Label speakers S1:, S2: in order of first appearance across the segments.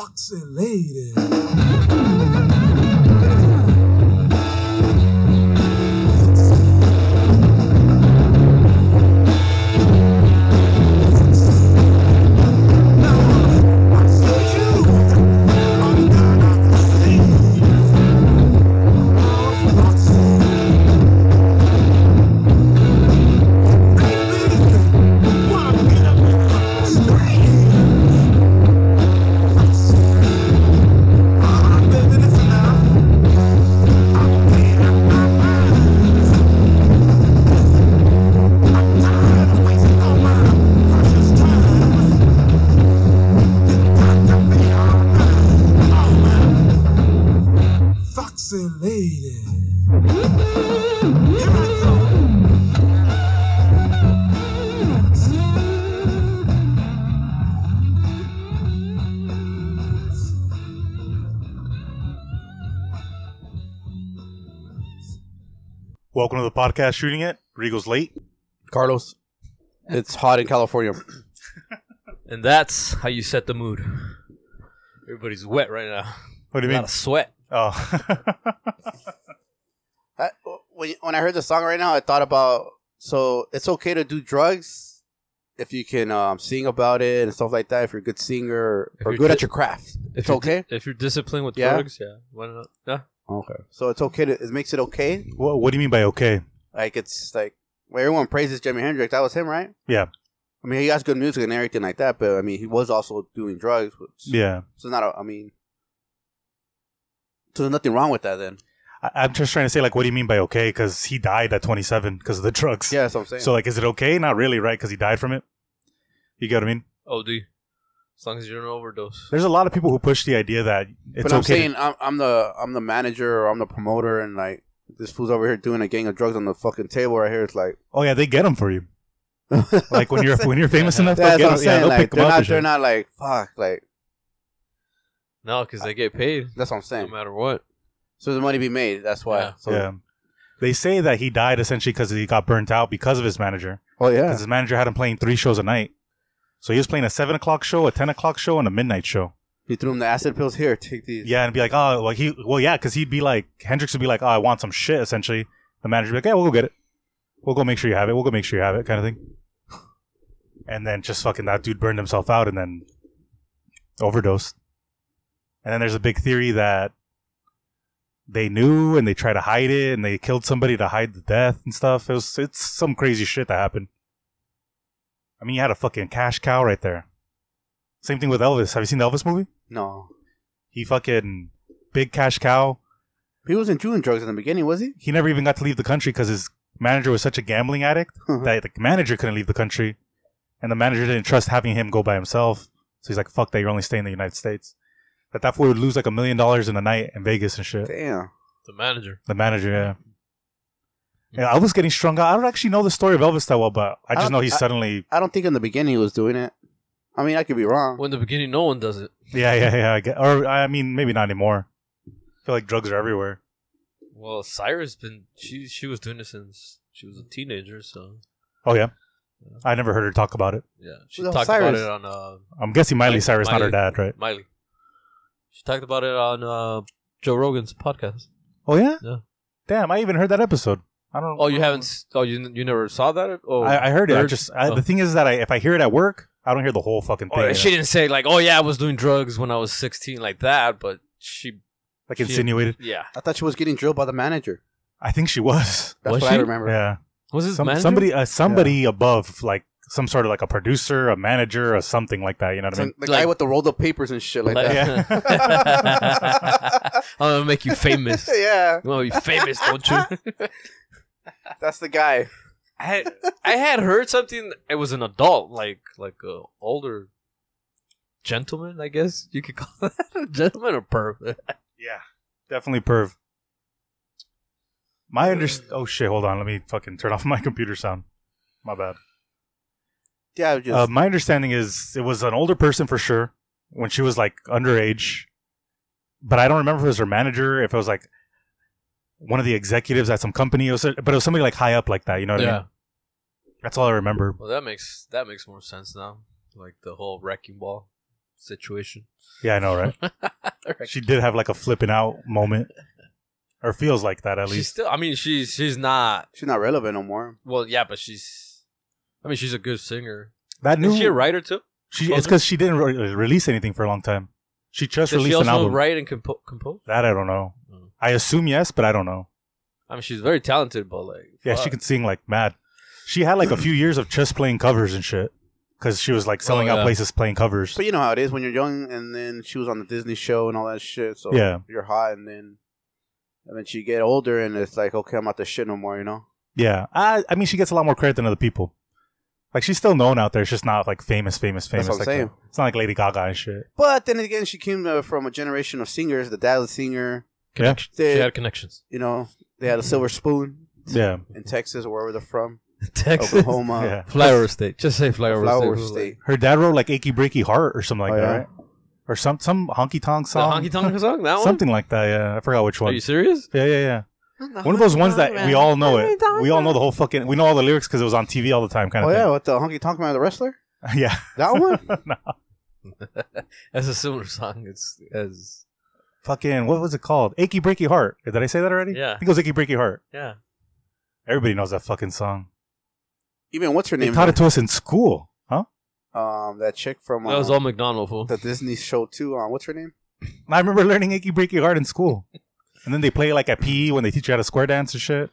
S1: Pixelated. Pixelated.
S2: Welcome to the podcast shooting it. Regal's late.
S3: Carlos, it's hot in California.
S4: And that's how you set the mood. Everybody's wet right now.
S2: What do
S4: A
S2: you
S4: lot
S2: mean?
S4: of sweat.
S2: Oh.
S3: I, when, when I heard the song right now, I thought about so it's okay to do drugs if you can um, sing about it and stuff like that. If you're a good singer
S4: If
S3: or
S4: you're
S3: good at
S4: di-
S3: your craft,
S4: If
S3: it's
S4: you're-
S3: okay.
S4: If you're disciplined with
S3: Yeah.
S4: drugs, yeah. Why not? Yeah.
S3: Okay, so it's okay. To, it makes it okay.
S2: what, what do you mean by okay?
S3: Like it's like well, everyone praises Jimi Hendrix. That was him, right?
S2: Yeah.
S3: I mean, he has good music and everything like that, but I mean, he was also doing drugs. Which,
S2: Yeah.
S3: So not. A, I mean, so there's nothing wrong with that then.
S2: I, I'm just trying to say, like, what do you mean by okay? Because he died at 27 because of the drugs.
S3: Yeah, that's what I'm saying.
S2: So, like, is it okay? Not really, right? Because he died from it. You get what I mean?
S4: OD. Oh, As long as you're an overdose.
S2: There's a lot of people who push the idea that it's
S3: but I'm
S2: okay. to-
S3: saying I'm, I'm the I'm the manager or I'm the promoter, and like this fool's over here doing a gang of drugs on the fucking table right here. It's like
S2: oh yeah, they get them for you. Like when you're when you're famous enough, they'll
S3: that's
S2: get
S3: what I'm
S2: 'em. Yeah,
S3: saying.
S2: they'll
S3: like
S2: pick 'em
S3: they're
S2: up.
S3: not
S2: and
S3: they're
S2: shit.
S3: not like fuck like
S4: No, because they get paid
S3: that's what I'm
S4: no
S3: saying.
S4: matter what.
S3: So the money be made. That's why.
S4: Yeah.
S3: So,
S2: yeah. They say that he died essentially because he got burnt out because of his manager.
S3: Oh
S2: Because
S3: yeah.
S2: his manager had him playing three shows a night. So he was playing a seven o'clock show, a ten o'clock show, and a midnight show.
S3: He threw him the acid pills. Here, take these.
S2: Yeah, and be like, oh, well, he, well, yeah, because he'd be like, Hendrix would be like, oh, I want some shit. Essentially, the manager would be like, yeah, we'll go get it. We'll go make sure you have it. We'll go make sure you have it, kind of thing. And then just fucking that dude burned himself out and then overdosed. And then there's a big theory that they knew and they try to hide it and they killed somebody to hide the death and stuff. It was it's some crazy shit that happened. I mean, you had a fucking cash cow right there. Same thing with Elvis. Have you seen the Elvis movie?
S3: No.
S2: He fucking big cash cow.
S3: He wasn't doing drugs in the beginning, was he?
S2: He never even got to leave the country because his manager was such a gambling addict that the manager couldn't leave the country, and the manager didn't trust having him go by himself. So he's like, "Fuck that! You're only staying in the United States." That that fool would lose like a million dollars in a night in Vegas and shit.
S3: Damn.
S4: The manager.
S2: The manager, yeah. Yeah, I was getting strung out. I don't actually know the story of Elvis that well, but I just
S3: I-
S2: know he
S3: I-
S2: suddenly.
S3: I don't think in the beginning he was doing it. I mean, I could be wrong.
S4: Well, in the beginning, no one does it.
S2: Yeah, yeah, yeah. I get, or I mean, maybe not anymore. I feel like drugs are everywhere.
S4: Well, Cyrus been she she was doing this since she was a teenager, so
S2: Oh yeah, I never heard her talk about it.
S4: yeah. She
S3: Well,
S4: talked
S3: Cyrus-
S4: about it on
S2: I'm guessing Miley
S4: Miley-
S2: Cyrus, not her
S4: Miley.
S2: dad, right?
S4: uh, Miley. She talked about it on uh, Joe Rogan's podcast.
S2: Oh yeah.
S4: Yeah.
S2: Damn, I even heard that episode. I don't.
S4: Oh, you haven't? s- Oh, you you never saw that? Oh,
S2: I, I heard it. I
S4: heard-
S2: just I,
S4: oh.
S2: the thing is that I, if I hear it at work, I don't hear the whole fucking thing.
S4: Or she didn't say like, "Oh yeah, I was doing drugs when I was 16," like that. But she,
S2: like
S4: she-
S2: insinuated.
S4: yeah,
S3: I thought she was getting drilled by the manager.
S2: I think she was.
S3: That's
S4: Was
S3: what I
S4: she?
S3: remember.
S2: Yeah.
S4: was it
S2: Some, somebody. Uh, somebody above, like some sort of like a producer, a manager, or something like that. You know what I
S3: So
S2: mean?
S3: the
S4: Like-
S3: guy with the rolled up papers and shit like that.
S4: I'm gonna make you famous. You
S3: yeah,
S4: want to be famous, don't you?
S3: that's the guy.
S4: I had, I had heard something. It was an adult, like like a older gentleman, I guess you could call that a gentleman or perv.
S2: Yeah. Definitely perv. My under. Oh shit! Hold on. Let me fucking turn off my computer sound. My bad.
S3: Yeah, it was just,
S2: Uh, my understanding is it was an older person for sure when she was like underage, but I don't remember if it was her manager, if it was like one of the executives at some company, it was, but it was somebody like high up like that. You know what I mean? That's all I remember.
S4: Well, that makes that makes more sense now. Like the whole wrecking ball. situation.
S2: Yeah, I know, right? she did have like a flipping out moment, or feels like that at
S4: She's
S2: least.
S4: still. I mean, she's she's not.
S3: She's not relevant no more.
S4: Well, yeah, but she's. I mean, she's a good singer.
S2: That new
S4: Is she a writer too?
S2: She it's because she didn't re- release anything for a long time. She just
S4: Does she
S2: released an
S4: also
S2: album.
S4: write and compo- compose?
S2: That I don't know.
S4: Mm.
S2: I assume yes, but I don't know.
S4: I mean, she's very talented, but like,
S2: Yeah, she
S4: fuck.
S2: could sing like mad. She had like a few years of just playing covers and shit because she was like selling
S4: Oh,
S2: out
S4: yeah.
S2: places playing covers.
S3: But you know how it is when you're young, and then she was on the Disney show and all that shit. So
S2: Yeah.
S3: you're hot, and then and then she get older, and it's like, okay, I'm not the shit no more. You know,
S2: Yeah, I, I mean she gets a lot more credit than other people. Like she's still known out there. It's just not like famous, famous, famous.
S3: That's what I'm
S2: like
S3: saying.
S2: that. It's not like Lady Gaga and shit.
S3: But then again, she came uh, from a generation of singers. The dad was a singer.
S4: Connection-
S3: Yeah.
S4: she had connections.
S3: You know, they had a silver spoon
S2: Yeah,
S3: in Texas or wherever they're from,
S4: Texas,
S3: Oklahoma,
S2: yeah.
S4: Flower State. Just say Flower,
S3: Flower
S4: State.
S3: State.
S2: Her dad wrote like "Achy Breaky Heart" or something like
S3: Oh,
S2: that,
S3: yeah?
S2: right? Or some some honky tonk
S4: The
S2: song,
S4: honky tonk song. That one.
S2: something like that. Yeah, I forgot which
S4: Are
S2: one.
S4: you serious?
S2: Yeah, yeah, yeah. One of those ones that we all know it. We all know the whole fucking. We know all the lyrics because it was on TV all the time, kind
S3: Oh
S2: of
S3: yeah, what the honky tonk man, the wrestler?
S2: thing. Yeah,
S3: That one?
S4: That's a similar song. It's as
S2: fucking. What was it called? "Achy Breaky Heart." Did I say that already?
S4: Yeah.
S2: I think it was "Achy Breaky Heart."
S4: yeah.
S2: Everybody knows that fucking song.
S3: Even what's her
S2: They
S3: name?
S2: taught it to us in school, huh?
S3: um, that chick from
S4: That was
S3: uh,
S4: all McDonald fool.
S3: the Disney show too. Uh, what's her name?
S2: I remember learning "Achy Breaky Heart" in school, and then they play like at PE when they teach you how to square dance and shit.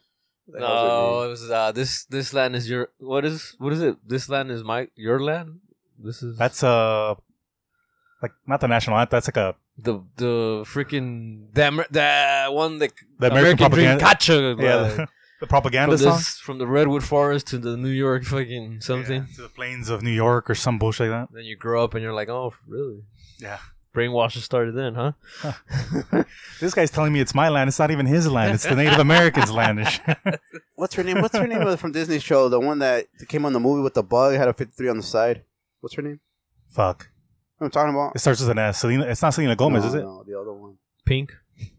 S3: What the hell's
S4: No, it was uh, this. This land is your. What is what is it? This land is my your land. This is
S2: That's uh, like not the national anthem. That's like a
S4: the the freaking the Amer- the one that
S2: the American,
S4: Dream
S2: propaganda.
S4: gotcha.
S2: yeah,
S4: like,
S2: the, the
S4: from
S2: propaganda
S4: this
S2: song.
S4: from the redwood forest to the New York fucking something.
S2: Yeah, to the plains of New York or some bullshit like
S4: Then you grow up and you're like, oh, really?
S2: that. Yeah.
S4: Brainwashing started then, huh?
S2: This guy's telling me it's my land. It's not even his land. It's the Native Americans' land. And shit.
S3: her- What's her name? What's her name of- from Disney show? The one that came on the movie with the bug had a 53 on the side. What's her name?
S2: Fuck.
S3: What I'm talking about.
S2: It starts with an S. Selena. It's not Selena Gomez,
S3: No,
S2: is it?
S3: No, the other one.
S4: Pink.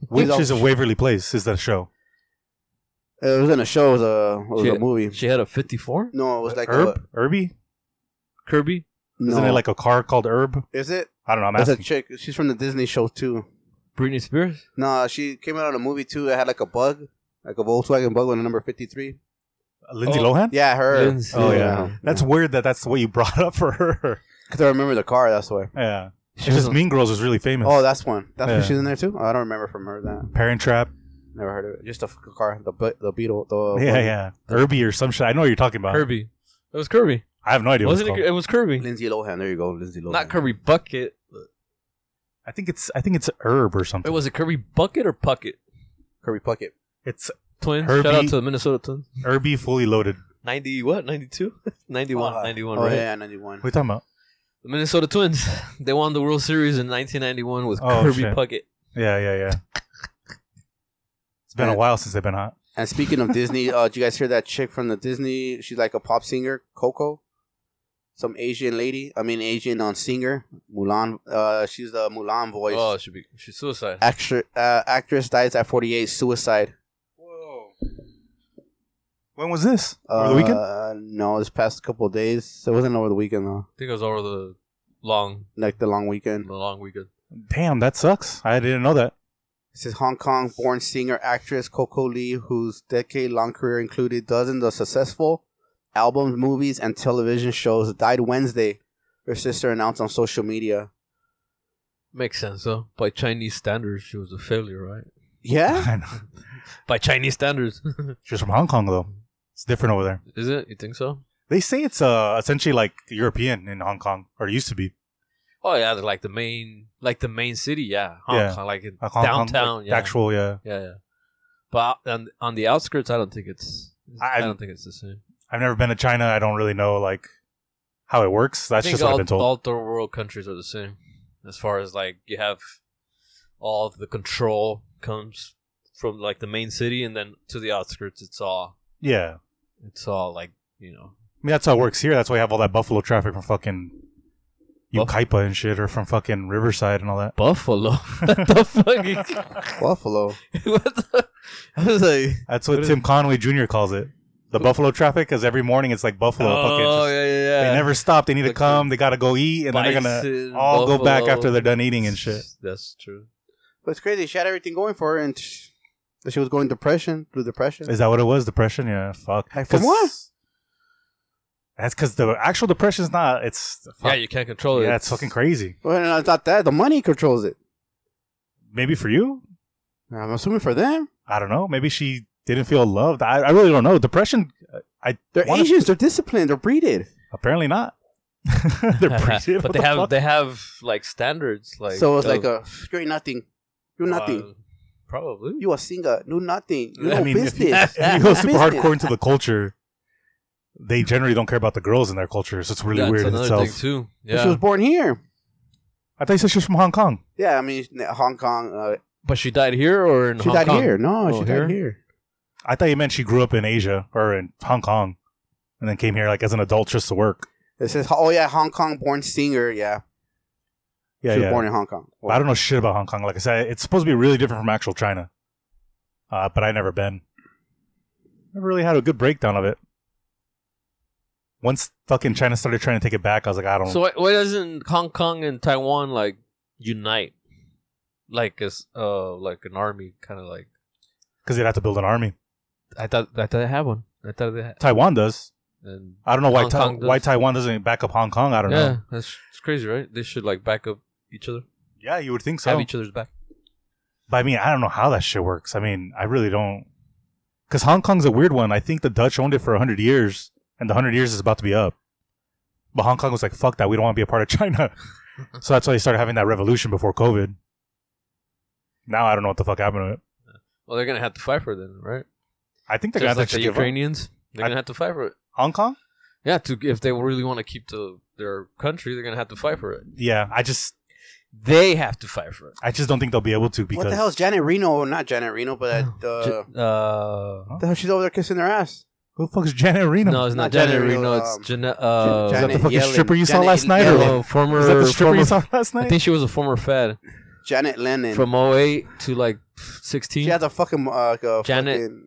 S2: Which
S3: She's
S2: is a
S3: all-
S2: Waverly Place? Is that a show?
S3: It was in a show. It was a, it was a
S4: Shit.
S3: movie.
S4: She had a 54.
S3: No, it was like
S2: Herb?
S3: a.
S2: Herbie?
S4: Kirby.
S3: No.
S2: Isn't it like a car called Herb?
S3: Is it?
S2: I don't know. I'm
S3: That's a
S2: asking.
S3: chick. She's from the Disney show too.
S4: Britney Spears.
S3: Nah, she came out on a movie too. It had like a bug, like a Volkswagen bug with a number 53.
S2: Lindsay
S4: Oh,
S2: Lohan?
S3: Yeah, her.
S4: Lindsay.
S2: Oh, yeah.
S4: Yeah.
S2: That's weird that that's what you brought up for her.
S3: Because I remember the car, that's why.
S2: Yeah. it's
S4: She was
S2: just
S4: on-
S2: Mean Girls was really famous.
S3: Oh, that's one. That's
S2: Yeah.
S3: what she's in there too? I don't remember from her that.
S2: Parent Trap.
S3: Never heard of it. Just the f- car, the bu- the Beetle. The
S2: yeah, yeah. Herbie or some shit. I know what you're talking about.
S4: Kirby. It was Kirby.
S2: I have no idea what it's
S4: Wasn't it?
S2: called.
S4: It was Kirby.
S3: Lindsay Lohan. There you go, Lindsay Lohan.
S4: Not Kirby Bucket.
S2: I think it's I think it's Herb or
S4: It
S2: something.
S4: was it Kirby Bucket or Puckett?
S3: Kirby Puckett.
S2: It's
S4: Twins.
S2: Herbie.
S4: Shout out to the Minnesota Twins.
S2: Herbie fully loaded. What
S4: 90 what? 92? 91.
S3: Fuck.
S4: 91,
S3: Oh
S4: right?
S3: yeah, ninety one.
S2: are you talking about?
S4: The Minnesota Twins. They won the World Series in 1991 with
S2: Oh,
S4: Kirby
S2: shit.
S4: Puckett.
S2: Yeah, yeah, yeah. It's been a
S3: And-
S2: while since they've been hot.
S3: And speaking of Disney, uh, did you guys hear that chick from the Disney? She's like a pop singer, Coco. Some Asian lady. I mean, Asian on singer Mulan. Uh, she's the Mulan voice.
S4: Oh, it should be. She's suicide.
S3: Actri- uh, actress dies at 48, suicide.
S2: Whoa. When was this? Over
S3: Uh,
S2: the weekend?
S3: No, this past couple of days. It wasn't over the weekend though.
S4: I think it was over the long,
S3: Like the long weekend.
S4: the long weekend.
S2: Damn, that sucks. I didn't know that.
S3: This is Hong Kong born singer actress Coco Lee, whose decade long career included dozens of successful albums, movies, and television shows, died Wednesday, her sister announced on social media.
S4: Makes sense though. By Chinese standards, she was a failure, right?
S3: Yeah?
S2: I know.
S4: By Chinese standards,
S2: She's from Hong Kong though. It's different over there.
S4: is it? You think so?
S2: They say it's uh, essentially like European in Hong Kong, or it used to be.
S4: Oh yeah, like the main, like the main city, yeah, Hong
S2: Yeah.
S4: Kong, like, in
S2: Like Hong Kong,
S4: downtown,
S2: like,
S4: yeah,
S2: Actual, yeah.
S4: yeah, yeah. But uh, on, on the outskirts, I don't think it's. I,
S2: I-
S4: don't think it's the same.
S2: I've never been to China. I don't really know like how it works. That's
S4: I
S2: just
S4: think
S2: what
S4: all,
S2: I've been told.
S4: all third world countries are the same, as far as like you have all the control comes from like the main city, and then to the outskirts, it's all
S2: yeah, I mean
S4: it's all like you know
S2: that's how it works here. That's why you have all that Buffalo traffic from fucking
S4: Buff-
S2: Ukaipa and shit, or from fucking Riverside and all that.
S4: Buffalo. what the fuck?
S3: Buffalo.
S4: what the? I was like,
S2: That's what,
S4: What is-
S2: Tim Conway Jr. calls it. The Buffalo traffic, because every morning it's like Buffalo. fucking
S4: oh
S2: just-
S4: yeah, yeah, yeah.
S2: They never stop. They need to
S4: Like
S2: come. They gotta go eat, and then they're gonna
S4: Bison,
S2: all go back
S4: buffalo.
S2: after they're done eating and shit.
S4: That's true.
S3: But it's crazy. She had everything going for her, and sh- that she was going depression through depression.
S2: Is that what it was? Depression? Yeah, fuck.
S3: Like, from
S2: 'Cause-
S3: what?
S2: That's because the actual depression's not. It's
S4: Yeah,
S2: fuck.
S4: you can't control it.
S2: yeah, it's fucking crazy.
S3: well, no, it's not that. The money controls it.
S2: Maybe for you,
S3: I'm assuming for them.
S2: I don't know. Maybe she didn't feel loved. I, I really don't know. Depression. I
S3: They're
S2: wanna-
S3: Asians. They're disciplined. They're breeded.
S2: Apparently not. they're pretty.
S4: but they have they have like standards like
S3: so it's
S4: of-
S3: like a you're nothing. You're nothing.
S4: Uh, probably.
S3: you a singer. Do nothing. You
S4: I
S3: know
S2: mean, if you-
S3: business.
S2: if you go super
S3: Business.
S2: hardcore into the culture, they generally don't care about the girls in their culture. So it's really
S4: That's
S2: weird in
S4: another
S2: itself.
S4: thing too.
S3: But She
S4: Yeah,
S3: was born here.
S2: I thought you said she was from Hong Kong.
S3: Yeah, I mean Hong Kong. Uh,
S4: but she died here or in
S3: she
S4: Hong
S3: died
S4: Kong?
S3: here. No,
S4: Oh,
S3: she
S4: here?
S3: died here.
S2: I thought you meant she grew up in Asia or in Hong Kong, and then came here like as an adult just to work.
S3: It says, oh yeah, Hong Kong born singer. Yeah,
S2: Yeah,
S3: she was
S2: yeah.
S3: born in Hong Kong.
S2: But I don't know shit about Hong Kong. Like I said, it's supposed to be really different from actual China. Uh, but I never been. Never really had a good breakdown of it. Once fucking China started trying to take it back, I was like, I don't.
S4: So why, why doesn't Hong Kong and Taiwan like unite, like as uh like an army kind of like?
S2: because they'd have to build an army.
S4: I thought I thought they had one. I thought they had.
S2: Taiwan does.
S4: And
S2: I don't know why
S4: Hong
S2: Ta-
S4: Kong does.
S2: why Taiwan doesn't back up Hong Kong. I don't
S4: yeah,
S2: know.
S4: that's it's crazy, right? They should like back up each other,
S2: Yeah, you would think
S4: have
S2: so.
S4: each other's back.
S2: but I mean, I don't know how that shit works. I mean, I really don't. Because Hong Kong's a weird one. I think the Dutch owned it for 100 years, and the 100 years is about to be up. But Hong Kong was like, fuck that. We don't want to be a part of China. so that's why they started having that revolution before COVID. Now I don't know what the fuck happened to it.
S4: Well, they're gonna have to fight for it then, right?
S2: I think they're going
S4: Just
S2: to
S4: like
S2: have to
S4: the
S2: give up.
S4: Ukrainians, they're
S2: I-
S4: gonna have to fight for it.
S2: Hong Kong?
S4: Yeah, to if they really want to keep the their country, they're gonna have to fight for it.
S2: Yeah, I just
S4: They have to fight for it.
S2: I just don't think they'll be able to because
S3: What the hell is Janet Reno? Not Janet Reno, but uh, the
S4: J- uh,
S3: hell she's over there kissing their ass.
S2: who the fuck is Janet Reno?
S4: no, it's
S3: Not
S4: not Janet
S3: Janet,
S4: Reno.
S3: um,
S4: It's Jana, uh,
S2: is that the
S3: Janet
S2: fucking
S3: Yellen.
S2: stripper you saw
S3: Janet
S2: last night?
S3: Yellen.
S2: Or
S4: uh, former.
S2: is that the stripper you
S4: former-
S2: saw last
S4: I
S2: night?
S4: think she was a former Fed
S3: Janet Lennon.
S4: from 08 to like 16.
S3: she has a fucking uh, like a
S4: Janet-
S3: fucking-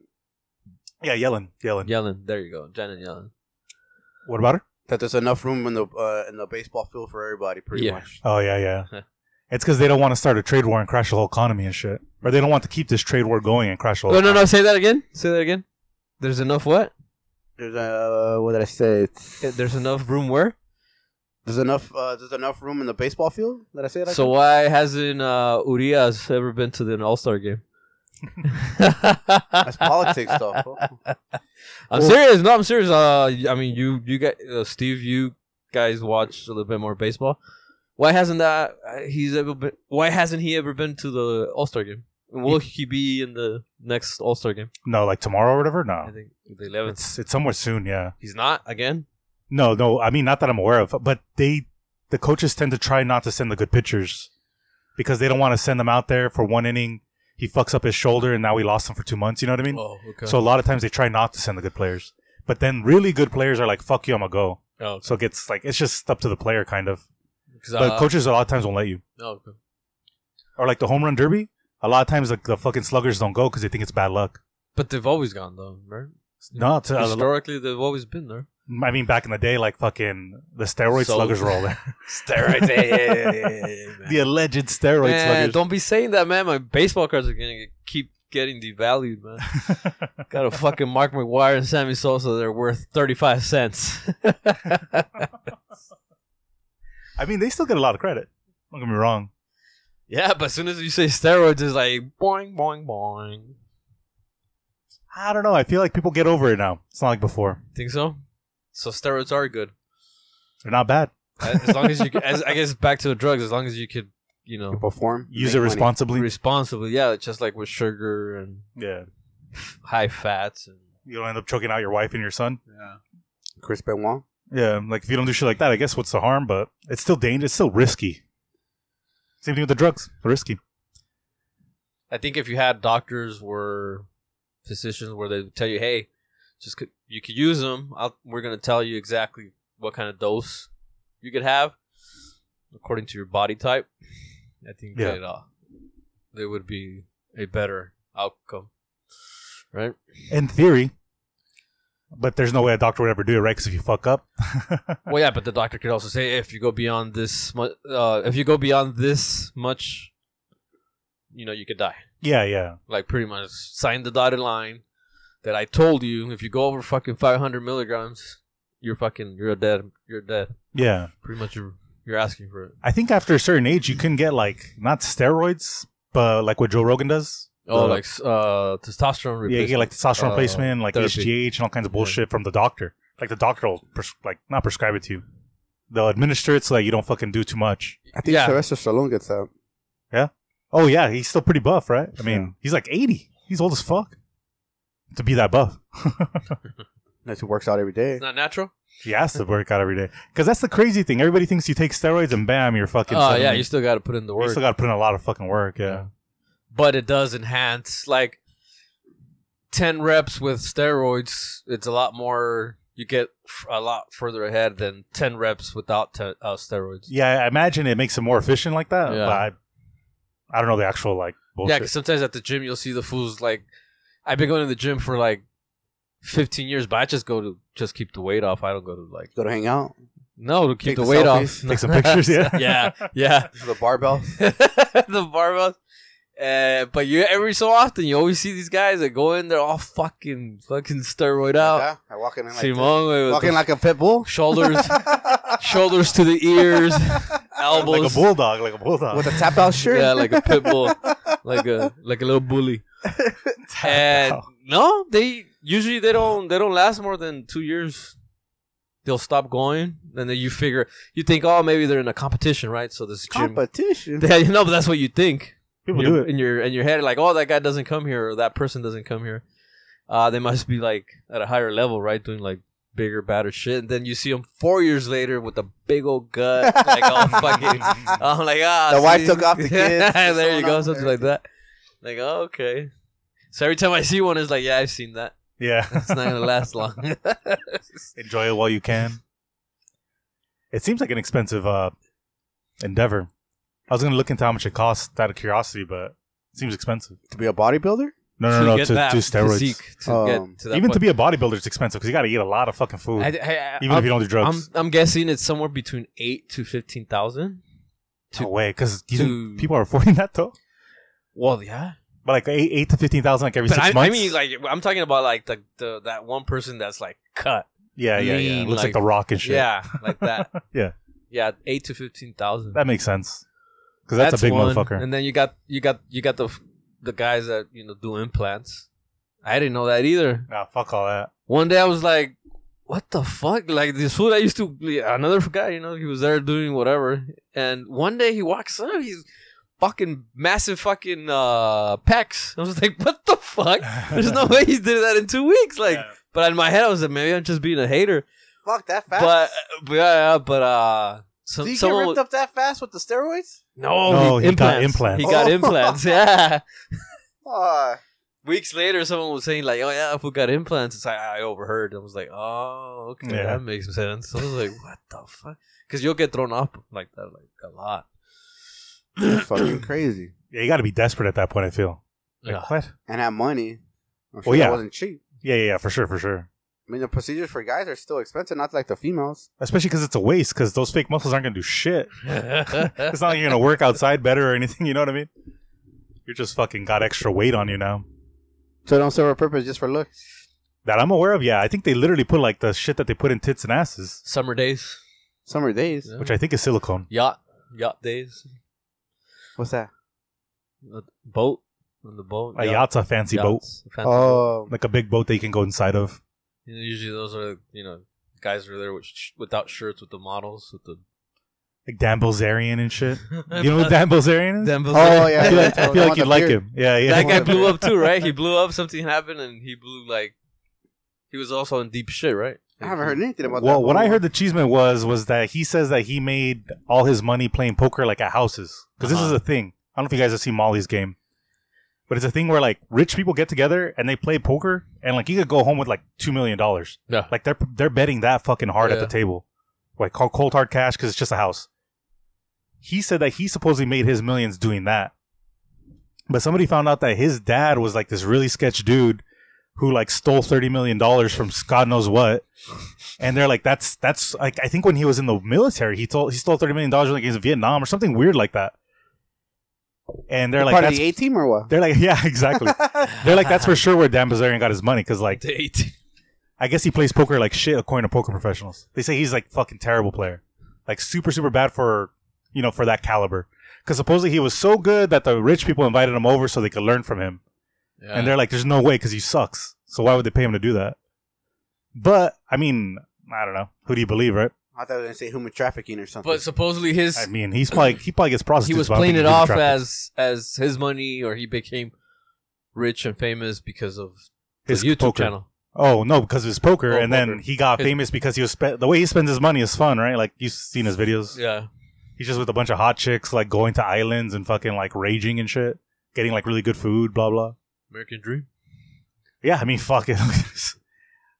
S2: yeah, Yellen. Yellen.
S4: Yellen, there you go, Janet Yellen.
S2: What about her?
S3: that there's enough room in the uh, in the baseball field for everybody, pretty
S4: Yeah.
S3: much.
S2: Oh yeah, yeah.
S4: Huh.
S2: it's because they don't want to start a trade war and crash the whole economy and shit, or they don't want to keep this trade war going and crash the whole.
S4: Oh no, no, say that again. Say that again. There's enough what?
S3: There's uh, what did I say? It's,
S4: There's enough room where.
S3: there's enough uh, there's enough room in the baseball field. Did I say that?
S4: So why hasn't uh, Urias ever been to an All Star game?
S3: that's politics stuff.
S4: I'm serious. No, I'm serious. Uh, I mean, you, you got uh, Steve. You guys watch a little bit more baseball. Why hasn't that? Uh, he's ever been. Why hasn't he ever been to the All Star game? And Will he be in the next All Star game?
S2: No, like tomorrow or whatever.
S4: I
S2: No,
S4: think the 11th.
S2: it's it's somewhere soon. Yeah.
S4: He's not again.
S2: No, no. I mean, not that I'm aware of, but they the coaches tend to try not to send the good pitchers because they don't want to send them out there for one inning. He fucks up his shoulder, and now we lost him for two months. You know what I mean?
S4: Oh, okay.
S2: So a lot of times they try not to send the good players, but then really good players are like, "Fuck you, I'm gonna go."
S4: oh,
S2: So it gets like it's just up to the player, kind of.
S4: because
S2: But coaches a lot of times won't let you.
S4: uh, Oh, okay.
S2: or like the home run derby, a lot of times like the fucking sluggers don't go because they think it's bad luck.
S4: But they've always gone though, right?
S2: No, it's, uh,
S4: Historically, they've always been there.
S2: I mean back in the day, like fucking the steroid
S4: So-
S2: sluggers were all there.
S4: Steroids.
S2: yeah, yeah, yeah, the alleged steroid
S4: Man,
S2: sluggers.
S4: Eh, don't be saying that, man. My baseball cards are gonna get- keep getting devalued, man. Got a fucking Mark McGuire and Sammy Sosa. They're worth thirty-five cents.
S2: I mean, they still get a lot of credit. Don't get me wrong.
S4: yeah, but as soon as you say steroids, it's like boing, boing, boing.
S2: I don't know. I feel like people get over it now. It's not like before.
S4: Think so? So steroids are good
S2: They're not bad.
S4: as long as you. Can, as, I guess back to the drugs. As long as you could,
S3: You
S4: you know,
S3: perform.
S2: Use
S3: make
S2: it
S3: money.
S2: responsibly.
S4: responsibly. Yeah, just like with sugar and
S2: yeah.
S4: high fats and
S2: You don't end up choking out your wife and your son.
S4: yeah.
S3: Chris Benoit.
S2: Yeah. Like if you don't do shit like that, I guess what's the harm? But it's still dangerous. It's still risky. Same thing with the drugs. Risky.
S4: I think if you had doctors were physicians where they would tell you, hey, just c you could use them. I'll, we're gonna tell you exactly what kind of dose you could have according to your body type. I think
S2: Yeah.
S4: that uh, there would be a better outcome, right?
S2: In theory, But there's no way a doctor would ever do it, right? Because if you fuck up,
S4: Well, yeah, but the doctor could also say if you go beyond this much, uh, if you go beyond this much, you know, you could die.
S2: yeah, yeah,
S4: Like pretty much sign the dotted line that I told you. If you go over fucking 500 milligrams, you're fucking, you're dead, you're dead.
S2: yeah.
S4: Pretty much, you're you're asking for it.
S2: I think after a certain age, you can get like not steroids, but like what Joe Rogan does.
S4: Oh,
S2: The-
S4: like uh, testosterone replacement.
S2: yeah, you get like testosterone
S4: uh,
S2: replacement, like
S4: therapy.
S2: HGH, and all kinds of bullshit from the doctor. Like the doctor will pres- like not prescribe it to you. They'll administer it so that you don't fucking do too much.
S3: I think
S4: Yeah.
S3: Sylvester Stallone gets that.
S2: Oh yeah, he's still pretty buff, right? I mean,
S3: Yeah.
S2: he's like eighty. He's old as fuck to be that buff.
S3: Unless he works out every day.
S4: It's not natural.
S2: He has to work out every day because that's the crazy thing. Everybody thinks you take steroids and bam, you're fucking.
S4: Oh yeah,
S2: suddenly-
S4: you still got to put in the
S2: you
S4: work.
S2: still got to put in a lot of fucking work.
S4: Yeah.
S2: Yeah,
S4: but it does enhance like 10 reps with steroids it's a lot more you get f- a lot further ahead than 10 reps without te- uh, steroids
S2: yeah. I imagine it makes it more efficient like that.
S4: Yeah.
S2: But I, I don't know the actual like
S4: yeah
S2: bullshit.
S4: cause sometimes at the gym you'll see the fools like i've been going to the gym for like 15 years but i just go to just keep the weight off i don't go to like
S3: Go to hang out.
S4: no to
S3: Take
S4: keep the,
S3: the
S4: weight
S3: selfies.
S4: off
S2: Take some pictures, yeah.
S4: yeah yeah
S3: The barbell.
S4: the barbells. Uh, but you every so often you always see these guys that go in there all fucking fucking steroid out.
S3: Yeah, I walk in like this.
S4: Simone way with
S3: Walking
S4: the
S3: like a pit bull.
S4: shoulders shoulders to the ears, elbows.
S2: like a bulldog, like a bulldog.
S3: With a tap out shirt.
S4: Yeah, like a pit bull, like a like a little bully. And no, they usually they don't they don't last more than two years. They'll stop going, and then you figure you think, oh, maybe they're in a competition, right? So this gym,
S3: Competition.
S4: yeah, you know, but that's what you think.
S2: People
S4: your-
S2: do it.
S4: in your in your head like oh that guy doesn't come here or that person doesn't come here uh they must be like at a higher level right doing like bigger badder shit and then you see them four years later with a big old gut like all fucking i'm like ah
S3: The wife
S4: see?
S3: took off the kids,
S4: there you
S3: someone
S4: go
S3: else,
S4: something like that like oh, okay so every time i see one it's like yeah i've seen that
S2: Yeah,
S4: it's not gonna last long
S2: enjoy it while you can. It seems like an expensive uh, endeavor. I was gonna look into how much it costs out of curiosity, but it seems expensive.
S3: To be a bodybuilder?
S2: No, no, no,
S4: get
S2: to,
S4: that
S2: do steroids.
S4: physique, to
S3: Um,
S4: get to that
S2: Even to
S4: point.
S2: be a bodybuilder, it's expensive because you got to eat a lot of fucking food,
S4: I- I- I-
S2: even if you don't do drugs.
S4: I'm I'm guessing it's somewhere between eight to fifteen thousand. to-
S2: no way, because
S4: to-
S2: people are affording that though.
S4: Well, yeah,
S2: But like eight, eight to fifteen thousand, like every
S4: but
S2: six
S4: I, I
S2: months.
S4: mean, like I'm talking about like the, the that one person that's like cut,
S2: yeah, yeah, yeah.
S4: lean,
S2: Looks like, the
S4: like-
S2: Rock and shit.
S4: yeah, like that,
S2: Yeah.
S4: yeah, eight to fifteen thousand.
S2: that makes sense. Because that's, a big
S4: one.
S2: motherfucker.
S4: And then you got you got you got the the guys that you know do implants. I didn't know that either.
S2: nah, fuck all that.
S4: One day I was like, what the fuck? Like this fool I used to another guy, you know, he was there doing whatever. And one day he walks up, he's fucking massive fucking uh pecs. I was like, what the fuck? There's no way he did that in two weeks. Like
S2: Yeah.
S4: but in my head I was like, maybe I'm just being a hater.
S3: Fuck that fast.
S4: But, but yeah, yeah, but uh some,
S3: Do you get
S4: someone
S3: ripped
S4: was-
S3: up that fast with the steroids?
S4: No,
S2: No,
S4: he,
S2: he got implants.
S4: implants. He got
S3: Oh.
S4: implants, yeah.
S3: Uh,
S4: Weeks later, someone was saying like, "Oh yeah, if we got implants," it's like I overheard. I was like, "Oh, okay,
S2: Yeah.
S4: that makes sense." I was like, "What the fuck?" Because you'll get thrown up like that, like a lot.
S3: that's fucking crazy.
S2: yeah, you got to be desperate at that point. I feel. Like,
S4: Yeah.
S2: What?
S3: And have money. I'm sure
S2: Well, yeah.
S3: that wasn't cheap.
S2: Yeah, yeah, yeah, for sure, for sure.
S3: I mean, the procedures for guys are still expensive, not like the females.
S2: Especially because it's a waste. Because those fake muscles aren't gonna do shit. it's not like you're gonna work outside better or anything. You know what I mean? You're just fucking got extra weight on you now.
S3: So they don't serve a purpose just for looks.
S2: That I'm aware of. Yeah, I think they literally put like the shit that they put in tits and asses,
S4: Summer days,
S3: Summer days.
S4: Yeah.
S2: which I think is silicone.
S4: yacht, yacht days,
S3: What's that?
S4: Uh, boat on the boat.
S2: A yacht's a fancy boat,
S4: oh,
S3: Oh,
S2: like a big boat that you can go inside of.
S4: usually those are you know guys are there with sh- without shirts with the models with the.
S2: like Dan Bilzerian and shit.
S4: Uh,
S2: You know what Dan Bilzerian is?
S4: Them-
S3: Oh, yeah.
S2: I feel like,
S3: That's
S2: I
S3: the
S2: feel
S3: one
S2: like
S3: with
S2: you'd
S3: the
S2: like
S3: beard.
S2: him. Yeah, yeah.
S4: that guy blew up too, right? He blew up. Something happened, and he blew like he was also in deep shit, right?
S3: I haven't heard anything about that.
S2: well, what I
S3: before.
S2: heard the Cheeseman was was that he says that he made all his money playing poker like at houses because this
S4: Uh-huh.
S2: is a thing. I don't know if you guys have seen Molly's game, but it's a thing where like rich people get together and they play poker and like you could go home with like two million dollars.
S4: Yeah.
S2: like they're they're betting that fucking hard at
S4: Yeah.
S2: the table, like cold, cold hard cash because it's just a house. He said that he supposedly made his millions doing that, but somebody found out that his dad was like this really sketch dude who like stole thirty million dollars from God knows what, and they're like, that's that's like I think when he was in the military, he told he stole thirty million dollars when he was in Vietnam or something weird like that. And they're like,
S3: part of
S2: that's,
S3: the A team or what?
S2: they're like, yeah, exactly. they're like, that's for sure where Dan Bazarian got his money because like
S4: Date.
S2: I guess he plays poker like shit, according to poker professionals. They say he's like fucking terrible player, like super super bad for you know for that caliber. Because supposedly he was so good that the rich people invited him over so they could learn from him,
S4: Yeah.
S2: and they're like, "There's no way because he sucks. So why would they pay him to do that?" But I mean, I don't know. Who do you believe, right?
S3: I thought they were gonna say human trafficking or something.
S4: but supposedly his
S2: I mean, he's probably he probably gets prostitutes.
S4: he was
S2: but I don't
S4: playing
S2: think
S4: it
S2: he
S4: off
S2: trafficked.
S4: as as his money, or he became rich and famous because of his
S2: His
S4: YouTube
S2: poker.
S4: channel.
S2: Oh no, because of his poker,
S4: Oh,
S2: and then
S4: poker.
S2: he got
S4: His-
S2: famous because he was spe- the way he spends his money is fun, right? Like you've seen his videos.
S4: Yeah,
S2: He's just with a bunch of hot chicks, like going to islands and fucking like raging and shit, getting like really good food, blah blah.
S4: American Dream.
S2: Yeah, I mean, fuck it.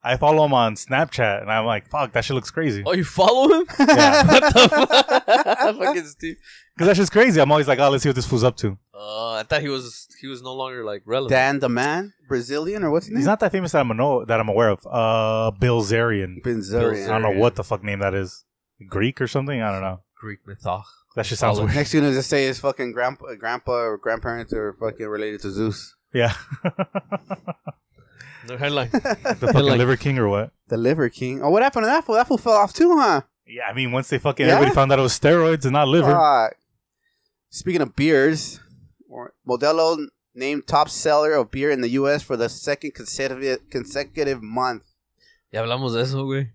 S2: I follow him on Snapchat, and I'm like, fuck, that shit looks crazy.
S4: Oh, you follow him?
S2: Yeah.
S4: what the fuck? Fucking Steve.
S2: Because that shit's crazy. I'm always like, oh, let's see what this fool's up to.
S4: Uh, I thought he was he was no longer like relevant.
S3: Dan the man, Brazilian or what's his name?
S2: He's not that famous that I'm know that I'm aware of. Uh, Bill Zarian. I
S3: Benzarian.
S2: don't know what the fuck name that is. Greek or something? I don't know.
S4: Greek mythology.
S2: That shit sounds weird.
S3: Next thing is to say is fucking grandpa, grandpa or grandparents are fucking related to Zeus.
S2: Yeah,
S4: Their headline.
S2: the fucking
S4: Like-
S2: Liver King or what?
S3: The Liver King. Oh, what happened to that fool? That fool fell off too, huh?
S2: Yeah, Uh, I mean, once they fucking
S3: Yeah?
S2: everybody found out it was steroids and not liver.
S3: Fuck. Speaking of beers, or- Modelo named top seller of beer in the U.S. for the second consecutive consecutive month.
S4: Ya hablamos de eso, güey.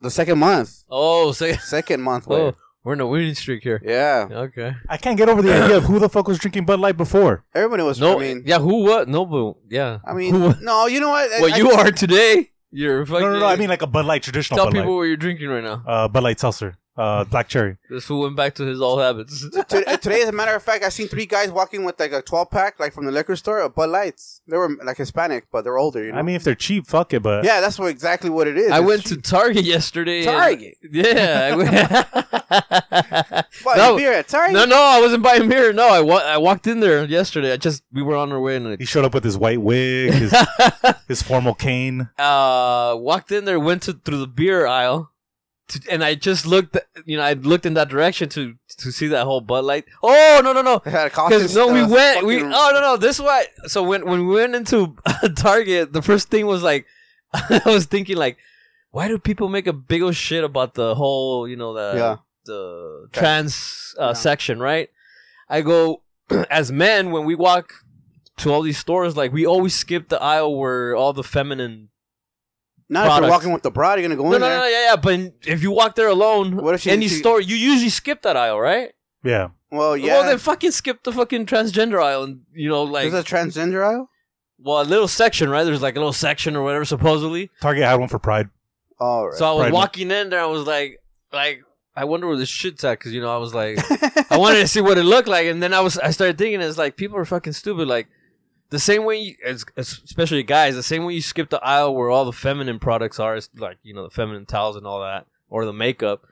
S3: The second month.
S4: Oh, say
S3: Second month.
S4: oh,
S3: wait.
S4: we're in a winning streak here.
S3: Yeah.
S4: Okay.
S2: I can't get over the idea of who the fuck was drinking Bud Light before.
S3: Everybody was.
S4: No,
S3: I mean,
S4: yeah, who what? No, but yeah.
S3: I
S4: who,
S3: mean, no. You know what? I-
S4: what
S3: I-
S4: you are today? You're fucking.
S2: No, no, no. I mean, like a Bud Light traditional
S4: tell
S2: Bud Light.
S4: people what you're drinking right now.
S2: uh, Bud Light Seltzer, uh, Black Cherry.
S4: This fool went back to his old habits.
S3: To- uh, today, as a matter of fact, I seen three guys walking with like a 12 pack, like from the liquor store, of Bud Lights. They were like Hispanic, but they're older. You know.
S2: I mean, uh, if they're cheap, fuck it. But
S3: yeah, that's what exactly what it is.
S4: I
S3: It's
S4: went
S3: cheap.
S4: to Target yesterday. and-
S3: Target?
S4: yeah. I went-
S3: Buy
S4: No,
S3: beer at Target.
S4: no, no, I wasn't buying beer. No, I, wa- I walked in there yesterday. I just we were on our way and
S2: he
S4: like,
S2: showed up with his white wig, his, his formal cane.
S4: uh, walked in there, went to through the beer aisle, to, and I just looked. You know, I looked in that direction to to see that whole Bud Light. Oh no, no, no.
S3: They had a costume
S4: Because no, we
S3: stuff,
S4: went. We
S3: fucking-
S4: oh no no. This is why. So when when we went into Target, the first thing was like, I was thinking like, why do people make a big old shit about the whole you know the
S3: Yeah.
S4: the trans uh,
S3: Yeah.
S4: section, right? I go as men when we walk to all these stores, like we always skip the aisle where all the feminine.
S3: Not if you're
S4: products.
S3: walking with the broad, you're gonna go
S4: No, no,
S3: in there.
S4: no, yeah, yeah. But if you walk there alone,
S3: What if she-
S4: any
S3: she-
S4: store, you usually skip that aisle, right?
S2: Yeah,
S3: Well, yeah.
S4: Well, then fucking skip the fucking transgender aisle, and you know, like
S3: There's a transgender aisle.
S4: well, a little section, right? There's like a little section or whatever, supposedly.
S2: Target had one for Pride.
S3: All right.
S4: So I was
S2: Pride month.
S4: walking in there. I was like, like, I wonder where this shit's at because you know I was like, I wanted to see what it looked like, and then I was, I started thinking, it's like people are fucking stupid. Like the same way, you, as, as- especially guys, the same way you skip the aisle where all the feminine products are, it's like you know the feminine towels and all that, or the makeup.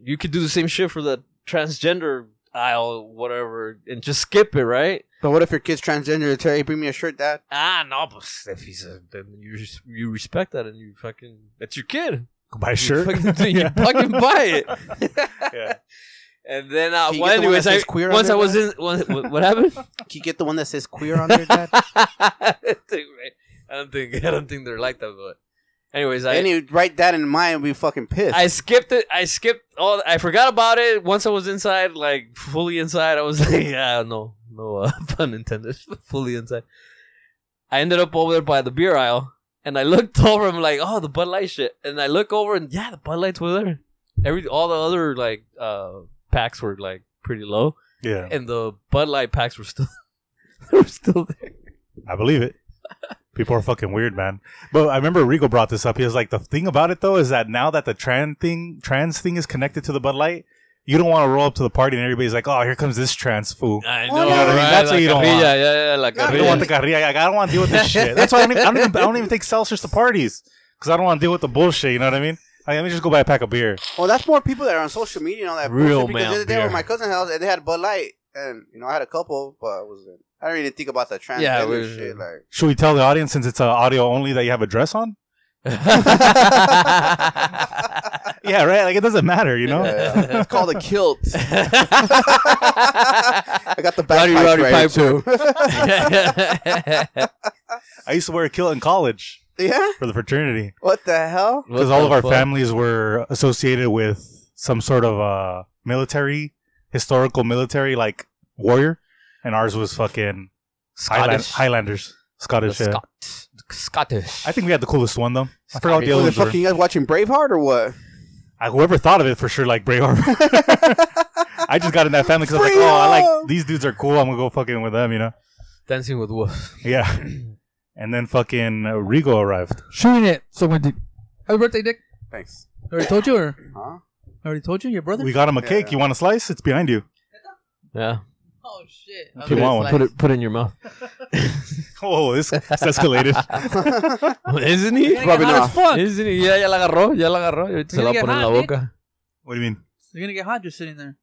S4: You could do the same shit for the transgender aisle, whatever, and just skip it, right?
S3: but what if your kid's transgender? Terry, bring me a shirt, Dad.
S4: Ah, no, but if he's a, then you res- you respect that and you fucking that's your kid.
S2: Go buy a
S4: You
S2: shirt.
S4: fucking, you
S2: Yeah.
S4: fucking buy it.
S2: Yeah.
S4: And then, uh,
S3: Can you
S4: well,
S3: get the one
S4: anyways,
S3: that
S4: I,
S3: says queer on
S4: once I
S3: there,
S4: was in, what, what, what happened?
S3: Can you get the one that says queer on there, Dad?
S4: I don't think I don't think they're like that, but anyways, I
S3: and you write that in mind and be fucking pissed.
S4: I skipped it. I skipped all. I forgot about it once I was inside, like fully inside. I was like, yeah, no, no uh, pun intended. fully inside. I ended up over there by the beer aisle, and I looked over. I'm like, oh, the Bud Light shit. And I look over, and yeah, the Bud Lights were there. Every all the other like uh packs were like pretty low,
S2: yeah,
S4: and the Bud Light packs were still they were still there.
S2: I believe it. People are fucking weird, man. But I remember Rigo brought this up. He was like, the thing about it though is that now that the trans thing, trans thing is connected to the Bud Light, you don't want to roll up to the party and everybody's like, oh, here comes this trans fool.
S4: I
S3: know, Well, no, right?
S2: that's what you don't want.
S4: Yeah, yeah, yeah. Like
S3: No,
S2: I don't want the carrilla. Like, I don't want to deal with this shit. That's why I don't even, I don't even, I don't even take seltzers to parties because I don't want to deal with the bullshit. You know what I mean? Like, let me just go buy a pack of beer.
S3: well, that's more people that are on social media and all that.
S4: Real
S3: bullshit, because
S4: man
S3: the other day I was
S4: beer.
S3: at my cousin's house and they had Bud Light. and you know I had a couple, but I wasn't. I didn't even think about the transgender
S4: Yeah, we-
S3: shit. Like,
S2: Should we tell the audience since it's uh, audio only that you have a dress on? Yeah, right. Like it doesn't matter, you know.
S3: Yeah. it's called a kilt. I got the back
S4: Rowdy,
S3: pipe
S4: rowdy
S3: right
S4: pipe
S3: too.
S2: I used to wear a kilt in college
S3: yeah.
S2: for the fraternity
S3: What the hell?
S2: because all of our families were associated with some sort of uh, military, historical military like warrior, and ours was fucking Highland-
S4: Scottish.
S2: Highlanders, Scottish. yeah.
S4: Scot- Scottish.
S2: I think we had the coolest one though. I forgot what the other
S4: Scottish.
S3: Was it
S2: ones were.
S3: fucking you guys watching Braveheart or what?
S2: I- Whoever thought of it for sure, like Braveheart. I just got in that family because I was like, oh, I like these dudes are cool. I'm gonna go fucking with them, you know?
S4: Dancing with Wolves.
S2: Yeah. And then fucking uh, Rigo arrived.
S1: Shooting it. Someone did. Happy birthday, Dick.
S3: Thanks.
S1: I already told you, or
S3: Huh?
S1: I already told you, your brother.
S2: We got him a
S3: Yeah,
S2: cake.
S3: yeah.
S2: You want a slice? It's behind you.
S4: Yeah.
S1: oh shit!
S2: If you want one,
S4: Put it put it in your mouth.
S2: Oh, this, this escalated.
S4: Isn't he?
S3: Probably not.
S4: Isn't he? Yeah, ya la agarró, ya la agarró. y ahorita Se
S1: You're
S4: la
S1: gonna
S4: pone en
S1: get
S4: la
S1: hot,
S4: boca.
S2: what do you mean?
S1: You're gonna get hot just sitting there.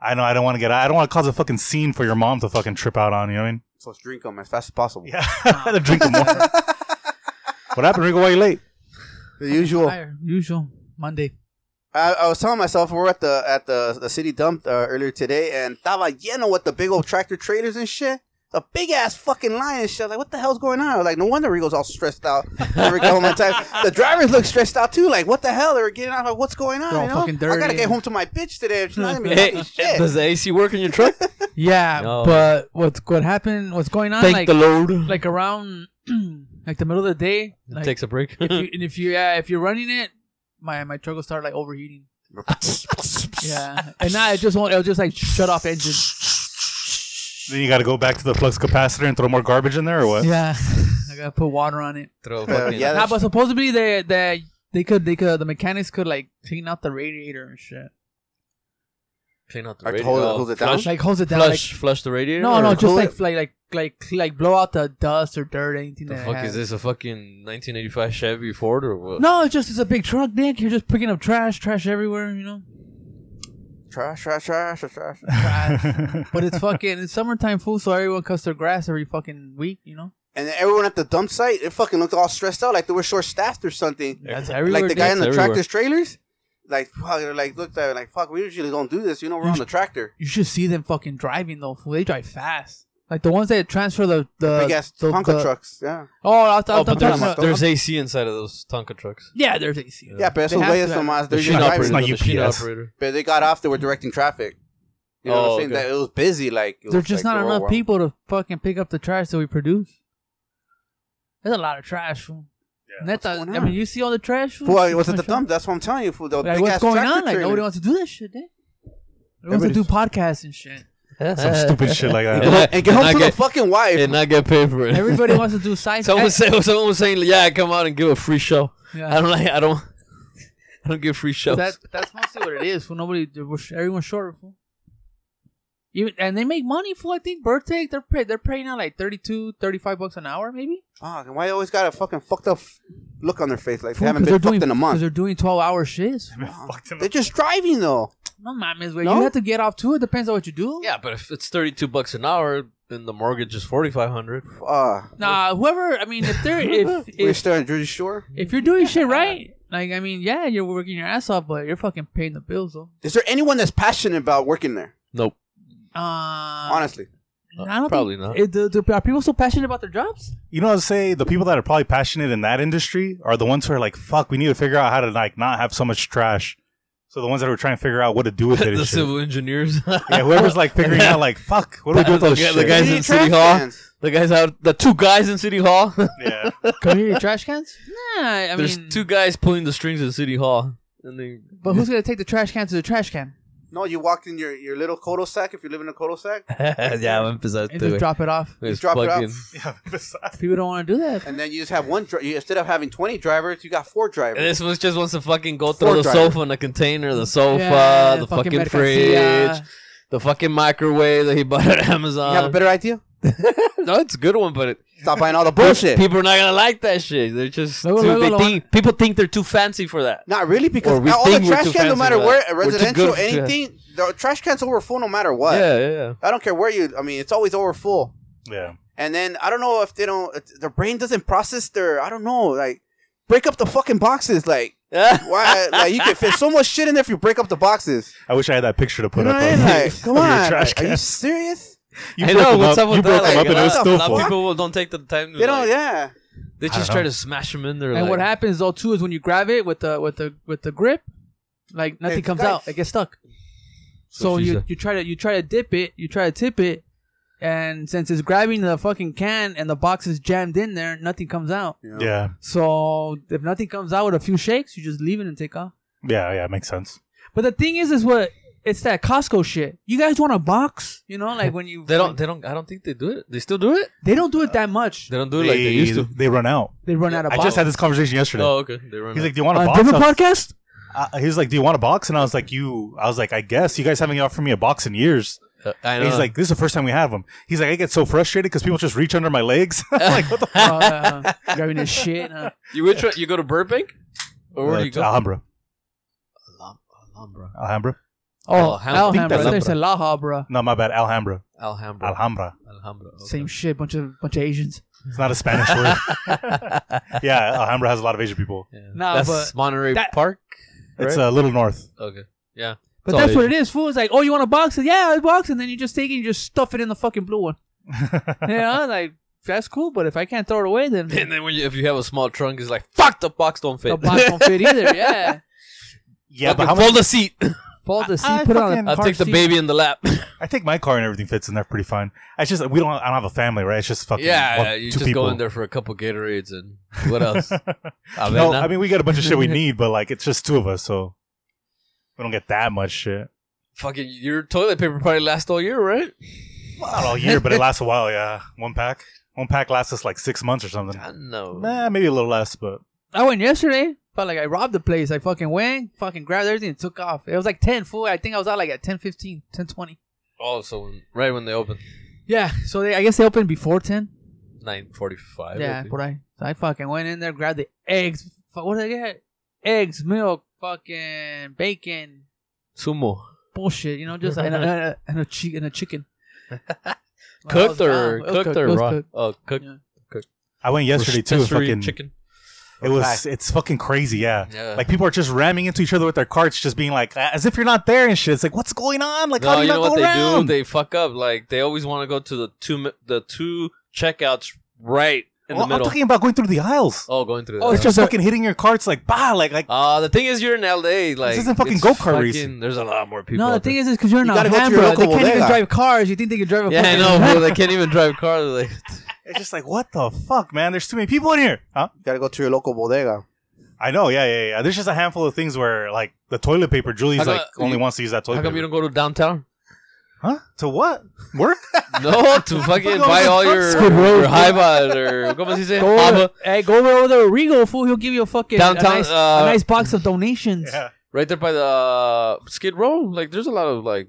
S2: I know. I don't want to get. I don't want to cause a fucking scene for your mom to fucking trip out on. You know what I mean?
S3: So let's drink them as fast as possible.
S2: Yeah. to drink 'em more. what happened, Rigo? Why you late?
S3: The
S2: Oh.
S3: usual.
S1: Fire. Usual Monday.
S3: I, I was telling myself we're at the at the, the city dump uh, earlier today, and estaba lleno with the big old tractor trailers and shit. The big ass fucking line and shit. Like, what the hell's going on? I was like, no wonder Rigo's all stressed out. Every home on time. The drivers look stressed out too. Like, what the hell? They were getting out. Like, what's going on?
S1: They're all
S3: you know?
S1: fucking
S3: I gotta
S1: dirty.
S3: get home to my bitch today. She's not gonna be
S4: Hey,
S3: fucking shit.
S4: does the AC work in your truck?
S1: Yeah,
S4: No.
S1: but what's what happened? What's going on?
S4: Thank
S1: like
S4: the Lord.
S1: like around like the middle of the day. Like,
S4: Takes a break.
S3: Uh,
S1: if you and if you yeah if you're running it, my my truck will start like overheating. Yeah, and now it just won't. It'll just like shut off engine.
S2: Then you got to go back to the flux capacitor and throw more garbage in there, or what?
S1: Yeah, I gotta put water on it.
S3: Yeah,
S4: Throw fucking-
S3: yeah,
S1: Nah, but supposedly they they they could they could the mechanics could like clean out the radiator and shit.
S4: Clean out the
S3: Like,
S4: radio.
S3: hold it- hold it down?
S4: Flush,
S1: Like holds it down.
S4: flush, flush the
S1: Like,
S4: radiator.
S1: no,
S4: or
S1: no, just
S3: cool
S1: like
S3: it.
S1: like like like like blow out the dust or dirt, anything
S4: The
S1: that it
S4: fuck is
S1: has.
S4: this? A fucking 1985 Chevy Ford or what?
S1: No, it's just it's a big truck, Nick. You're just picking up trash, trash everywhere, you know.
S3: trash, trash, trash, trash, trash.
S1: But it's fucking it's summertime, fool. So everyone cuts their grass every fucking week, you know.
S3: And then everyone at the dump site, it fucking looked all stressed out, like they were short staffed or something.
S1: That's
S3: like
S1: everywhere.
S3: the guy
S1: Nick.
S3: in the
S4: Everywhere.
S3: tractor's trailers, like fuck, they're like looked at it like fuck, we usually don't do this, you know, we're on the tractor.
S1: you should see them fucking driving though. Fool. They drive fast. Like the ones that transfer the the,
S3: Big ass
S1: the,
S3: Tonka
S1: the-
S3: trucks, yeah,
S1: Oh, I was, I was,
S4: Oh,
S1: I'm
S4: but
S1: talking
S4: there's,
S1: about-
S4: there's AC inside of those Tonka trucks.
S1: yeah, there's AC.
S3: yeah, but
S1: They
S3: eso
S1: have
S3: güeyes
S1: to have-
S3: nomás,
S2: The
S3: they're
S2: machine operator.
S3: just driving.
S2: It's not
S4: The machine
S2: UPS.
S4: operator.
S3: But they got off, they were directing traffic. You know
S4: Oh,
S3: what I'm saying?
S4: okay.
S3: That it was busy, like it
S1: There's
S3: was,
S1: just
S3: like,
S1: not
S3: they were
S1: enough
S3: all-
S1: people to fucking pick up the trash that we produce. There's a lot of trash. Fool. And that's
S3: what's
S1: a-
S3: going
S1: I mean,
S3: on?
S1: you see all the trash. Fool?
S3: Well, it was at the
S1: Like,
S3: dump. That's what I'm telling you. Fool. The
S1: Like,
S3: big
S1: what's
S3: ass
S1: going
S3: tractor
S1: on? Like
S3: trailer.
S1: nobody wants to do this shit. Dude. Nobody wants to do podcasts and shit.
S2: Some stupid shit like that.
S3: and get home
S4: not
S3: to
S4: get,
S3: the fucking wife.
S4: and not get paid for it.
S1: Everybody wants to do side.
S4: someone was saying, someone was saying, yeah, I come out and give a free show.
S1: Yeah.
S4: I don't like, I don't, I don't give free shows.
S1: that that's mostly what it is. Fool. Nobody, we're sh- everyone's short. Fool. Even and they make money. Fool. I think Birthday, they're pay, they're paying out like 32, 35 bucks an hour, maybe.
S3: Fuck, and why they always got a fucking fucked up look on their face? Like they
S1: Fool,
S3: haven't
S1: 'cause
S3: been
S1: they're
S3: fucked
S1: doing
S3: in a
S1: 'cause
S3: month.
S1: they're doing twelve hour shifts. fool.
S2: Fucked him
S3: They're just driving though.
S1: No mames, way.
S3: No?
S1: You have to get off too. It depends on what you do.
S4: yeah, but if it's 32 bucks an hour, then the mortgage is 4,500.
S3: Uh,
S1: Nah, whoever. I mean, if they're if
S3: we're
S1: if,
S3: still in Jersey Shore.
S1: if you're doing shit right, like I mean, yeah, you're working your ass off, but you're fucking paying the bills though.
S3: Is there anyone that's passionate about working there?
S4: Nope.
S1: Uh,
S3: Honestly,
S1: I don't
S4: Probably
S1: think,
S4: not.
S1: it- do- do- are people so passionate about their jobs?
S2: You know, I'd say the people that are probably passionate in that industry are the ones who are like, "Fuck, we need to figure out how to like not have so much trash." So the ones that were trying to figure out what to do with it, and
S4: the
S2: shit.
S4: civil engineers.
S2: yeah, whoever's like figuring out like, "Fuck, what do we do with
S4: The
S2: those
S4: guy-
S2: shit?"
S4: the guys
S3: They
S4: in
S3: need
S4: City
S3: trash
S4: Hall.
S3: cans.
S4: the guys out, the two guys in City Hall.
S2: yeah,
S1: Come here, your trash cans. Nah, I
S4: There's
S1: mean,
S4: two guys pulling the strings in City Hall. And they,
S1: But who's gonna take the trash can to the trash can
S3: No, you walked in your, your little Kodo sack if you live in a Kodo sack,
S4: yeah, I'm emphasized
S1: and just drop it off?
S3: just drop it off.
S2: yeah. besides-
S1: People don't want to do that.
S3: and then you just have one. Dri- you, instead of having twenty drivers, you got four
S4: And
S3: drivers.
S4: this one just wants to fucking go
S3: Ford
S4: through the
S3: driver.
S4: sofa in the container, the sofa,
S1: Yeah,
S4: the
S1: fucking
S4: fucking,
S1: mercancía.
S4: fridge, the fucking microwave that he bought at
S3: You have a
S4: Amazon.
S3: better idea.
S4: no, it's a good one, but it,
S3: Stop buying all the bullshit.
S4: people are not gonna like that shit. They're just
S1: Luego,
S4: dude,
S1: luego
S4: they
S1: lo van-
S4: think people think they're too fancy for that.
S3: Not really, because
S4: Or we
S3: all the
S4: think we're
S3: trash
S4: too
S3: cans, no
S4: fancy
S3: matter
S4: for
S3: where,
S4: that. We're too
S3: residential,
S4: good for- yeah.
S3: anything, the trash can's over full no matter what.
S4: Yeah, yeah, yeah.
S3: I don't care where you. I mean, it's always over full.
S2: Yeah.
S3: And then I don't know if they don't. if Their brain doesn't process their. I don't know. Like, break up the fucking boxes. Like, why? like you can fit so much shit in there if you break up the boxes.
S2: I wish I had that picture to put
S3: You know
S2: up.
S3: what I
S2: of-
S3: mean? Like, come
S2: of your
S3: on.
S2: trash
S3: like, are you
S2: cans.
S3: serious?
S2: You
S4: I
S2: broke
S4: know
S2: them
S4: what's up, with
S2: you
S4: that.
S2: broke them
S4: Like,
S2: up and
S4: a,
S2: it was
S4: lot, a
S2: still
S4: lot
S2: full.
S4: of people will- don't take the time. To,
S3: They don't.
S4: like-
S3: Yeah.
S4: They
S2: I
S4: just
S2: don't
S4: try
S2: know.
S4: to smash them in there.
S1: And
S4: like,
S1: what happens though too is when you grab it with the with the with the grip, like nothing
S3: It's
S1: comes
S3: nice.
S1: out. It gets stuck.
S4: So
S1: So
S4: she
S1: you
S4: said.
S1: you try to you try to dip it, you try to tip it, and since it's grabbing the fucking can and the box is jammed in there, nothing comes out.
S2: Yeah.
S1: So if nothing comes out with a few shakes, you just leave it and take off.
S2: Yeah. Yeah. It makes sense.
S1: But the thing is, is what it's that Costco shit. You guys want a box, you know, like when you
S4: They don't. They don't. I don't think they do it. They still do it.
S1: they don't do it that much.
S4: They don't do it like they
S2: They-
S4: used to.
S2: They run out.
S1: They run out of
S2: I
S1: box.
S2: just had this conversation yesterday.
S4: Oh, okay. They run.
S2: He's
S4: out.
S2: like, "Do you want a
S1: a
S2: box?"
S1: different
S2: I was-
S1: podcast.
S2: I- he was like, "Do you want a box?" And I was like, "You." I was like, "I guess you guys haven't offered me a box in years."
S4: Uh, I
S2: And
S4: know.
S2: he's like, "This is the first time we have them." He's like, "I get so frustrated because people just reach under my legs." I'm like, what the fuck?
S1: Uh, grabbing his shit. uh. huh?
S4: you which one- you go to Burbank, or where do you
S2: Uh,
S4: go?
S2: Alhambra.
S4: Alham- Alhambra.
S2: Alhambra.
S1: Oh,
S4: Alhambra. I
S2: think
S1: Alhambra.
S2: that's
S1: There's a Laha, bro.
S2: No, my bad. Alhambra.
S4: Alhambra.
S2: Alhambra.
S4: Alhambra. okay.
S1: Same shit. Bunch of bunch of Asians.
S2: It's not a Spanish word. Yeah, Alhambra has a lot of Asian people.
S4: Yeah.
S1: Nah,
S4: That's
S1: but
S4: Monterey
S1: that-
S4: Park.
S2: It's a little north.
S4: Okay. Yeah.
S1: But
S4: It's all
S1: that's what
S4: Asian.
S1: it is, fool. It's like, oh, you want a box? Yeah, a box, and then you just take it and you just stuff it in the fucking blue one. you know, like that's cool. But if I can't throw it away, then
S4: And then when you, if you have a small trunk, it's like fuck the box don't fit.
S1: the box don't fit either. Yeah,
S2: Yeah, but
S4: Fucking
S2: how
S4: fold
S2: much?
S4: the seat.
S1: fold the seat,
S2: I
S1: put it on.
S2: fucking-
S1: the
S4: I'll
S1: car
S4: take the
S1: seat.
S4: baby in the lap.
S2: I think my car and everything fits in there pretty fine. It's just we don't. I don't have a family, right? It's just fucking.
S4: yeah,
S2: one-
S4: yeah, you
S2: two
S4: just
S2: people.
S4: go in there for a couple Gatorades and what else? Avena.
S2: no, I mean we got a bunch of shit we need, but like it's just two of us, so we don't get that much shit.
S4: fucking your toilet paper probably lasts all year, right?
S2: Not all year, but it lasts a while. Yeah, one pack. One pack lasts us like six months or something.
S4: I know.
S2: Nah, maybe a little less, but
S1: I went yesterday. Felt like I robbed the place. I fucking went, fucking grabbed everything, and took off. It was like ten, fool. I think I was out like at 10, 15, 10, 20.
S4: Oh, so when, right when they open,
S1: Yeah, so they, I guess they opened before ten.
S4: nine forty-five.
S1: yeah, but I, so I fucking went in there, grabbed the eggs. Fuck, what did I get? Eggs, milk, fucking bacon,
S4: sumo
S1: bullshit. You know, just and a, and a, and a, chi- and a chicken. Well, I was
S4: cooked or
S1: down. It was
S4: cooked or
S1: it was
S4: raw?
S1: cooked.
S4: Oh, cooked.
S1: Yeah.
S2: I went yesterday too.
S4: Rotisserie
S2: Fucking,
S4: chicken.
S2: it was. It's fucking crazy. Yeah.
S4: Yeah.
S2: Like people are just ramming into each other with their carts, just being like, as if you're not there and shit. It's like, what's going on? Like, how
S4: No,
S2: do you,
S4: you know
S2: not
S4: what
S2: go
S4: they
S2: around?
S4: do? They fuck up. Like they always want to go to the two mi- the two checkouts right in
S2: Well,
S4: the
S2: I'm
S4: middle.
S2: talking about going through the aisles.
S4: oh, going through.
S2: Oh,
S4: that.
S2: it's just fucking hitting your carts like bah, like like
S4: Uh, the thing is, you're in LA. Like
S2: isn't fucking
S4: it's
S2: go-kart racing.
S4: There's a lot more people.
S1: No, the
S4: out
S1: thing
S4: there.
S1: is, is because you're in
S3: You gotta go to your
S1: Alhambra,
S3: local
S1: they can't even
S3: bodega.
S1: drive cars. You think they can drive a
S4: yeah, I
S1: fucking
S4: know, bro. They can't even drive cars. Like,
S2: it's just like what the fuck, man. There's too many people in here, huh?
S3: You gotta go to your local bodega.
S2: I know, yeah, yeah, yeah. There's just a handful of things where like the toilet paper. Julie's
S4: How come-
S2: like only
S4: you-
S2: wants to use that
S4: how
S2: toilet
S4: come you
S2: paper.
S4: don't go to downtown?
S2: Huh? To what work?
S4: No, to fucking buy all your
S2: Skid Row.
S4: your Haiba or como se dice?
S1: Go
S4: Haba.
S1: over, hey, go over there with Regal, fool. He'll give you a fucking
S4: Downtown,
S1: a, nice,
S4: uh,
S1: a nice box of donations.
S2: yeah.
S4: right there by the uh, Skid Row. Like, there's a lot of like,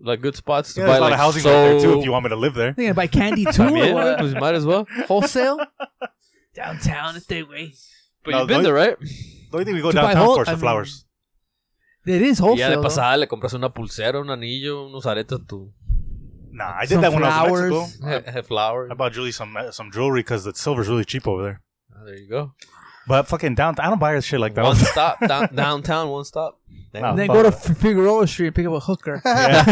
S4: like good spots to
S2: Yeah,
S4: buy
S2: there's a lot
S4: like
S2: of housing
S4: so...
S2: right there too. If you want me to live there,
S1: They're gonna buy candy too.
S4: I mean,
S1: or what?
S4: yeah, you might as well.
S1: Wholesale downtown, if they wait.
S4: But
S2: No,
S4: you've been
S2: the-
S4: there, right?
S2: the only thing we go
S1: To buy
S2: downtown
S1: whole-
S2: for is
S1: I
S2: for
S1: mean-
S2: flowers.
S1: It is
S4: Ya de
S1: wholesale. though.
S4: pasada le compras una pulsera, un anillo, unos aretes, tu
S2: Nah, I did
S1: Some
S2: that when I was in
S1: flowers.
S2: Mexico.
S4: he- he- flower.
S2: I bought Julie some uh, some jewelry because the silver's really cheap over there.
S4: Ah, there you go.
S2: But fucking downtown, I don't buy her shit like that.
S4: One stop down, downtown, one stop.
S1: And
S2: Nah.
S1: then go to F- Figueroa Street and pick up a hooker.
S4: that,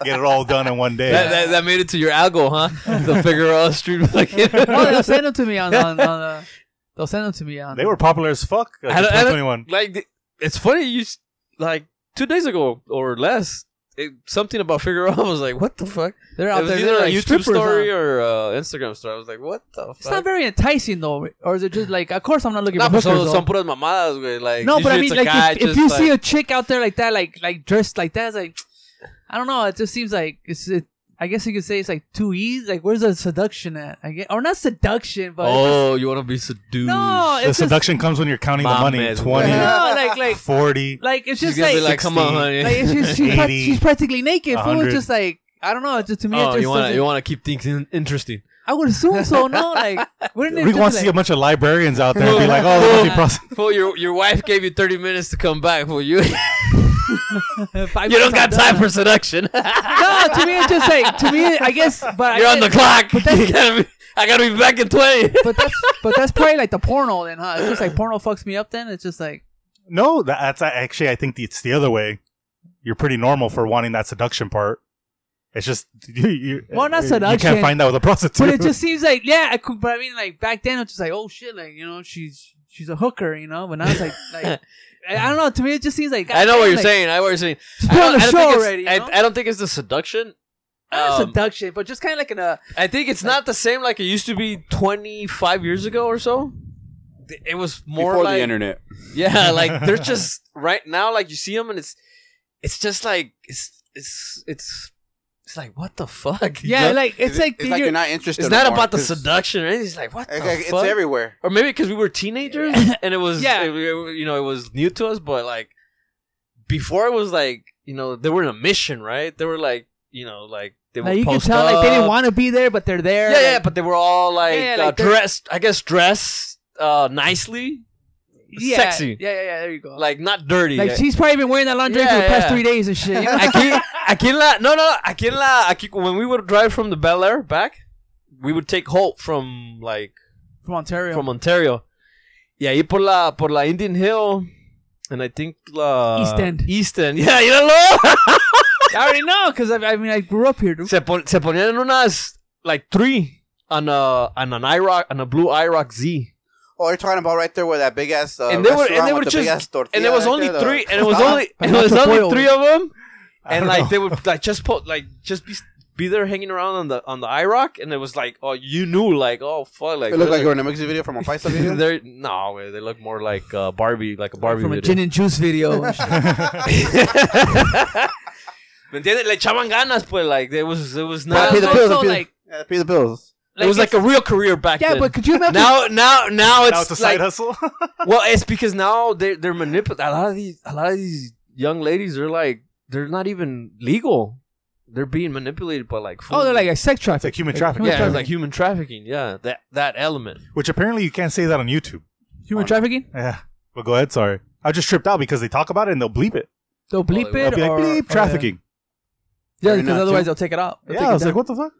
S2: Get it all done in one day.
S4: that, that made it to your algo, huh? The Figueroa Street. fucking-
S1: no, they'll send them to me on. on, on uh, they'll send them to me on.
S2: they were popular as fuck. Like,
S4: I
S2: in
S4: don't- I don't-
S2: 2021.
S4: like th- it's funny you s- like two days ago or less it, something about Figueroa I was like what the fuck
S1: They're
S4: it
S1: out
S4: was
S1: there.
S4: either
S1: They're
S4: a
S1: like
S4: YouTube
S1: strippers.
S4: story
S1: huh?
S4: or uh, Instagram story I was like what the
S1: It's not
S4: fuck
S1: very enticing though, or is it just like? Of course, I'm not looking
S4: Nah,
S1: for
S4: but
S1: hookers.
S4: son,
S1: though.
S4: son puras mamadas güey like
S1: no, but I
S4: usually
S1: mean,
S4: it's a guy
S1: like, if, if
S4: just,
S1: you
S4: like-
S1: see a chick out there like that, like like dressed like that, it's like, I don't know. It just seems like it's. It, I guess you could say it's like too easy. Like, where's the seduction at? I guess, or not seduction, but
S4: oh you want to be seduced
S1: no,
S2: the
S1: it's just,
S2: seduction comes when you're counting the
S4: My
S2: money
S4: man.
S2: 20,
S1: no, like like
S2: 40.
S1: like it's
S4: she's
S1: just
S4: gonna be
S1: like,
S4: like come on
S2: 60.
S4: honey
S1: like, it's just, she's, prac-
S2: 80,
S1: she's practically naked. Fool,
S2: 100.
S1: it's just like I don't know. It's just to me, it
S4: Oh,
S1: just
S4: you want to
S1: doesn't-
S4: you want to keep things in- interesting.
S1: I would assume so. No, like wouldn't it
S2: Rick
S1: just
S2: wants to
S1: like,
S2: see a bunch of librarians out there and be like, oh, let me process.
S4: Fool, your your wife gave you thirty minutes to come back. Fool, you you
S1: five
S4: don't got
S1: minutes,
S4: time
S1: I'm
S4: for seduction. You're
S1: done. No, to me, it's just like to me. I guess, but I
S4: on the
S1: guess-
S4: clock.
S1: But that's,
S4: You gotta be- I gotta be back in twenty.
S1: but that's but that's probably like the porno then, huh? It's just like porno fucks me up. Then it's just like
S2: No, that- that's actually, I think it's the other way. You're pretty normal for wanting that seduction part. It's just you. you
S1: Well, not
S2: You
S1: seduction,
S2: can't find that with a prostitute.
S1: But it just seems like yeah, I could, but I mean like back then it's just like oh shit, like you know she's she's a hooker, you know. But now it's like like I I don't know. To me, it just seems like
S4: I know what
S1: goddamn,
S4: you're
S1: like,
S4: saying. I know what you're saying.
S1: Just
S4: I
S1: put it on
S4: don't, I don't
S1: the show
S4: think it's-
S1: already. You
S4: I,
S1: know?
S4: I don't think it's the seduction.
S1: Not
S4: um,
S1: seduction, but just kind of like in a
S4: I think it's not the same like it used to be 25 years ago or so. Th- It was more
S5: before
S4: like
S5: the internet.
S4: yeah, like they're just right now like you see them and it's it's just like it's it's it's it's like what the fuck?
S1: yeah, like it's like
S3: it's like
S1: you're-
S3: you're not interested.
S4: it's not
S3: anymore,
S4: about the
S3: 'cause-
S4: seduction or anything. It's like what
S3: It's,
S4: the
S3: like- it's
S4: fuck?
S3: everywhere.
S4: or maybe because we were teenagers and it was
S1: Yeah.
S4: yeah. you know it was new to us but like before it was like you know they were in a mission right they were like you know like they
S1: like,
S4: would
S1: you can
S4: post
S1: tell like they didn't
S4: up.
S1: want to be there, but they're there.
S4: yeah yeah
S1: like,
S4: but they were all like,
S1: Yeah, yeah,
S4: uh,
S1: like they're-
S4: dressed i guess dressed uh nicely
S1: yeah,
S4: sexy.
S1: Yeah, yeah, yeah. There you go.
S4: like not dirty
S1: like she's probably been wearing that lingerie
S4: Yeah,
S1: for the past
S4: yeah.
S1: three days and shit. You know?
S4: Aquí, aquí en la, no, no, aquí en la, aquí, when we would drive from the Bel Air back, we would take Holt from like
S1: from Ontario.
S4: from Ontario. Y ahí por la, por la Indian Hill, and I think la...
S1: East End.
S4: East End, yeah, you
S1: I already know because I, I mean I grew up here. Dude.
S4: se, pon, se ponían en unas, like three, on a, on an IROC, on a blue IROC Z.
S3: Oh, you're talking about right there where that big ass uh,
S4: And they were- and
S3: restaurant
S4: they
S3: with
S4: were
S3: the
S4: just-
S3: big ass tortilla Ah,
S4: And there was
S3: right
S4: only
S3: there, the
S4: three, and it was
S3: tostada.
S4: only, and it was
S1: Nacho
S4: only
S1: Pollo.
S4: three of them.
S2: I
S4: and
S2: don't
S4: like
S2: know.
S4: they would like just put like just be be there hanging around on the on the IROC, and it was like oh you knew like oh fuck like
S3: It looked like you were
S4: they're-
S3: in a music video from a Paisa video.
S4: they're no they look more like uh, Barbie like a Barbie
S1: from a
S4: video.
S1: gin and juice video. and shit.
S4: ¿Me entiendes? Le echaban ganas, pues like there was there was
S1: But
S4: not
S3: pay
S1: it
S3: the
S1: was
S4: like,
S3: bills,
S1: also
S3: pay the-
S1: like
S3: yeah, pay the bills.
S4: it was like a real career back
S1: yeah,
S4: then.
S1: but could you imagine?
S4: now now
S2: now
S4: now
S2: it's a
S4: it's
S2: side
S4: like
S2: hustle.
S4: well it's because now they they're manipulating a lot of these a lot of these young ladies are like they're not even legal. They're being manipulated by like
S1: oh, they're
S4: fool-
S1: like a sex
S2: it's like
S1: traffic.
S2: human trafficking,
S1: human
S4: yeah,
S1: trafficking.
S4: like human trafficking. Yeah, that that element.
S2: which apparently you can't say that on YouTube.
S1: Human trafficking?
S2: Yeah, but go ahead. Sorry, I just tripped out because they talk about it and they'll bleep it.
S1: They'll bleep
S4: Hollywood.
S1: it
S2: I'll be like
S1: or
S2: bleep
S1: or-
S2: trafficking.
S1: Yeah,
S3: They're
S1: because
S3: not,
S1: otherwise
S3: too.
S1: they'll take it out. They'll
S2: Yeah, I
S1: take it
S2: was like,
S1: down.
S2: what the fuck?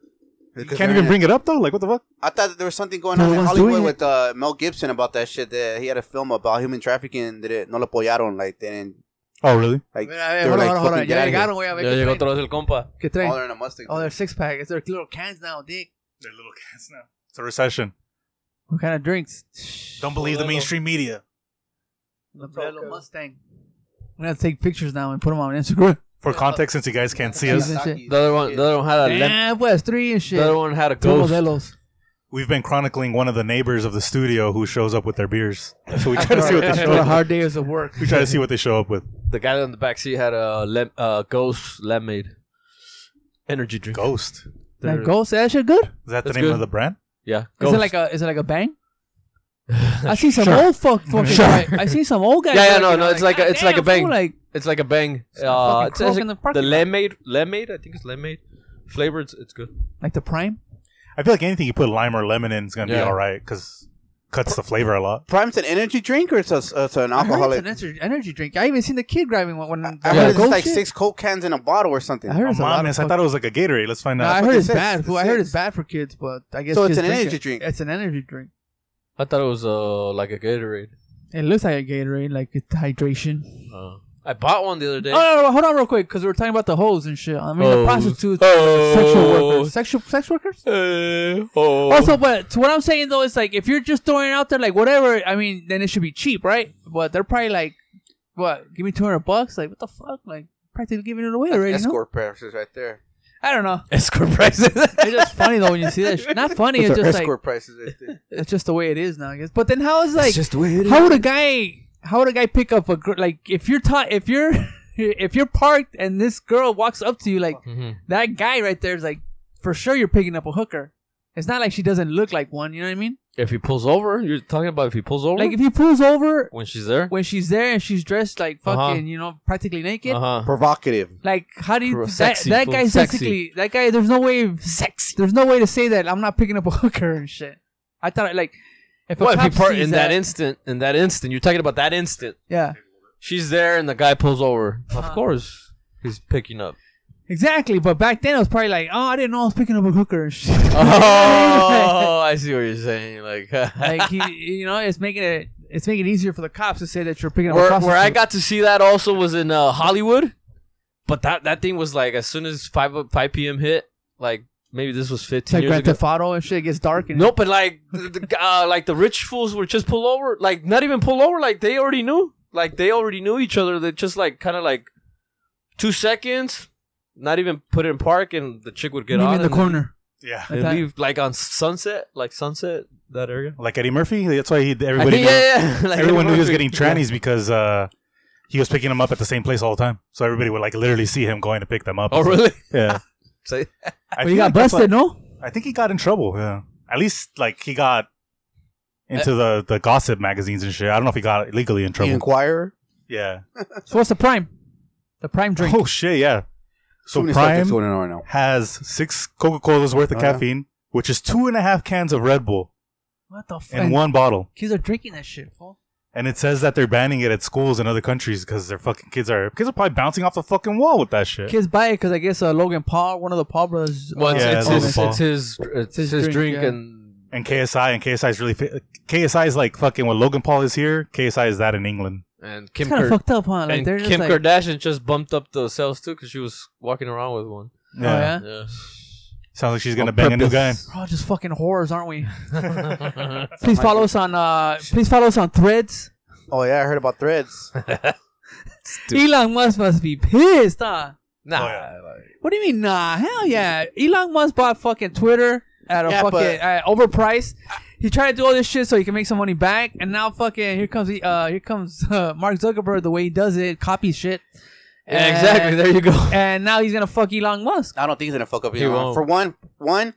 S2: You can't even bring it up though. Like, what the fuck?
S3: I thought that there was something going
S1: No
S3: on in
S1: one's
S3: Hollywood
S1: doing it.
S3: with uh, Mel Gibson about that shit. That he had a film about human trafficking. and Did it? No lo apoyaron. Like they didn't.
S2: Oh, really?
S3: Like they
S1: Hey,
S3: were like,
S1: hold on, hold on, hold
S3: fucking
S1: on.
S3: get out
S1: Ya
S3: of here.
S1: llegaron, güey, a ver
S4: Ya
S1: qué
S4: llegó
S1: traen.
S4: otra vez el compa.
S1: ¿Qué
S3: All
S1: traen?
S3: they're in a Mustang.
S1: Oh, they're six pack. It's their little cans now, dick.
S2: They're little cats now. It's a recession.
S1: What kind of drinks?
S2: Don't believe the mainstream media.
S1: The little Mustang. We're gonna take pictures now and put them on Instagram.
S2: For context, since you guys can't see us,
S1: Yes.
S4: The other one, the other one had a lem-
S1: Damn, pues three and
S4: the other
S1: shit.
S4: one had a
S1: Two
S4: ghost.
S1: modelos.
S2: we've been chronicling one of the neighbors of the studio who shows up with their beers. So we try to see what they
S1: After
S2: show
S1: a
S2: up.
S1: hard day of work.
S2: We try to see what they show up with.
S4: The guy in the back seat had a lem- uh, ghost lemonade energy drink.
S2: Ghost. Is
S4: They're-
S1: That ghost, that shit good?
S2: that the
S4: That's
S2: name
S4: good.
S2: of the brand?
S4: Yeah,
S1: Is
S4: ghost.
S1: it like a is it like a bang? I see some old fuck fucking.
S2: Sure.
S1: guy- I see some old guy.
S4: Yeah, yeah,
S1: like,
S4: no,
S1: you know,
S4: no, it's like a- it's like a
S1: "Goddamn,
S4: bang."
S1: fool, Like
S4: it's like a bang.
S1: fucking
S4: Uh, it's, it's
S1: croak
S4: like
S1: in the
S4: the
S1: parking lot.
S4: lemonade, lemonade. I think it's lemonade flavor. It's, it's good.
S1: like the prime.
S2: I feel like anything you put lime or lemon in is gonna be
S4: Yeah.
S2: all right because cuts the flavor a lot.
S3: Prime's an energy drink or it's, a, it's an
S1: I heard it's
S3: alcoholic.
S1: an energy, energy drink. I even seen the kid grabbing one. When
S3: I
S1: the
S3: heard it's
S1: ghost
S3: like
S1: shit.
S3: six Coke cans in a bottle or something.
S1: I heard
S2: Oh,
S1: it's a lot
S2: my
S1: of
S2: miss, I
S1: fuck-
S2: thought it was like a Gatorade. Let's find
S1: No,
S2: out.
S1: I
S3: what
S1: heard
S3: it
S1: it's
S3: says.
S1: bad.
S3: It
S1: fool. I heard it's
S3: says.
S1: bad for kids, but I guess
S3: So it's
S1: kids
S3: an
S1: drink
S3: energy
S1: it.
S3: drink.
S1: It's an energy drink.
S4: I thought it was uh like a Gatorade.
S1: It looks like a Gatorade, like it's hydration.
S4: Uh, I bought one the other day.
S1: Oh no, no, no, hold on real quick, because we're talking about the hoes and shit. I mean the
S4: Hoes.
S1: prostitutes,
S4: Hoes.
S1: sexual workers, sexual sex workers.
S4: Eh, oh.
S1: Also, but what I'm saying though is like if you're just throwing it out there like whatever, I mean, then it should be cheap, right? But they're probably like, what? Give me two hundred bucks? Like what the fuck? Like practically giving it away already. No?
S3: Escort prices right there.
S1: I don't know.
S4: escort prices.
S1: It's just funny though when you see that. Shit. Not funny. It's
S3: Those are
S1: just like
S3: escort prices right there.
S1: it's just the way it is now. I guess. But then how is like
S4: just the way it
S1: how would a guy how would a guy pick up a girl like if you're ta- if you're if you're parked and this girl walks up to you like
S4: Mhm.
S1: that guy right there is like for sure you're picking up a hooker It's not like she doesn't look like one. You know what I mean?
S4: If he pulls over, you're talking about if he pulls over
S1: Like if he pulls over
S4: when she's there.
S1: when she's there and she's dressed like
S4: Uh-huh.
S1: fucking, you know, practically naked.
S4: Uh huh.
S3: Provocative.
S1: Like how do you
S4: Pro-
S1: that,
S4: sexy,
S1: that
S4: full
S1: guy's
S4: sexy.
S1: sexy. that guy there's no way sexy there's no way to say that I'm not picking up a hooker and shit. I thought like if a
S4: What if he
S1: cop
S4: part
S1: sees
S4: in that, instant? In that instant, you're talking about that instant.
S1: yeah
S4: She's there, and the guy pulls over. Of
S1: Uh-huh.
S4: course, he's picking up.
S1: exactly but back then it was probably like oh I didn't know I was picking up a hooker and shit
S4: Oh, I see what you're saying. Like,
S1: like he you know it's making it it's making it easier for the cops to say that you're picking up a
S4: where,
S1: prostitute.
S4: where I got to see that also was in uh, Hollywood, but that that thing was like as soon as five o- five p.m. hit, like maybe this was
S1: It's
S4: fifteen
S1: like
S4: years
S1: Grand
S4: ago.
S1: Theft Auto and shit it gets dark and
S4: No, but like the, the, uh, like the rich fools were just pull over, like not even pull over, like they already knew, like they already knew each other. They just like kind of like two seconds, not even put it in park, and the chick would get
S1: leave
S4: out
S1: me in the
S4: and
S1: corner
S2: Yeah.
S1: like
S4: and
S1: that.
S4: leave like on Sunset, like Sunset that area.
S2: Like Eddie Murphy. That's why he
S4: I
S2: everybody
S4: think-
S2: knew-
S4: yeah, yeah. like
S2: everyone knew he was getting
S4: everyone-
S2: trannies because uh, he was picking them up at the same place all the time. So everybody would like literally see him going to pick them up.
S4: Oh really?
S2: Yeah.
S4: So-
S2: I
S1: But
S2: feel
S1: you
S2: like
S1: got
S2: that's
S1: busted no
S2: why- I think he got in trouble. Yeah. At least like he got into the, the gossip magazines and shit. I don't know if he got legally in
S3: The
S2: trouble.
S3: Inquirer.
S2: Yeah.
S1: so what's the prime the prime drink
S2: Oh shit. Yeah. So
S3: Too many
S2: Prime
S3: subjects going on right now.
S2: has six Coca Cola's worth of
S3: Oh, yeah.
S2: caffeine, which is two and a half cans of Red Bull
S1: what the fuck
S2: in one bottle.
S1: kids are drinking that shit fool.
S2: And it says that they're banning it at schools in other countries because their fucking kids are kids are probably bouncing off the fucking wall with that shit.
S1: Kids buy it because I guess uh, Logan Paul, one of the Paul brothers. uh,
S4: Well,
S2: Yeah,
S4: it's,
S2: it's
S4: it's,
S2: all
S4: it's, his it's his, drink,
S1: yeah.
S4: and
S2: And KSI and KSI is really fa- KSI is like fucking what Logan Paul is here. KSI is that in England.
S4: and Kim
S1: it's kind of
S4: Kar-
S1: fucked up, huh? Like
S4: and
S1: they're just
S4: Kim
S1: like,
S4: Kardashian just bumped up the sales too because she was walking around with one.
S1: oh yeah,
S4: Yeah.
S2: Sounds like she's gonna
S4: On
S2: bang a new guy.
S4: purpose.
S1: we're all just fucking whores, aren't we?
S4: That's
S1: Please follow us on. uh Please follow us on Threads.
S3: Oh yeah, I heard about threads.
S4: Dude.
S1: Elon Musk must be pissed, huh?
S4: nah.
S2: Oh, yeah.
S4: like-
S1: What do you mean, nah? Hell yeah, Elon Musk bought fucking Twitter at a
S3: Yeah,
S1: fucking
S3: but-
S1: at overpriced. He tried to do all this shit so he can make some money back, and now fucking here comes the- uh here comes uh, Mark Zuckerberg the way he does it, copies shit.
S4: Yeah, exactly. There you go.
S1: And now he's gonna fuck Elon Musk.
S3: I don't think he's gonna fuck up
S4: He
S3: Elon.
S4: won't.
S3: For one, one,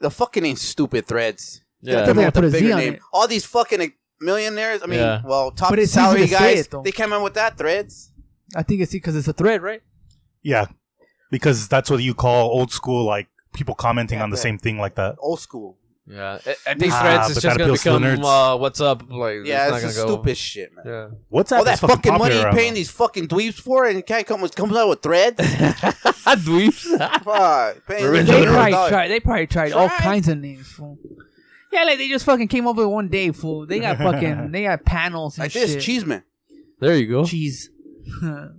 S3: the fucking name's stupid. Threads.
S1: Yeah.
S3: Come up
S1: Yeah,
S3: with
S1: put
S3: a
S1: a Z
S3: bigger
S1: on
S3: name.
S1: it.
S3: All these fucking millionaires. I mean,
S4: Yeah.
S3: well, top
S1: But it's easy
S3: salary
S1: to say
S3: guys.
S1: it, though.
S3: they came in with that threads.
S1: I think it's because it's a thread, right?
S2: Yeah, because that's what you call old school, like people commenting
S3: Yeah,
S2: on the
S3: but-
S2: same thing like that.
S3: Old school.
S4: Yeah. I, I think
S2: Ah,
S4: Threads is
S2: but
S4: just
S2: that
S4: gonna
S2: appeals to the
S4: become
S2: nerds.
S4: uh, what's up. Like,
S3: yeah,
S4: it's
S3: it's,
S4: not
S3: some
S4: gonna go.
S3: stupid shit, man.
S4: Yeah.
S2: What's
S3: All that
S2: is fucking,
S3: fucking money
S2: popular
S3: you're
S2: around
S3: paying
S2: now.
S3: these fucking dweebs for, and guy comes comes out with threads.
S4: Ah, Dweebs.
S3: Fuck, paying
S4: Revenge
S1: They
S4: Another
S1: probably
S3: $100.
S1: tried. They probably tried all
S3: Tried.
S1: kinds of names. Fool. Yeah, like they just fucking came up with one day, fool. They got fucking they got panels and
S3: Like
S1: shit.
S3: this, Cheeseman.
S4: there you go.
S1: cheese. Follow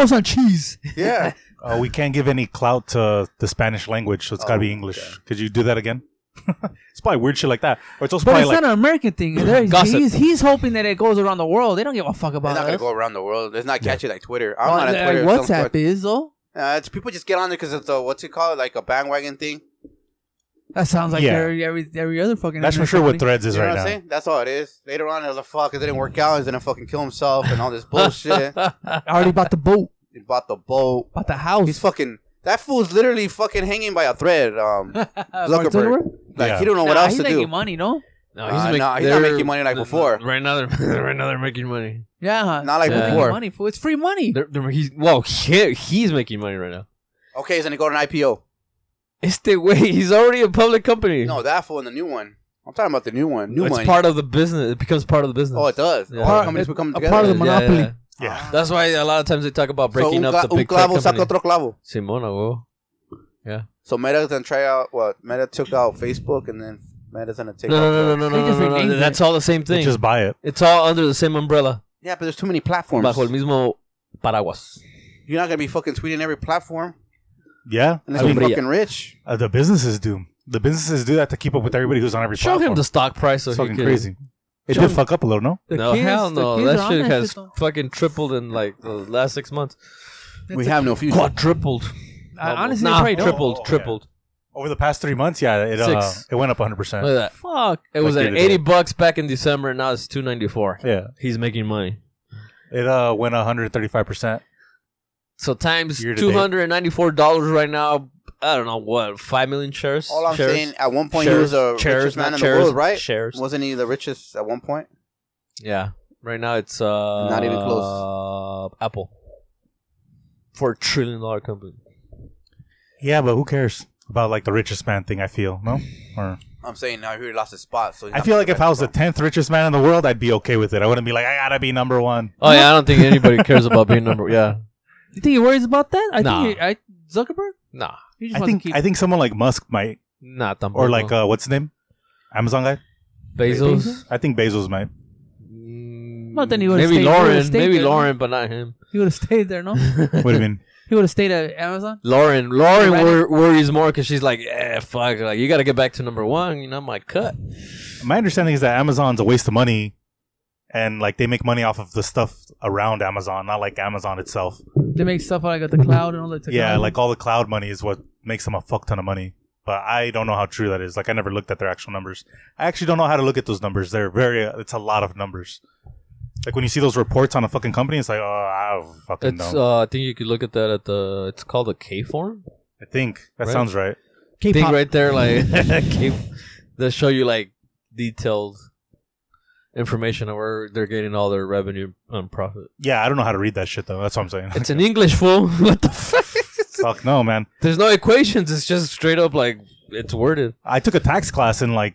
S1: us on cheese.
S3: Yeah.
S2: Uh, we can't give any clout to the Spanish language, so it's got to
S3: Oh,
S2: be English. Could you do that again? it's probably weird shit like that. Or it's also
S1: But
S2: probably
S1: it's
S2: like
S1: not an American thing. They're-
S4: Gossip.
S1: He's, he's hoping that it goes around the world. They don't give a fuck
S3: They're
S1: about
S3: not
S1: us.
S3: gonna go around the world. It's not catchy like Twitter. I'm
S1: Uh,
S3: not on
S1: like
S3: Twitter. Some
S1: WhatsApp
S3: sort-
S1: is though.
S3: Uh, it's people just get on there because it's a what's it called, like a bandwagon thing.
S1: That sounds like
S2: Yeah.
S1: every, every every other fucking.
S2: that's for
S1: internet
S2: sure what
S1: company.
S2: Threads is
S3: you know
S2: right
S3: what I'm
S2: now.
S3: saying? That's all it is. Later on, it's like, fuck, it didn't work out. He's gonna fucking kill himself and all this bullshit.
S1: I already bought the boat,
S3: he bought the boat.
S1: bought the house.
S3: He's fucking. That fool's literally fucking hanging by a thread. Um,
S1: Mark
S3: Zuckerberg. Like
S2: Yeah.
S3: he don't know what
S1: Nah,
S3: else
S1: he's
S3: to
S1: making
S3: do.
S1: money, no?
S4: No,
S3: Uh,
S4: make-
S3: nah, he's not
S4: they're-
S3: making money like
S4: no, no,
S3: before.
S4: Right now, they're, right now they're making money.
S1: Yeah,
S3: Not like
S1: they're making
S3: before.
S1: Money, fool. It's free money.
S4: They're, they're, he's, well, he, he's making money right now.
S3: Okay, he's gonna go to an IPO.
S4: It's the way he's already a public company.
S3: No, that fool and the new one. I'm talking about the new one. New
S4: it's
S3: money.
S4: part of the business. It becomes part of the business.
S3: oh, it does.
S4: Yeah.
S3: All
S4: Part-
S3: the companies
S1: it-
S3: become
S1: a
S3: together.
S1: part of the
S4: Yeah,
S1: monopoly.
S4: yeah.
S2: Yeah.
S4: That's why a lot of times they talk about breaking
S3: so un,
S4: up
S3: cla-
S4: the
S3: un
S4: big
S3: clavo
S4: tech
S3: saca
S4: company.
S3: otro clavo.
S4: Simona, bro.
S3: So Meta's gonna try out what Meta took out Facebook, and then Meta's gonna
S4: No,
S3: take. out
S4: no, no, no, no,
S1: They
S4: no,
S1: just
S4: no, no,
S1: renamed it.
S4: That's all the same thing.
S2: Just buy it.
S4: It's all under the same umbrella.
S3: Yeah, but there's too many platforms.
S4: Bajo el mismo paraguas.
S3: You're not gonna be fucking tweeting every platform
S2: Yeah.
S3: unless
S2: I mean,
S3: you're
S4: Somebody-
S3: fucking rich.
S2: uh, the businesses do. The businesses do that to keep up with everybody who's on every
S4: Show him
S2: platform.
S4: the stock price so
S2: It's
S4: he
S2: fucking
S4: can.
S2: crazy. It
S1: Show
S2: did
S1: him-
S2: fuck up a little, no?
S1: The
S4: no,
S1: kids-
S4: hell
S1: the
S4: no.
S1: kids are
S4: That
S1: on
S4: shit has
S1: though.
S4: fucking tripled in like the last six months. Uh,
S3: we have no future.
S4: Quadrupled.
S1: I honestly
S4: nah,
S1: probably don't.
S4: tripled,
S2: Oh, yeah.
S4: tripled.
S2: Over the past three months, yeah, it uh,
S4: Six.
S2: it went up 100%.
S4: Look at that.
S1: Fuck.
S4: It was
S2: Like
S4: at
S2: the other day.
S4: 80 bucks back in December, and now it's 294.
S2: Yeah,
S4: He's making money.
S2: it uh, went 135%.
S4: So times
S2: Year to date.
S4: two hundred and ninety four dollars right now I don't know what five million shares.
S3: All I'm
S4: shares?
S3: saying, at one point
S4: Shares.
S3: he was the
S4: Shares,
S3: richest man
S4: not
S3: in
S4: shares,
S3: the world, right?
S4: Shares.
S3: Wasn't he the richest at one point?
S4: Yeah. Right now it's uh not
S3: even
S4: close. Apple for a trillion dollar company.
S2: Yeah, but who cares about like the richest man thing? I feel no. Or
S3: I'm saying now he lost his spot. So he's
S2: I
S3: not
S2: feel
S3: the
S2: like if I
S3: richest
S2: was the
S3: one.
S2: tenth richest man in the world, I'd be okay with it. I wouldn't be like I gotta be number one.
S4: Oh yeah, I don't think anybody cares about being number. Yeah,
S1: You think he worries about that? I
S4: Nah.
S1: think he, I, Zuckerberg.
S4: nah,
S1: He just
S2: I
S1: wants
S2: think
S1: to keep.
S2: I think someone like Musk might,
S4: not tampoco.
S2: or like uh, what's his name, Amazon guy.
S4: Bezos.
S2: I think Bezos might.
S4: Mm,
S1: Not that he would've
S4: maybe
S1: stayed- would've
S4: Lauren,
S1: stayed
S4: maybe
S1: there.
S4: Lauren, but not him.
S1: he would have stayed there, no?
S2: What do you mean?
S1: he would have stayed at Amazon.
S4: Lauren, Lauren
S1: Right.
S4: wor- worries more because she's like, eh, fuck, like you got to get back to number one. You know, my cut.
S2: My understanding is that Amazon's a waste of money, and like they make money off of the stuff around Amazon, not like Amazon itself.
S1: They make stuff out like the cloud and all that.
S2: Yeah,
S1: technology.
S2: like all the cloud money is what makes them a fuck ton of money. But I don't know how true that is. Like I never looked at their actual numbers. I actually don't know how to look at those numbers. They're very. Uh, it's a lot of numbers. Like when you see those reports on a fucking company, it's like, oh, I don't fucking
S4: It's
S2: know.
S4: uh, I think you could look at that at the. It's called a K form.
S2: I think that
S4: right?
S2: sounds right.
S1: K-pop.
S4: thing right there, like keep, they show you like detailed information of where they're getting all their revenue and profit.
S2: Yeah, I don't know how to read that shit though. That's what I'm saying.
S4: It's in English, fool. what the fuck?
S2: Fuck no, man.
S4: There's no equations. It's just straight up like it's worded.
S2: I took a tax class and like,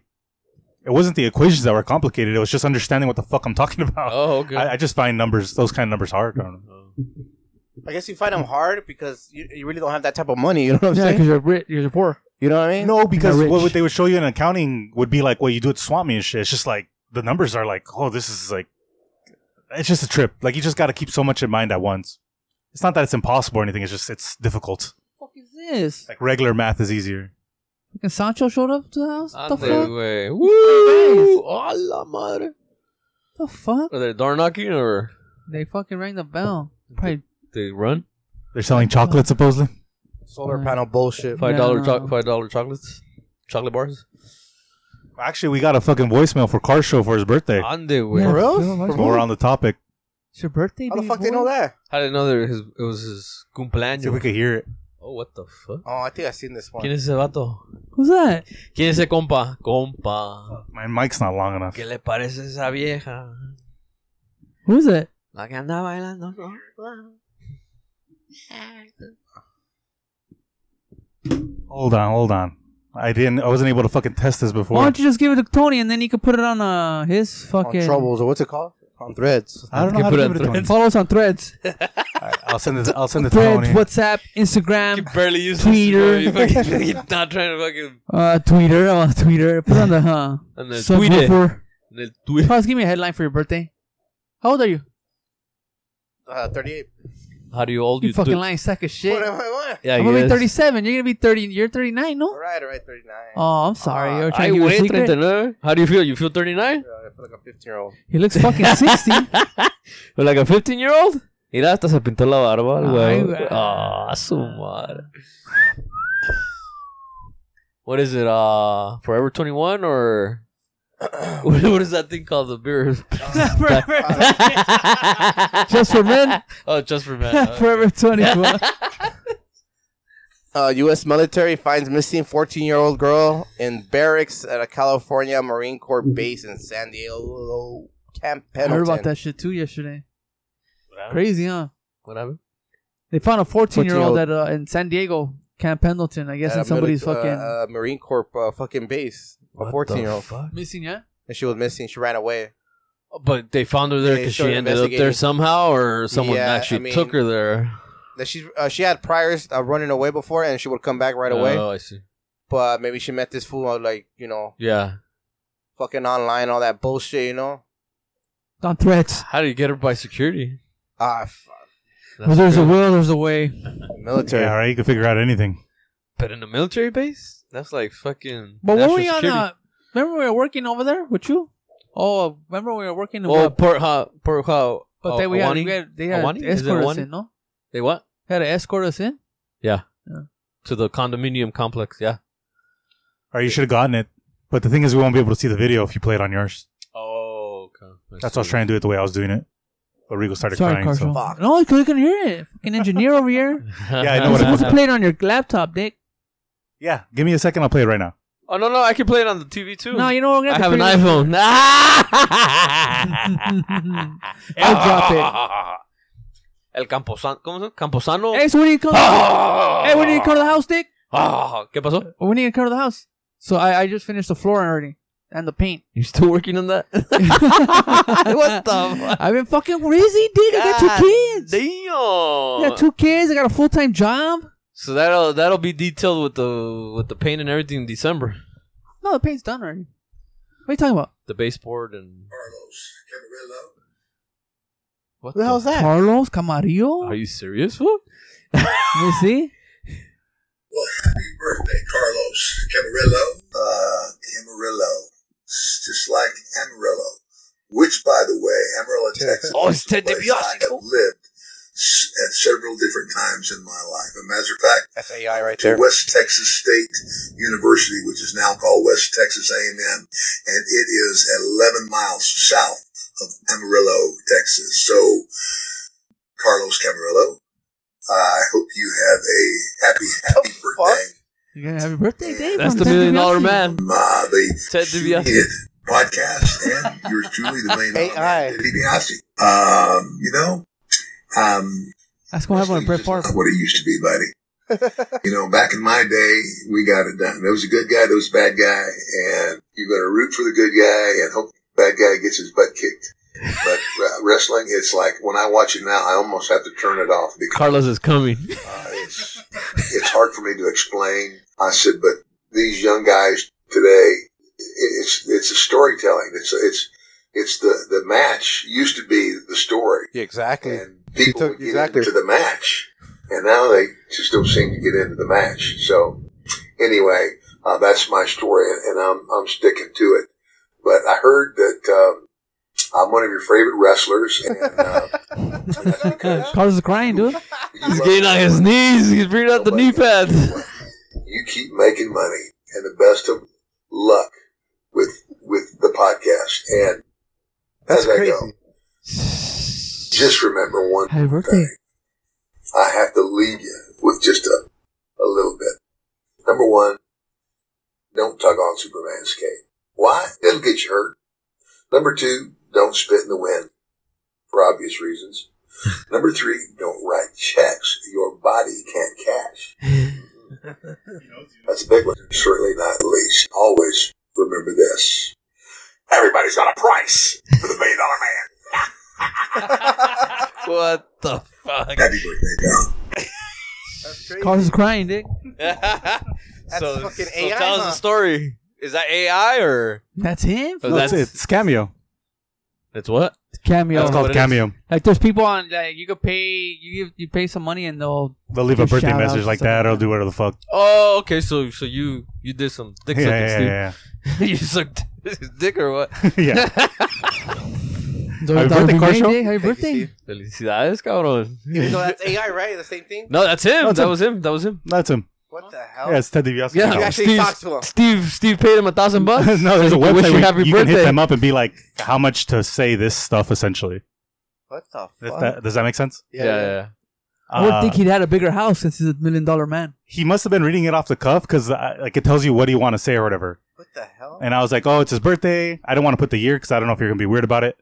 S2: it wasn't the equations that were complicated. It was just understanding what the fuck I'm talking about.
S4: Oh, okay.
S2: I, I just find numbers, those kind of numbers, hard. I don't know.
S3: I guess you find him hard because you, you really don't have that type of money. You know what I'm
S1: Yeah,
S3: saying?
S1: because you're rich, you're poor.
S3: You know what I mean?
S2: No, because
S1: rich.
S2: what would- they would show you in accounting would be like what you do at Swami and shit. It's just like the numbers are like, oh, this is like, it's just a trip. Like you just got to keep so much in mind at once. It's not that it's impossible or anything. It's just it's difficult.
S1: What the fuck is this?
S2: Like regular math is easier.
S1: Fucking Sancho showed up to the house.
S4: Ah,
S1: the
S4: they-
S1: fuck?
S4: wait. Woo! A la madre.
S1: The fuck?
S4: Are they door knocking or
S1: They fucking rang the bell. Probably
S4: they run?
S2: They're selling chocolate supposedly.
S1: Mm.
S3: Solar panel bullshit.
S4: Five dollar
S1: No.
S4: cho- five dollar chocolates, chocolate bars.
S2: Actually, we got a fucking voicemail for Car Show for his birthday.
S4: Ande, wait.
S1: Yeah.
S3: For real?
S1: Yeah,
S2: While We're on the topic.
S1: It's your birthday.
S3: How the
S1: baby
S3: fuck
S1: boy.
S3: they know that?
S4: I didn't know there his, it was his
S2: See if we
S4: cumpleaños.
S2: could hear it.
S4: Oh, what the fuck?
S3: Oh, I think I've seen this
S4: ¿Quién
S3: one.
S4: es ese vato?
S1: Who's that?
S4: ¿Quién es ese compa? Compa.
S2: My mic's not long enough.
S4: ¿Qué le parece esa vieja?
S1: Who's that?
S4: La que anda bailando. ¿no?
S2: Hold on, hold on. I didn't. I wasn't able to fucking test this
S1: Why
S2: before.
S1: don't you just give it to Tony and then he can put it on uh, his
S3: On
S1: fucking.
S3: Troubles, or what's it called? On Threads.
S2: I don't know
S4: Can
S2: how to
S4: put
S2: give
S4: it
S2: it to
S4: on
S2: him.
S1: Follow us on Threads,
S2: I'll send it. I'll send it to Tony.
S1: Threads, WhatsApp,
S4: You
S1: Instagram,
S4: barely use
S1: Twitter.
S4: This, bro. you fucking, you're not trying to fucking.
S1: uh, Twitter, oh, Twitter. Put it on the uh, huh.
S4: En el Twitter.
S1: subwoofer.
S4: En el Twitter.
S1: Carlos, give me a headline for your birthday. How old are you?
S3: Uh, 38.
S4: How do you old
S1: You,
S4: you
S1: fucking
S4: do-
S1: lying sack of shit.
S3: What am I? What?
S4: Yeah,
S1: I'm
S4: I
S1: gonna be
S4: guess.
S1: 37. You're gonna be 30. You're 39,
S3: All
S1: no?
S3: right, all right, 39.
S1: Oh, I'm sorry.
S3: Ah,
S1: You're
S4: I
S1: trying to give
S4: weigh
S1: a secret.
S4: 39. How do you feel? You feel
S3: Uh,
S4: 39?
S3: I feel like a 15 year old.
S1: He looks fucking 60.
S4: But like a 15 year old? Mira, hasta se pintó la barba, el
S1: Ay,
S4: güey.
S1: güey.
S4: Ah, su madre. What is it? Uh, Forever 21 or. what what is that thing called? The beer.
S1: Forever- just for men.
S4: Oh, just for men. Okay.
S1: Forever 21.
S3: Uh, U.S. military finds missing 14 year old girl in barracks at a California Marine Corps base in San Diego Camp
S1: I
S3: Pendleton.
S1: heard about that shit too yesterday. Crazy, huh?
S4: What happened?
S1: They found a 14 year old
S3: 14-year-old.
S1: at uh, in San Diego, Camp Pendleton. I guess
S3: At
S1: in
S3: a
S1: somebody's
S3: mili-
S1: fucking
S3: uh, uh, Marine Corps uh, fucking base. A
S4: What the
S3: 14 year old.
S4: fuck?
S1: missing. Yeah.
S3: And she was missing. She ran away.
S4: But they found her there
S3: They
S4: because she
S3: started
S4: ended up there
S3: investigating.
S4: somehow, or someone
S3: Yeah,
S4: actually
S3: I mean-
S4: took her there.
S3: That she uh, she had priors uh, running away before, and she would come back right away.
S4: Oh, I see.
S3: But maybe she met this fool uh, like you know
S4: Yeah.
S3: fucking online, all that bullshit. You know.
S1: On threats.
S4: How do you get her by security?
S3: Ah, f-
S1: Well, there's a will, there's a way.
S3: military.
S2: Yeah, all right. You can figure out anything.
S4: But in a military base? That's like fucking.
S1: But
S4: national
S1: were we on?
S4: security.
S1: Uh, remember we were working over there with you? Oh, remember we were working.
S4: Oh,
S1: with-
S4: Port Ha, Port Ha.
S1: uh, but
S4: oh,
S1: they we had,
S4: Awani?
S1: we had they had
S4: Awani?
S1: to
S4: Is it
S1: escort us
S4: Awani?
S1: in. No,
S4: They what?
S1: they had to escort us in.
S4: To the condominium complex, yeah.
S2: Or you should have gotten it. But the thing is, we won't be able to see the video if you play it on yours.
S4: Oh, okay.
S2: That's why I was trying to do it the way I was doing it. But Rigo started
S1: Sorry,
S2: crying.
S1: Carson.
S2: So.
S3: Fuck.
S1: No, I couldn't hear it. Fucking engineer over here.
S4: yeah,
S2: I know what
S1: You're
S2: it
S1: supposed
S2: was.
S1: to play it on your laptop, Dick.
S2: Yeah, give me a second. I'll play it right now.
S4: Oh no, no, I can play it on the TV too.
S1: No, you know what? We're
S4: I
S1: gonna
S4: have an
S1: figure this-
S4: iPhone.
S1: Airdrop
S4: El Camposano. ¿Cómo se llama? Camposano.
S1: Hey, so when you come, hey, when you come to the house, Dick?
S4: Ah, ¿Qué pasó?
S1: When do you come to the house? So I, I just finished the floor already and the paint.
S4: You still working on that? what the fuck?
S1: I've been fucking crazy, Dick. I got
S4: God
S1: two kids.
S4: Damn.
S1: I got two kids. I got a full time job.
S4: So that'll that'll be detailed with the with the paint and everything in December.
S1: No, the paint's done already. What are you talking about?
S4: The baseboard and what
S3: Who the hell's that?
S1: Carlos
S4: Are
S1: Camarillo?
S4: you serious? Fool?
S1: Let me see.
S5: Happy birthday, Carlos Camarillo. Uh, Amarillo. It's just like Amarillo. Which, by the way, Amarillo, Texas.
S4: Oh, it's
S5: is the
S4: Ted
S5: place I
S4: DiBiase.
S5: have lived s- at several different times in my life. As a matter of fact,
S3: That's AI right
S5: to West Texas State University, which is now called West Texas A&M, and it is 11 miles south of Amarillo, Texas. So, Carlos Camarillo, I hope you have a happy, happy
S3: The fuck?
S5: birthday.
S1: You gonna happy birthday, Dave.
S4: That's
S1: from
S4: the
S1: Ted
S4: million dollar
S1: DiBiase.
S4: man.
S5: uh, the
S4: Ted DiBiase.
S5: Hit podcast and yours truly, the main
S3: AI.
S5: Ted DiBiase. Um, you know, um,
S1: That's gonna happen with Brett Favre.
S5: not what it used to be, buddy. you know, back in my day, we got it done. There was a good guy, there was a bad guy, and you're going to root for the good guy and hope the bad guy gets his butt kicked. But re- wrestling, it's like when I watch it now, I almost have to turn it off because
S4: Carlos is coming.
S5: uh, it's, it's hard for me to explain. I said, but these young guys today, it's it's a storytelling. It's it's it's the the match used to be the story,
S3: Yeah, exactly.
S5: and people
S3: took-
S5: would get
S3: exactly.
S5: into the match, and now they just don't seem to get into the match. So anyway, uh, that's my story, and, and I'm I'm sticking to it. But I heard that um, I'm one of your favorite wrestlers, and uh, that's because
S1: Carlos is crying, dude.
S5: you
S4: He's
S5: love-
S4: getting on his knees. He's bringing out the knee pads.
S5: you keep making money and the best of luck with with the podcast and
S3: That's
S5: as I
S3: crazy.
S5: go just remember one
S1: Happy birthday.
S5: i have to leave you with just a, a little bit number one don't tug on superman's cape why it'll get you hurt number two don't spit in the wind for obvious reasons number three don't write checks your body can't cash That's a big one. Certainly not least. Always remember this. Everybody's got a price for the million dollar man.
S4: What the fuck?
S5: Happy birthday, pal.
S3: That's crazy.
S1: Carlos is crying, Dick.
S4: so,
S3: fucking
S4: so
S3: AI,
S4: tell us
S3: huh?
S4: the story. Is that AI or
S1: That's him.
S4: Oh,
S2: No, that's it. It's cameo.
S4: that's what?
S1: Cameo.
S2: It's called
S4: what it is.
S2: cameo.
S1: Like there's people on like you could pay you give, you pay some money and they'll
S2: They'll leave a
S1: Do
S2: birthday
S1: shout-outs
S2: message
S1: or
S2: like
S1: something
S2: that, or
S1: like that.
S2: do whatever the fuck.
S4: Oh, okay. So so you you did some dick
S2: Yeah,
S4: sucking,
S2: yeah, yeah,
S4: dude. you sucked his dick or what?
S2: yeah. yeah.
S1: So
S2: Happy
S1: that'll
S2: birthday,
S1: be
S2: Carlos.
S1: May Day. Happy
S3: Thank you,
S1: birthday.
S3: Steve.
S4: Felicidades, cabrón.
S3: Even though that's AI, right? The same thing.
S4: No, that's him.
S2: That's
S4: that
S2: him.
S4: was him. That was him.
S2: That's him.
S3: What the hell?
S2: Yeah, it's Ted DiBiase.
S4: Yeah.
S3: You actually
S4: Steve's-
S3: talked to him.
S4: Steve Steve paid him a thousand bucks.
S2: no, there's a
S4: so he could wish
S2: website
S4: you
S2: where
S4: happy
S2: you can
S4: birthday.
S2: hit them up and be like, how much to say this stuff, essentially.
S3: What the
S2: Does
S3: fuck?
S2: that, does that make sense?
S4: Yeah, yeah. yeah.
S1: I would
S2: Uh,
S1: think he'd had a bigger house since he's a million dollar man.
S2: he must have been reading it off the cuff because like it tells you what you want to say or whatever.
S3: What the hell?
S2: And I was like, oh, it's his birthday. I don't want to put the year because I don't know if you're gonna be weird about it.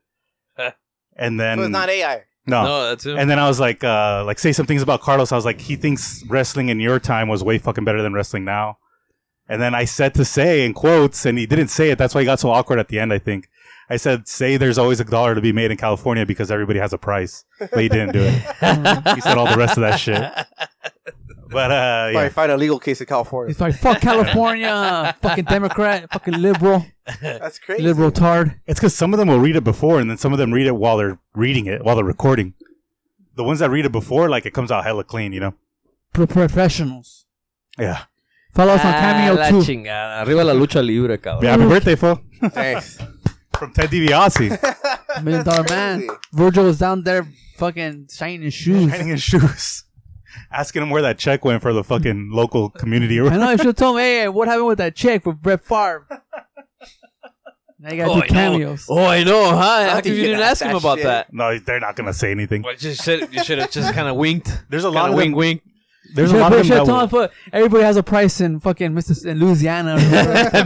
S2: and then
S3: so it's not AI.
S2: no.
S4: No, that's him.
S2: And then I was like, uh, like say some things about Carlos. I was like, he thinks wrestling in your time was way fucking better than wrestling now. And then I said to say in quotes, and he didn't say it. That's why he got so awkward at the end. I think I said, say there's always a dollar to be made in California because everybody has a price, but he didn't do it. he said all the rest of that shit. But uh,
S3: Probably
S2: yeah,
S3: find a legal case in California.
S1: He's like fuck California, fucking Democrat, fucking liberal,
S3: That's crazy.
S1: liberal tard.
S2: It's because some of them will read it before, and then some of them read it while they're reading it, while they're recording. The ones that read it before, like it comes out hella clean, you know.
S1: Pro- professionals.
S2: Yeah.
S1: Follow us on
S3: Ah,
S1: Cameo too.
S4: chingada. Arriba la lucha libre, cabrón.
S2: Yeah, happy birthday, fool.
S3: Thanks.
S2: From Ted DiBiase,
S1: Million dollar man.
S3: crazy.
S1: Virgil was down there fucking shining his shoes.
S2: hanging his shoes, asking him where that check went for the fucking local community.
S1: I know I should have told him, hey, what happened with that check with Brett Favre? Now you gotta do cameos.
S4: Oh, I know, huh? How
S3: think
S4: come you
S3: you
S4: didn't
S3: got
S4: ask him
S3: that
S4: about
S3: shit.
S4: that?
S2: No, they're not gonna say anything.
S4: Well, just should, you should have just kind of winked.
S2: There's a lot
S4: Kind
S2: of
S4: of wink,
S2: them,
S4: wink.
S2: There's a lot of them that will-
S1: Chateau, everybody has a price in fucking Missis- in Louisiana, or whatever.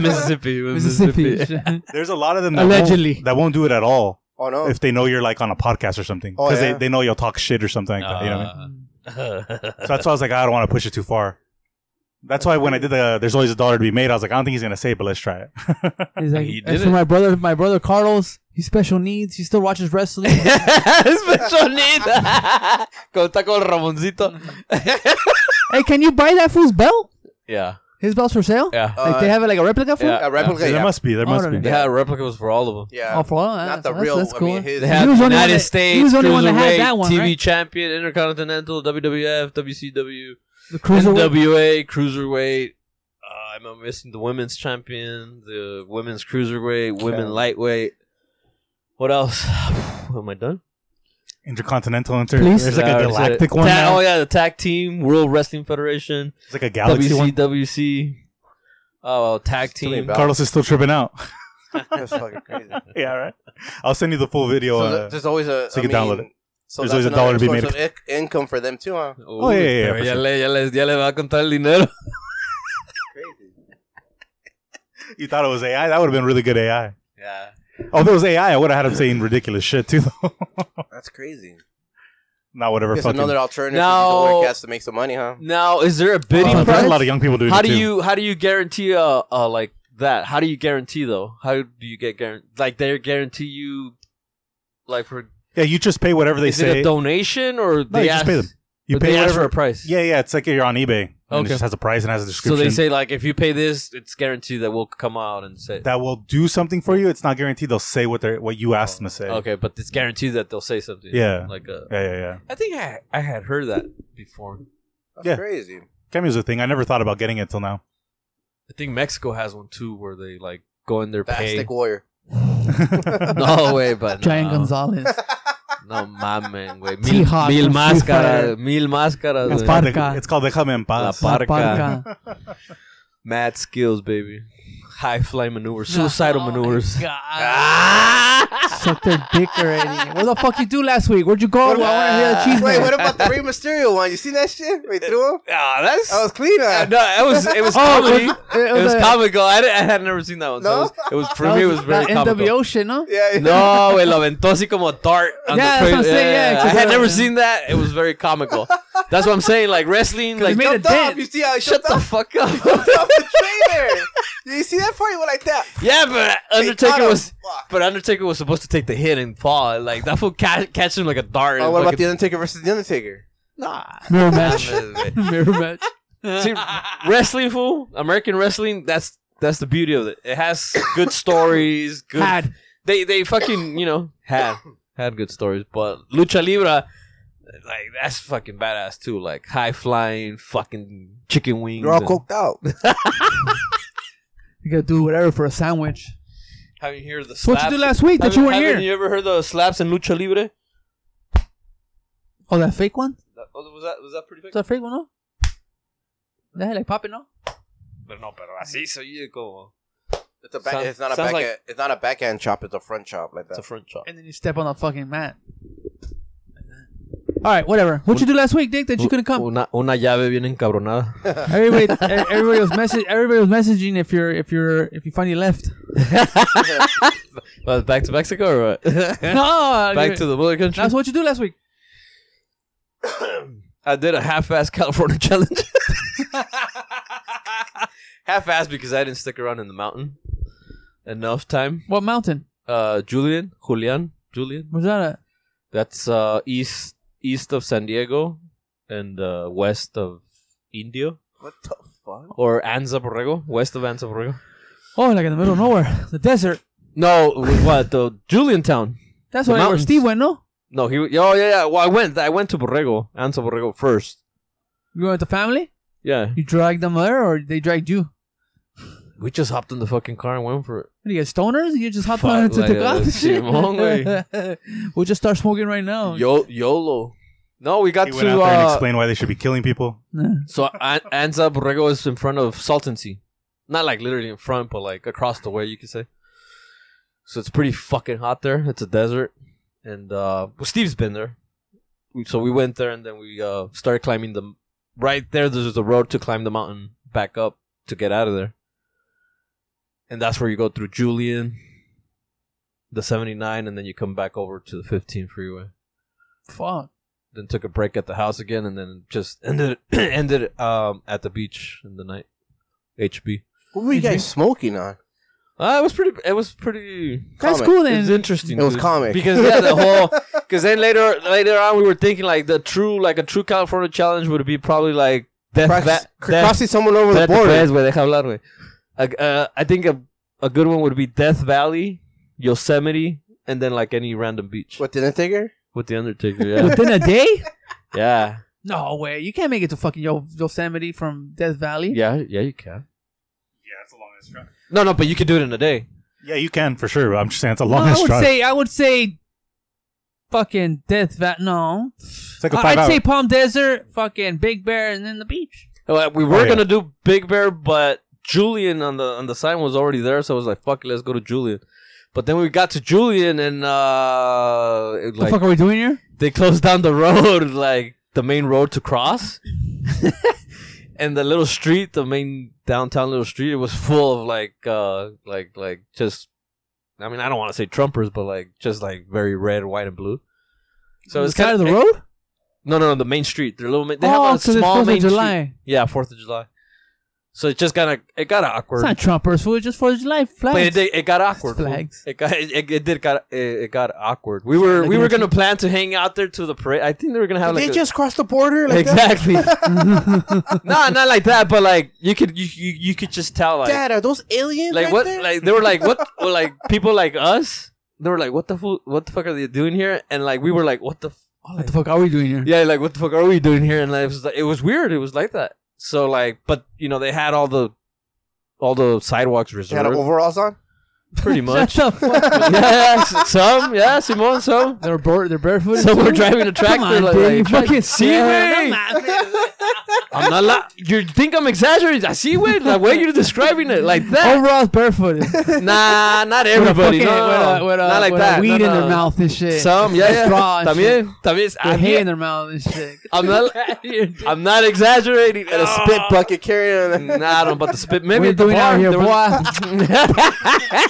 S4: Mississippi,
S1: Mississippi.
S2: There's a lot of them that
S1: Allegedly.
S2: won't, that won't do it at all
S3: Oh no.
S2: if they know you're like on a podcast or something
S3: Oh,
S2: because
S3: yeah.
S2: they, they know you'll talk shit or something like that. You know what I mean?
S4: Ah.
S2: So that's why I was like, I don't want to push it too far. That's why when I did the "There's Always a Dollar to Be Made," I was like, I don't think he's gonna say it, but let's try it.
S1: He's like,
S4: He did
S1: as for
S4: it.
S1: my brother, my brother Carlos, he's special needs. He still watches wrestling.
S4: Special needs. Como está con Ramoncito.
S1: hey, can you buy that fool's belt?
S4: Yeah.
S1: His belt's for sale.
S4: Yeah.
S3: Uh,
S1: like they have it like a replica for.
S4: yeah.
S3: a replica.
S2: There
S3: Yeah.
S2: must be. There must
S1: Order
S2: be.
S4: They
S1: it.
S4: had replicas for all of them.
S3: yeah.
S1: Oh, for all that.
S3: Not
S1: So
S3: the
S1: that's,
S3: real.
S1: That's cool.
S3: I mean, his.
S4: They had
S1: was the only one
S4: United
S1: that-
S4: States,
S1: he was the only one that had
S4: Cruiserweight,
S1: that one,
S4: TV
S1: right?
S4: champion, Intercontinental, WWF, WCW,
S1: the cruiser.
S4: NWA, Cruiserweight. Uh, I'm- I'm missing the women's champion, the women's cruiserweight, women lightweight. What else? Am I done?
S2: Intercontinental. Inter-
S1: Please.
S2: there's like
S4: Yeah, I
S2: a
S4: already said it.
S2: galactic one.
S4: Ta-
S2: now.
S4: oh yeah, the tag team, World Wrestling Federation,
S2: It's like a galaxy one.
S4: WCWC. Oh, well, tag
S3: Still ain't
S4: team.
S3: bad.
S2: Carlos is still tripping out.
S3: That's fucking crazy.
S2: yeah, right. I'll send you the full video.
S6: So
S2: uh,
S6: th- there's always a.
S2: so you
S6: I
S2: can download
S6: mean, So
S2: There's
S6: that's
S2: always a
S6: another
S2: dollar to be
S6: source
S2: made.
S6: of ic- income for them too, huh?
S2: Oh, yeah, yeah, yeah,
S4: pero
S2: for
S4: ya,
S2: sure.
S4: le, ya, les, ya le va a contar el dinero.
S2: you thought it was AI? That would have been really good AI.
S4: Yeah.
S2: Oh, if it was AI, I would have had him saying ridiculous shit too. though.
S6: That's crazy.
S2: Not whatever.
S6: It's
S2: Fucking,
S6: another alternative
S4: Now-
S6: to the has to make some money, huh?
S4: Now, is there a
S2: Oh,
S4: bidding
S1: Uh,
S2: there's
S4: price?
S2: a lot of young people doing
S4: how
S2: it
S4: do
S2: too.
S4: you how do you guarantee uh, uh like that? How do you guarantee though? How do you get guaranteed? Like they guarantee you, like for
S2: yeah, you just pay whatever they
S4: is it
S2: say.
S4: a donation or
S2: no,
S4: they
S2: you just
S4: ask,
S2: pay them. You
S4: but
S2: pay
S4: they ask
S2: whatever.
S4: for a price.
S2: Yeah, yeah. It's like you're on eBay. And
S4: Okay.
S2: It just has a price and has a
S4: So
S2: description.
S4: they say like if you pay this, it's guaranteed that we'll come out and say
S2: that will do something for you. It's not guaranteed they'll say what they are what you asked them to say.
S4: okay, but it's guaranteed that they'll say something.
S2: Yeah.
S4: like uh,
S2: Yeah, yeah, yeah.
S4: I think I I had heard that before.
S6: That's
S2: Yeah.
S6: crazy.
S2: Cameo's a thing. I never thought about getting it till now.
S4: I think Mexico has one too, where they like go in there pay.
S6: Plastic warrior.
S4: No way, but
S1: Giant
S4: no.
S1: Gonzalez.
S4: No mames, güey. Mil,
S1: T-Hawk
S4: mil
S1: from Street
S4: máscaras,
S1: Fighter.
S4: mil máscaras.
S1: Las
S4: güey.
S1: Parca.
S2: it's called Déjame en
S4: La
S2: Paz.
S4: Parca.
S1: Parca.
S4: Mad skills, baby. High flame maneuvers, suicidal
S1: Oh my
S4: maneuvers.
S1: Suck their dick already. What the fuck you do last week? Where'd you go? I want to hear the cheese.
S6: Wait,
S1: man.
S6: what about the Rey Mysterio one? You seen that shit? Wait, through him?
S4: Ah, that's
S6: That was clean, huh?
S4: uh, no, it was it was comedy. It was,
S1: it was a-
S4: comical. I, didn't- I had never seen that one. So it was, it was for
S1: That
S4: me. It
S1: was
S4: was very
S1: that NWO
S4: comical.
S1: shit, no?
S6: Yeah.
S4: No, it lo aventó así como a dart. On
S1: Yeah,
S4: the
S1: that's what I'm
S4: cra-
S1: saying, yeah, 'cause
S4: I had
S1: it-
S4: never seen that. It was very comical. That's what I'm saying. Like wrestling, like
S1: made a
S6: Jumped off.
S1: dent.
S6: You see how he
S4: shut
S6: jumped
S4: the
S6: off,
S4: fuck up.
S6: off the trailer? Did you see that part? He went like that.
S4: yeah, but
S6: He caught
S4: Undertaker
S6: him.
S4: was.
S6: Fuck.
S4: But Undertaker was supposed to take the hit and fall. Like that fool ca- catch him like a dart.
S6: Oh,
S4: and
S6: what about
S4: fucking-
S6: the Undertaker versus the Undertaker?
S1: Mirror match.
S4: Nah.
S1: Mirror match.
S4: See, wrestling fool, American wrestling. That's that's the beauty of it. It has good stories. Good.
S1: Had.
S4: They they fucking you know had had good stories, but lucha libra, like that's fucking badass too. Like high flying fucking chicken wings.
S6: You're all
S4: and-
S6: coked out.
S1: You gotta do whatever for a sandwich.
S4: Have you heard the
S1: So
S4: slaps?
S1: what you do last week that you
S4: Haven't-
S1: weren't
S4: haven't
S1: here?
S4: You ever heard the slaps in lucha libre?
S1: Oh, that fake one?
S4: That- oh, was that was that pretty
S1: Is
S4: big?
S1: that fake one, no? Yeah, like popping, no?
S4: Pero no, pero así se oye como.
S6: It's a back,
S4: Sound-
S6: it's not a
S4: sounds
S6: backhand.
S4: like-
S6: it's not a backhand chop. It's a front chop like
S4: It's a
S6: that.
S4: front chop.
S1: And then you step on the fucking mat. All right, whatever. What you do last week, Dick, that you couldn't come?
S4: Una, una llave bien encabronada.
S1: Everybody, everybody was message. Everybody was messaging if you're if you're if you finally left.
S4: Well, back to Mexico or what?
S1: No,
S4: back to the mother country.
S1: That's what you do last week.
S4: I did a half-ass California challenge. half-ass because I didn't stick around in the mountain enough time.
S1: What mountain
S4: Uh, Julian, Julian, Julian.
S1: was that? At?
S4: That's uh east east of San Diego and uh, west of Indio
S6: What the fuck?
S4: or Anza Borrego, west of Anza Borrego.
S1: Oh, like in the middle of nowhere, the desert.
S4: No, what the Julian town?
S1: That's
S4: The
S1: why where
S4: mountains.
S1: Steve went. No,
S4: No, he. Oh yeah, yeah. Well, I went. I went to Borrego, Anza Borrego first.
S1: you went with the family.
S4: Yeah,
S1: You dragged them there, or they dragged you?
S4: we just hopped in the fucking car and went for it.
S1: What do you get stoners? You just hop
S4: Fuck,
S1: on to
S4: like,
S1: take
S4: uh,
S1: off. and shit?
S4: Simón, güey.
S1: we'll just start smoking right now.
S4: Yo- YOLO. No, we got
S2: Oh, He
S4: to.
S2: went out there and
S4: uh,
S2: explained why they should be killing people.
S1: Nah.
S4: So An- Anza Borrego is in front of Saltancy. Not like literally in front, but like across the way, you could say. So it's pretty fucking hot there. It's a desert. And uh, well, Steve's been there. We- So we went there and then we uh, started climbing the right there, there's a road to climb the mountain back up to get out of there. And that's where you go through Julian, the 79, and then you come back over to the 15 freeway.
S1: Fuck.
S4: Then took a break at the house again, and then just ended ended um, at the beach in the night. HB.
S6: What were you guys smoking on?
S4: Uh, it was pretty. It was pretty.
S1: That's
S6: Comic.
S1: cool
S4: It's
S1: then.
S4: interesting.
S6: It was
S4: dude.
S6: comic.
S4: because yeah, the whole because then later later on we were thinking like the true like a true California challenge would be probably like death
S6: Cross-
S4: va-
S6: cr-
S4: death-
S6: crossing someone over the
S4: Espérate,
S6: border.
S4: pues, güey, deja hablar, güey. A- uh, I think a a good one would be Death Valley, Yosemite, and then like any random beach
S6: What the Undertaker?
S4: with the Undertaker. Yeah,
S1: Within a day?
S4: yeah,
S1: No way. You can't make it to fucking Yo- Yosemite from Death Valley.
S4: yeah, yeah. You can.
S2: Yeah, it's a long ass drive.
S4: No, no, but you could do it in a day.
S2: Yeah, you can for sure. but I'm just saying it's a
S1: No,
S2: long
S1: I
S2: ass
S1: would
S2: drive.
S1: say I would say fucking Death Valley. No,
S2: it's like a
S1: I-
S2: five
S1: I'd
S2: hour.
S1: say Palm Desert, fucking Big Bear, and then the beach.
S4: Well, We were
S2: yeah.
S4: gonna do Big Bear, but Julian on the on the sign was already there, so I was like, "Fuck it, let's go to Julian." But then we got to Julian, and uh, it,
S1: What the
S4: like
S1: fuck are we doing here?
S4: they closed down the road, like the main road to cross, and the little street, the main downtown little street, it was full of like, uh, like, like just, I mean, I don't want to say Trumpers, but like just like very red, white, and blue. So
S1: On
S4: it's
S1: the side
S4: kind
S1: of the road.
S4: No, no, no, the main street. Their little, ma- they
S1: oh,
S4: have a
S1: because it's
S4: small
S1: Fourth
S4: main
S1: of
S4: street.
S1: July.
S4: Yeah, Fourth of July. So it just kind of it got awkward.
S1: It's not Trumpers. Fool. It's just Fourth of July flags.
S4: but it, did- it got awkward.
S1: It's flags.
S4: It got it, it, it did got it, it got awkward. We were we
S1: Looking
S4: were
S1: at you.
S4: gonna plan to hang out there to the parade. I think they were gonna have
S6: Did
S4: like
S6: they
S4: a-
S6: just crossed the border like that?
S4: exactly. no, not like that. But like you could you you, you could just tell like
S6: Dad, are those aliens
S4: like
S6: right
S4: what
S6: there?
S4: like they were like what well, like people like us. They were like what the fu- what the fuck are they doing here? And like we were like what the f- oh,
S1: what the fuck are we doing here?
S4: yeah, like what the fuck are we doing here? And like, it was like, it was weird. It was like that. So like, but you know, they had all the all the sidewalks
S6: they had
S4: reserved,
S6: overalls on?
S4: pretty much.
S1: Shut the fuck.
S4: yeah, yeah, s- some, yeah, Simone, some.
S1: they're bare, they're barefooted.
S4: So we're
S1: too?
S4: driving a tractor.
S1: Come on,
S4: like,
S1: dude,
S4: like,
S1: you
S4: track-
S1: fucking see
S4: Yeah,
S1: me?
S4: come on, man. I'm not. La- you think I'm exaggerating? I see way the way you're describing it like that.
S1: Overalls barefooted.
S4: Nah, not everybody.
S1: Oh, With a
S4: No,
S1: fucking-
S4: no,
S1: with a- with a-
S4: not like
S1: with a
S4: that. no,
S1: Weed in
S4: no.
S1: their mouth and shit.
S4: Some, yeah, yeah.
S1: Straw and shit.
S4: También, también.
S1: With hay in
S4: I'm-
S1: their mouth and shit.
S4: I'm not. I'm not exaggerating.
S6: And a spit bucket carrying
S4: Nah, I don't know about the spit. Maybe
S1: What are
S4: at the
S1: you doing out
S4: bar.
S1: here,
S4: there, was,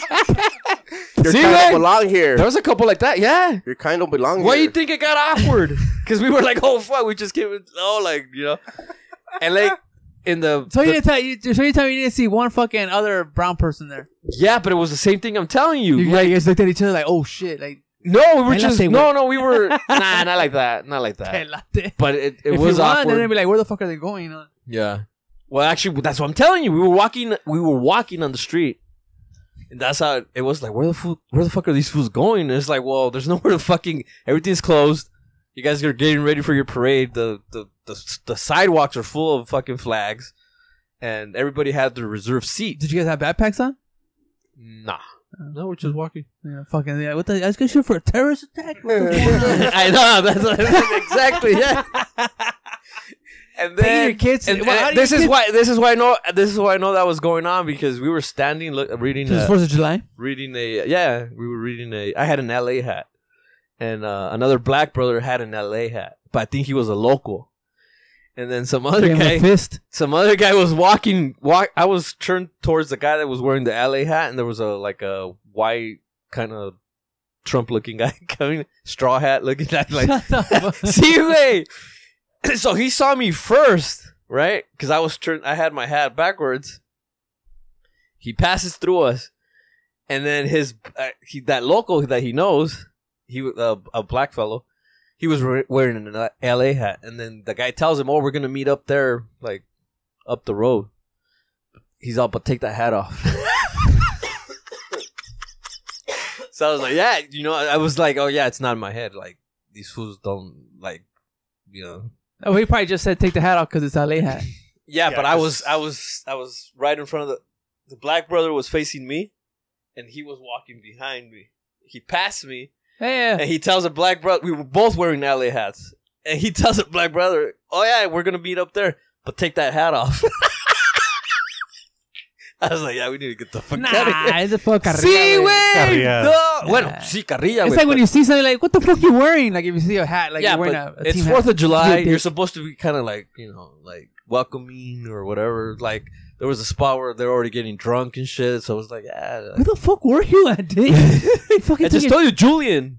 S6: You're
S4: See,
S6: kind
S4: man?
S6: of belong here.
S4: there was a couple like that. Yeah.
S6: You're kind of belong
S4: Why
S6: here.
S4: you think it got awkward? Because we were like, oh fuck, we just came in. Oh, like you know, and like in the,
S1: So you
S4: the-
S1: didn't tell you. So you tell me you didn't see one fucking other brown person there.
S4: yeah, but it was the same thing. I'm telling you.
S1: You
S4: Like,
S1: guys you guys looked at each other like, oh shit, like
S4: no, we were
S1: Unless
S4: just
S1: they
S4: no,
S1: were-
S4: no, we were nah, not like that, not like that.
S1: pelate.
S4: But it, it
S1: if
S4: was
S1: you want,
S4: awkward.
S1: then they'd be like, where the fuck are they going? Uh,
S4: Yeah. Well, actually, that's what I'm telling you. We were walking. We were walking on the street, and that's how it was. Like, where the fu- where the fuck are these fools going? And it's like, well, there's nowhere to fucking. Everything's closed. You guys are getting ready for your parade. The the the, the sidewalks are full of fucking flags, and everybody had their reserved seat.
S1: Did you guys have backpacks on?
S4: Nah. No, we're just walking.
S1: Yeah, fucking yeah. What the? I was gonna shoot for a terrorist attack. What the fuck?
S4: I know. That's what, exactly. Yeah. And
S1: Take
S4: then
S1: your kids.
S4: And,
S1: Well,
S4: and
S1: how do
S4: this
S1: your
S4: is
S1: kids-
S4: why this is why I know this is why I know that was going on because we were standing look, reading
S1: This is
S4: a,
S1: Fourth of July.
S4: reading a yeah we were reading a I had an LA hat and uh, another black brother had an LA hat but I think he was a local and then some other
S1: Gave him a
S4: guy
S1: fist.
S4: some other guy was walking walk I was turned towards the guy that was wearing the LA hat and there was a like a white kind of Trump looking guy coming straw hat looking guy like
S1: Shut the fuck.
S4: See, wait. So he saw me first, right? Because I was turned, I had my hat backwards. He passes through us, and then his uh, he, that local that he knows, he was uh, a black fellow. He was re- wearing an L- LA hat, and then the guy tells him, "Oh, we're gonna meet up there, like up the road." He's all, but take that hat off. so I was like, yeah, you know, I I was like, oh yeah, it's not in my head, like these fools don't like you know
S1: Oh, he probably just said take the hat off because it's LA hat.
S2: Yeah,
S4: yeah, but i
S2: 'cause-
S4: was i was i was right in front of the the black brother was facing me and he was walking behind me he passed me
S1: Yeah.
S4: and he tells a black brother we were both wearing LA hats and he tells a black brother oh yeah we're gonna meet up there but take that hat off I was like, yeah, we need to get the fuck out of here.
S1: Nah, it's a fuck carrilla.
S4: Sí,
S1: güey.
S4: güey.
S2: Carrilla.
S4: No. Bueno,
S1: Nah.
S4: sí, carrilla, güey.
S1: It's like
S4: but-
S1: when you see something like, what the fuck you wearing? Like if you see a hat, like
S4: yeah,
S1: you're wearing
S4: but
S1: a, a
S4: it's
S1: team
S4: Fourth
S1: hat.
S4: of July.
S1: Dude,
S4: You're
S1: dude.
S4: supposed to be kind of like you know, like welcoming or whatever. Like there was a spot where they're already getting drunk and shit. So I was like, ah, yeah.
S1: Where the fuck were you at, dude? You fucking
S4: I
S1: took
S4: just
S1: your-
S4: told you, Julian.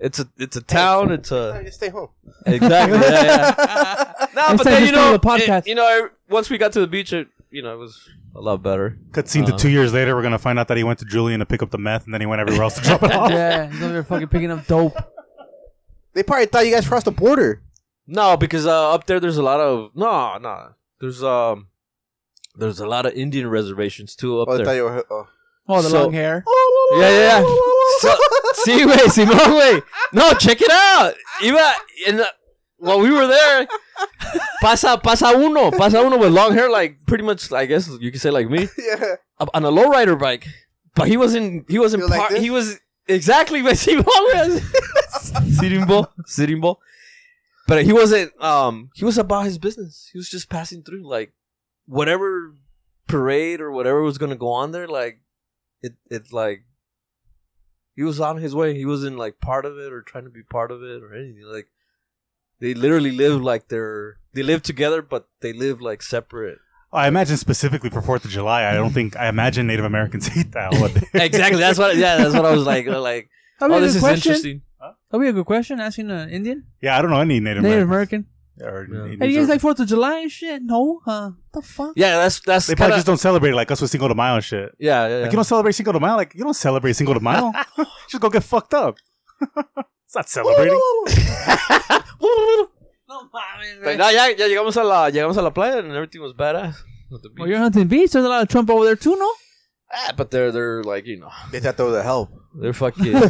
S4: It's a it's a town. It's a
S6: Just stay home.
S4: exactly. yeah, yeah. no, but
S1: Next time
S4: then
S1: you
S4: you
S1: start
S4: know,
S1: the podcast.
S4: it- you know, once we got to the beach, it you know, it was a lot better.
S2: Cutscene to
S4: Uh.
S2: two years later, we're gonna find out that he went to Julian to pick up the meth, and then he went everywhere else to drop it off.
S1: Yeah, he's over there fucking picking up dope.
S6: They probably thought you guys crossed the border.
S4: No, because uh, up there there's a lot of no, no. There's um, there's a lot of Indian reservations too up
S6: Oh, they
S4: there.
S6: thought you were. Oh.
S1: Oh, the
S4: So-
S1: long hair.
S4: Yeah, yeah, yeah. So, see, wait, Simon, wait. No, check it out. Iba, in the, while we were there, pasa, pasa uno, pasa uno with long hair, like pretty much, I guess you could say like me,
S6: Yeah.
S4: up on a lowrider bike. But he wasn't, he wasn't,
S6: He was like
S4: par-
S6: this?
S4: he was exactly, but Simon was sitting ball, sitting ball. But he wasn't, um, he was about his business. He was just passing through, like, whatever parade or whatever was going to go on there, like, it, it's like, he was on his way. He wasn't like part of it or trying to be part of it or anything. Like they literally live like they're they live together, but they live like separate.
S2: I imagine specifically for Fourth of July. I don't think I imagine Native Americans hate that holiday.
S4: exactly. That's what. Yeah, that's what I was like. Like,
S1: That'd be
S4: oh,
S1: a
S4: this
S1: good
S4: is
S1: question.
S4: interesting.
S1: That'd be a good question. Asking an Indian,
S2: yeah, I don't know any Native,
S1: Native
S2: Americans.
S1: American.
S2: Or
S4: Yeah.
S2: Indians
S1: Hey, you guys
S2: or-
S1: like Fourth of July and shit? No, huh? The fuck?
S4: Yeah, that's that's
S2: they probably
S4: kinda-
S2: just don't celebrate like us with Cinco de Mayo and shit.
S4: Yeah, yeah. yeah.
S2: Like you don't celebrate Cinco de Mayo. Like you don't celebrate Cinco de Mayo. just go get fucked up. it's not celebrating.
S1: No mames,
S4: But
S1: güey.
S4: no, ya, ya llegamos a la llegamos a la playa and everything was badass. At the beach.
S1: Well, you're hunting beach. There's a lot of Trump over there too, no?
S4: Ah, but they're they're like you know
S6: They thought they were the help.
S4: they're fucking yeah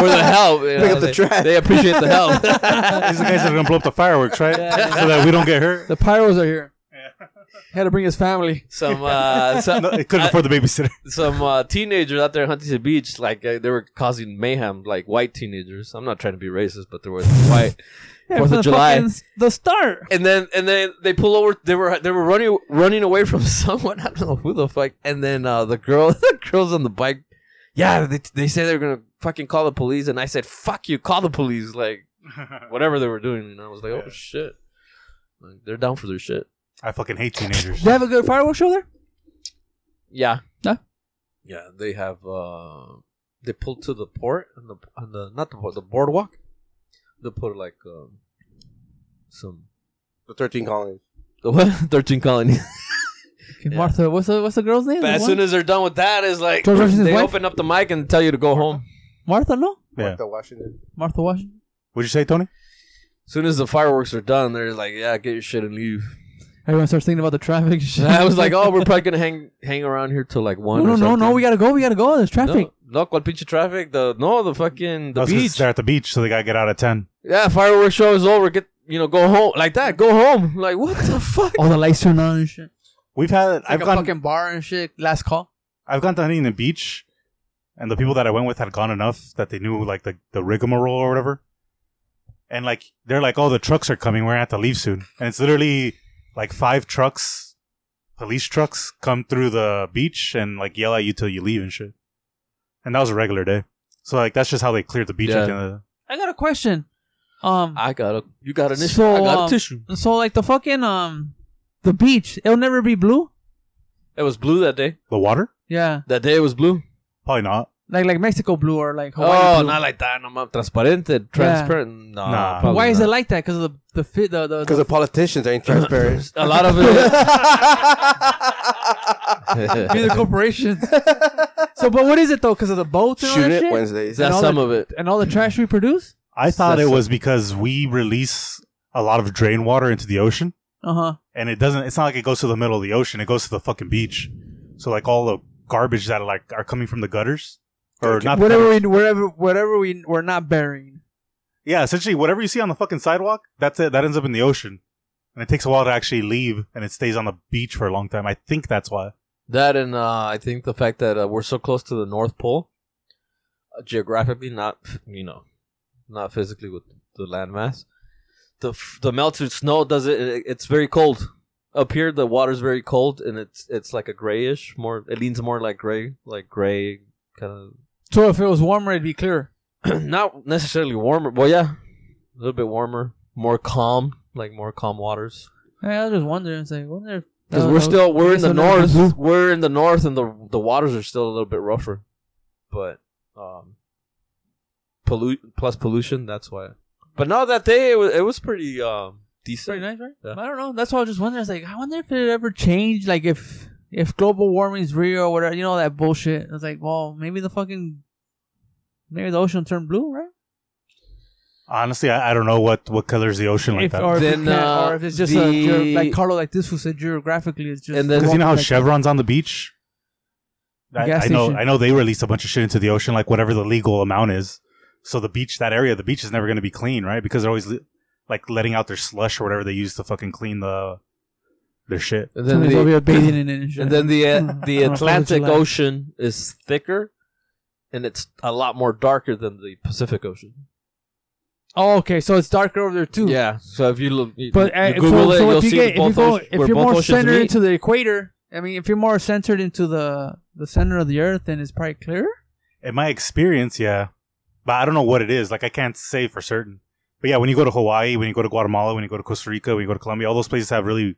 S4: we're the help you
S6: Pick
S4: know,
S6: up the
S4: they-
S6: trash.
S4: they appreciate the help
S2: These are the guys that are gonna blow up the fireworks, right? So that we don't get hurt.
S1: The pyros are here. Had to bring his family.
S4: some uh some
S2: No, they couldn't afford the babysitter.
S4: some uh, teenagers out there in Huntington Beach, like uh, they were causing mayhem, like white teenagers. I'm not trying to be racist, but they were white.
S1: Yeah,
S4: Fourth
S1: from
S4: of
S1: the
S4: July.
S1: fucking s- The start.
S4: And then and then they pull over. They were they were running running away from someone. I don't know who the fuck. And then uh, the girl the girls on the bike. Yeah, they they say they're gonna fucking call the police, and I said fuck you, call the police. Like whatever they were doing, and I was like, oh shit, like, they're down for their shit.
S2: I fucking hate teenagers.
S1: They have a good fireworks show there.
S4: Yeah.
S1: Huh?
S4: Yeah, they have uh they pulled to the port and the on the not the port, the boardwalk. They put like um some
S6: The 13 colonies.
S4: the what? Thirteen colony.
S1: Okay,
S4: Yeah.
S1: Martha, what's the what's the girl's name?
S4: But
S1: The
S4: as
S1: one-
S4: soon as they're done with that, it's like
S1: George Washington's
S4: they
S1: wife?
S4: open up the mic and tell you to go home.
S1: Martha, no,
S2: Yeah.
S6: The Washington.
S1: Martha Washington.
S2: What'd you say, Tony?
S4: As soon as the fireworks are done, they're like, "Yeah, get your shit and leave."
S1: Everyone starts thinking about the traffic. and shit.
S4: And I was like, "Oh, we're probably gonna hang hang around here till like one."
S1: no, no,
S4: or
S1: no, no,
S4: something."
S1: we gotta go, we gotta go. There's traffic.
S4: No, no, cual pinche traffic? The no, the fucking the
S2: That's 'cause
S4: beach.
S2: They're at the beach, so they gotta get out at ten.
S4: Yeah, fireworks show is over. Get you know, go home like that. Go home. Like what the fuck?
S1: All the lights turn on and shit.
S2: We've had.
S1: Like
S2: I've
S1: a
S2: gone.
S1: fucking bar and shit. Last call.
S2: I've gone to Huntington Beach, and the people that I went with had gone enough that they knew like the the rigmarole or whatever. And like they're like, "Oh, the trucks are coming. We're gonna have to leave soon." And it's literally like five trucks, police trucks, come through the beach and like yell at you till you leave and shit. And that was a regular day, so like that's just how they cleared the beach.
S4: Yeah.
S2: At the end of the-
S1: I got a question. Um,
S4: I got a you got an issue.
S1: So,
S4: I got
S1: um,
S4: a tissue.
S1: so like the fucking um, the beach, it'll never be blue.
S4: It was blue that day.
S2: the water?
S1: Yeah,
S4: That day it was blue.
S2: Probably not.
S1: like like Mexico blue or like Hawaii
S4: oh,
S1: blue.
S4: not like that. No, I'm transparente, transparent. No,
S2: Nah.
S4: probably
S1: Why is it
S4: not.
S1: like that? Because of the the fit the the,
S6: Because the politicians ain't transparent.
S4: a lot of it?
S1: be the corporation. so, but what is it though? Because of the boats and all
S6: Shoot
S1: that
S6: it
S1: shit,
S6: Wednesdays.
S1: And
S4: That's
S1: all
S4: some
S1: the-
S4: of it.
S1: and all the trash we produce.
S2: I thought
S4: That's-
S2: it was because we release a lot of drain water into the ocean.
S1: Uh huh.
S2: and it doesn't it's not like it goes to the middle of the ocean it goes to the fucking beach so like all the garbage that like are coming from the gutters or not the
S1: Whatever
S2: gutters.
S1: we whatever whatever we we're not burying.
S2: yeah essentially whatever you see on the fucking sidewalk that's it that ends up in the ocean and it takes a while to actually leave and it stays on the beach for a long time i think that's why
S4: That and uh, I think the fact that uh, we're so close to the North Pole, uh, geographically, not you know, not physically with the landmass, the f- the melted snow does it. it it's very cold up here the water's very cold and it's it's like a grayish, more it leans more like gray, like gray kind
S1: So if it was warmer, it'd be clearer.
S4: of not necessarily warmer. Well, yeah, a little bit warmer, more calm, like more calm waters.
S1: Yeah, I was just wondering. It's like, wonder.
S4: Because we're still we're in the north,
S1: Mm-hmm.
S4: we're in the north, and the the waters are still a little bit rougher, but um, pollute plus pollution. That's why. But no, that day it was it was pretty um decent.
S1: Pretty nice, right?
S4: Yeah.
S1: I don't know. That's why I was just wondering. It's like, I wonder if it ever changed. Like, if if global warming is real or whatever, you know that bullshit. I was like, well, maybe the fucking maybe the ocean turned blue, right?
S2: Honestly, I, I don't know what, what colors the ocean like
S1: if,
S2: that.
S1: or, if it
S4: Then,
S1: can't-
S4: uh,
S1: or if it's just a,
S4: the-
S1: geo- like Carlo, like this who said geographically, it's just
S4: And then-
S2: Because you know how
S1: like-
S2: Chevron's on the beach. I,
S1: Gas
S2: I know.
S1: station.
S2: I know they released a bunch of shit into the ocean, like whatever the legal amount is. So the beach, that area, of the beach is never going to be clean, right? Because they're always li- like letting out their slush or whatever they use to fucking clean the their shit.
S4: And
S1: Somebody's over here bathing in it and shit.
S4: and then the uh, the
S1: On Fourth of
S4: Atlantic
S1: July.
S4: Ocean is thicker, and it's a lot more darker than the Pacific Ocean.
S1: oh, okay, so it's darker over there too.
S4: Yeah. So if you look, you,
S1: But
S4: you
S1: uh,
S4: Google
S1: so,
S4: it,
S1: so
S4: you'll
S1: if you
S4: see
S1: get, if,
S4: both
S1: you go,
S4: ocean-
S1: if
S4: where
S1: you're
S4: both
S1: more
S4: oceans
S1: centered
S4: meet.
S1: into the equator, I mean, if you're more centered into the the center of the earth, then it's probably clearer.
S2: In my experience, yeah, but I don't know what it is. Like I can't say for certain. But yeah, when you go to Hawaii, when you go to Guatemala, when you go to Costa Rica, when you go to Colombia, all those places have really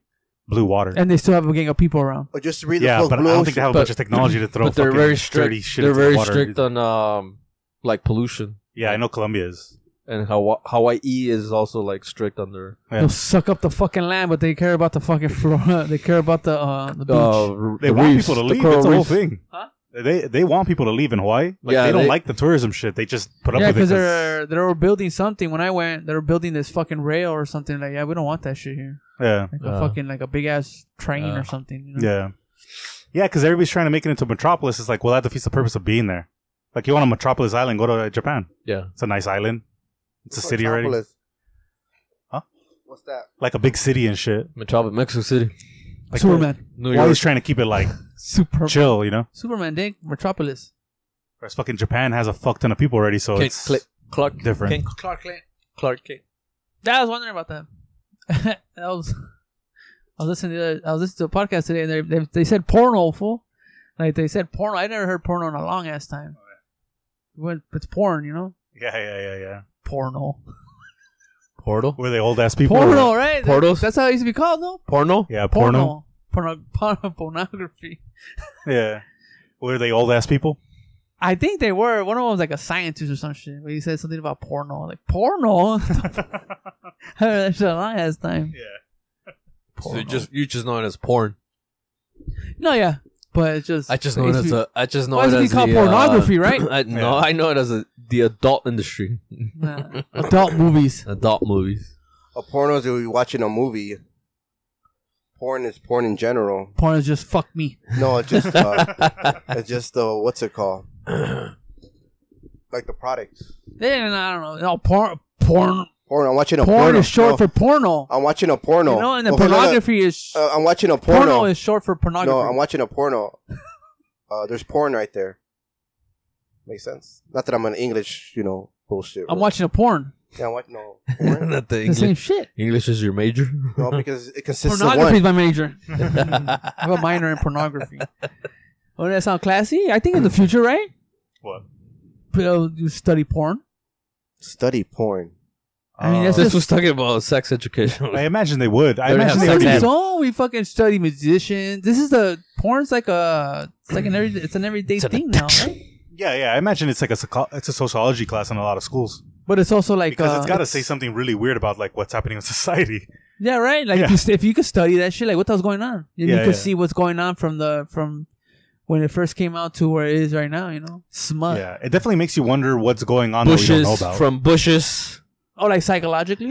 S2: blue water.
S1: And they still have a gang of people around.
S6: Or just to read the
S2: yeah,
S6: full
S2: but I
S6: blue
S2: don't think they have a
S4: but-
S2: bunch of technology to throw.
S4: but they're
S2: fucking
S4: very
S2: dirty
S4: strict.
S2: shit
S4: They're
S2: into the
S4: very
S2: water.
S4: strict on um like pollution,
S2: Yeah, I know Colombia is.
S4: and Hawa- Hawaii is also like strict on their
S2: Yeah.
S1: They'll suck up the fucking land, but they care about the fucking flora. they care about the uh, the beach.
S4: uh, r-
S2: They
S4: the
S2: want
S4: reefs,
S2: people to
S4: the
S2: leave.
S4: coral
S2: It's a whole
S4: reefs.
S2: thing.
S1: Huh?
S2: They they want people to leave in Hawaii. Like
S4: Yeah,
S2: they don't
S4: they-
S2: like the tourism shit. They just put up
S1: yeah,
S2: with it.
S1: because they're they were building something. When I went, they were building this fucking rail or something. Like, yeah, we don't want that shit here.
S2: yeah,
S1: Like a
S4: Uh,
S1: fucking like a big ass train
S4: uh,
S1: or something. You know?
S2: yeah, yeah. Because everybody's trying to make it into a metropolis. It's like, well, that defeats the purpose of being there. Like you want a metropolis island, go to uh, Japan.
S4: Yeah.
S2: It's a nice island. It's a city already,
S3: Metropolis.
S2: Huh?
S3: What's that?
S2: like a big city and shit.
S4: Metropolis, Mexico City,
S2: Like
S1: Superman,
S4: New
S2: They're
S4: York.
S2: always trying to keep it like
S1: super
S2: chill, you know.
S1: Superman, Dick Metropolis.
S2: Whereas fucking Japan has a fuck ton of people already, so
S4: Kent,
S2: it's
S4: Cl- Clark,
S2: different.
S4: Kent,
S1: Clark Kent.
S4: Clark Kent.
S1: Yeah, I was wondering about that. that was, I was listening to the, I was listening to a podcast today, and they, they they said porno fool, like they said porno. I never heard porno in a long ass time. When it's porn, you know,
S2: yeah, yeah, yeah, yeah.
S1: porno,
S4: Portal,
S2: Were they old ass people?
S1: porno, right?
S4: Pornos?
S1: That's how it used to be called, no?
S4: porno.
S2: Yeah, porno.
S1: porno, porno, pornography.
S2: Yeah. Were they old ass people?
S1: I think they were. One of them was like a scientist or some shit. But he said something about porno, like porno. I heard that shit a long ass time.
S2: Yeah.
S4: So you just you just know it as porn.
S1: No, yeah, but it's just
S4: I just know it
S1: it's-
S4: as a. I just know
S1: Why
S4: it
S1: is it
S4: as
S1: called
S4: the,
S1: pornography,
S4: uh,
S1: right?
S4: I, no, I know it as a, the adult industry,
S1: Nah. adult movies.
S4: adult movies.
S6: A porno is you watching a movie. Porn is porn in general.
S1: Porn is just fuck me.
S6: No, it's just uh, it's just uh, what's it called? like the product.
S1: Then I don't know. No, porn, porn,
S6: Porn. I'm watching a
S1: porn
S6: porno.
S1: is short
S6: No,
S1: for porno.
S6: I'm watching a porno.
S1: You know, and the
S6: Okay, no, no,
S1: pornography is
S6: uh, I'm watching a
S1: porno.
S6: porno.
S1: is short for pornography.
S6: no, I'm watching a porno. Uh, there's porn right there. Makes sense. Not that I'm an English, you know, bullshit.
S1: I'm watching a porn.
S6: Yeah, I'm watching no. porn.
S4: Not the English.
S1: It's the same shit.
S4: English is your major.
S6: no, because it consists of
S1: Pornography is
S6: one.
S1: my major. I have a minor in pornography. Wouldn't that sound classy? I think in the future, right?
S2: What?
S1: People you study porn.
S6: Study porn.
S1: I mean, that's
S4: this
S1: just
S4: was talking about sex
S2: I
S4: education.
S2: imagine they would. I
S4: They would
S2: imagine they
S4: have sex
S2: already
S1: It's
S4: ed.
S2: do.
S1: all we fucking study musicians. This is the porn's like a it's like an every it's an everyday thing now, right?
S2: Yeah, yeah. I imagine it's like a psycho- it's a sociology class in a lot of schools
S1: But it's also like
S2: because
S1: uh,
S2: it's got to say something really weird about like what's happening in society.
S1: Yeah, right. Like
S2: Yeah.
S1: If, you, st- if you could study that shit, like what the hell's going on? And you
S2: Yeah,
S1: could
S2: yeah.
S1: see what's going on from the from when it first came out to where it is right now. You know, smut.
S2: yeah, it definitely makes you wonder what's going on that we don't know
S4: bushes
S2: about.
S4: from bushes
S1: Oh, like psychologically.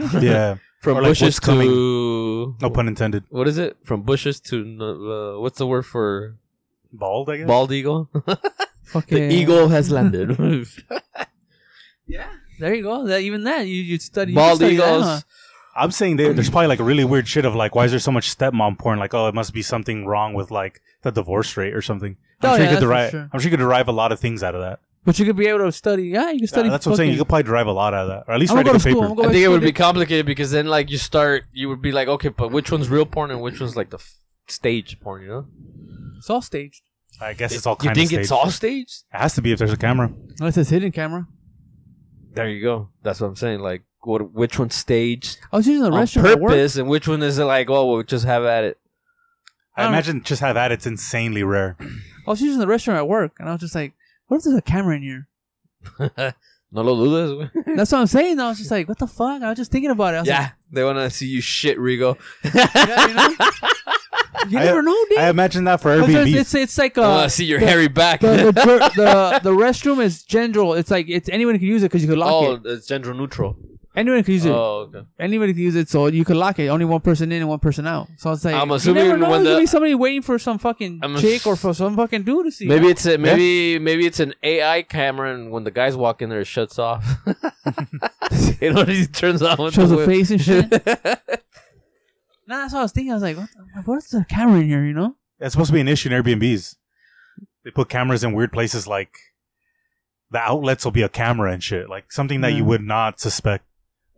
S2: yeah,
S4: from
S2: Or like
S4: bushes
S2: what's
S4: to
S2: coming. Oh, no pun intended.
S4: what is it? From bushes to uh, what's the word for
S2: Bald, I guess.
S4: bald eagle? the
S1: Fucking
S4: eagle has landed.
S1: There you go. That, even that you you study you could
S4: bald
S1: study that,
S4: eagles.
S1: huh?
S2: I'm saying they, there's probably like really weird shit of like why is there so much stepmom porn? Like oh, it must be something wrong with like the divorce rate or something. I'm
S1: Oh,
S2: sure
S1: yeah,
S2: you could
S1: that's for
S2: derive.
S1: sure.
S2: I'm sure you could derive a lot of things out of that.
S1: But you could be able to study. Yeah, you can study.
S2: Yeah, that's what I'm saying. You
S1: fucking-
S2: could probably derive a lot out of that, or at least
S1: I'm
S2: write
S1: gonna
S2: it
S1: go
S2: on
S1: to school. I'm
S2: paper.
S1: gonna
S4: I
S1: go
S4: think it would
S1: study.
S4: be complicated because then, like, you start, you would be like, okay, but which one's real porn and which one's like the f- stage porn? You know,
S1: It's all staged.
S2: I guess it's all
S4: you
S2: kind
S4: think
S2: of staged.
S4: it's all staged?
S2: It has to be if there's a camera.
S1: Unless it's Oh, hidden camera.
S4: There you go. That's what I'm saying. Like, what? Which one's staged
S1: I was using the
S4: on
S1: restroom at work.
S4: purpose, and which one is it like? Oh, we'll just have at it.
S1: I
S2: I
S1: don't-
S2: imagine just have that. It's insanely rare.
S1: I was using the restroom at work, and I was just like, "What if there's a camera in here?"
S4: no lo dudas. güey.
S1: That's what I'm saying. I was just like, "What the fuck?" I was just thinking about it. I was Uh,
S4: Yeah, they want to see you shit, Rigo.
S1: like, yeah, you, know? You
S2: I-
S1: never know, dude.
S2: I imagine that for
S1: 'Cause
S2: Airbnb.
S1: it's, it's it's like
S4: They want
S1: uh,
S4: to see your hairy back.
S1: the, the, ger- the the restroom is general. It's like it's anyone can use it because you could lock
S4: oh,
S1: it.
S4: it's gender neutral.
S1: Anyone can use it.
S4: Oh, okay.
S1: Anybody can use it, so you could lock it. Only one person in and one person out. So it's like
S4: I'm
S1: you
S4: assuming
S1: never know,
S4: when
S1: there's
S4: the-
S1: gonna be somebody waiting for some fucking
S4: I'm ass-
S1: chick or for some fucking dude to see.
S4: Maybe it's a, maybe maybe it's an AI camera, and when the guys walk in there, it shuts off. it already turns on. With
S1: shows
S4: the
S1: a
S4: whip.
S1: face and shit. nah, that's what I was thinking. I was like, what, the, what is the camera in here? You know?
S2: That's supposed to be an issue in Airbnbs. They put cameras in weird places like the outlets will be a camera and shit, like something that you
S1: Yeah.
S2: would not suspect.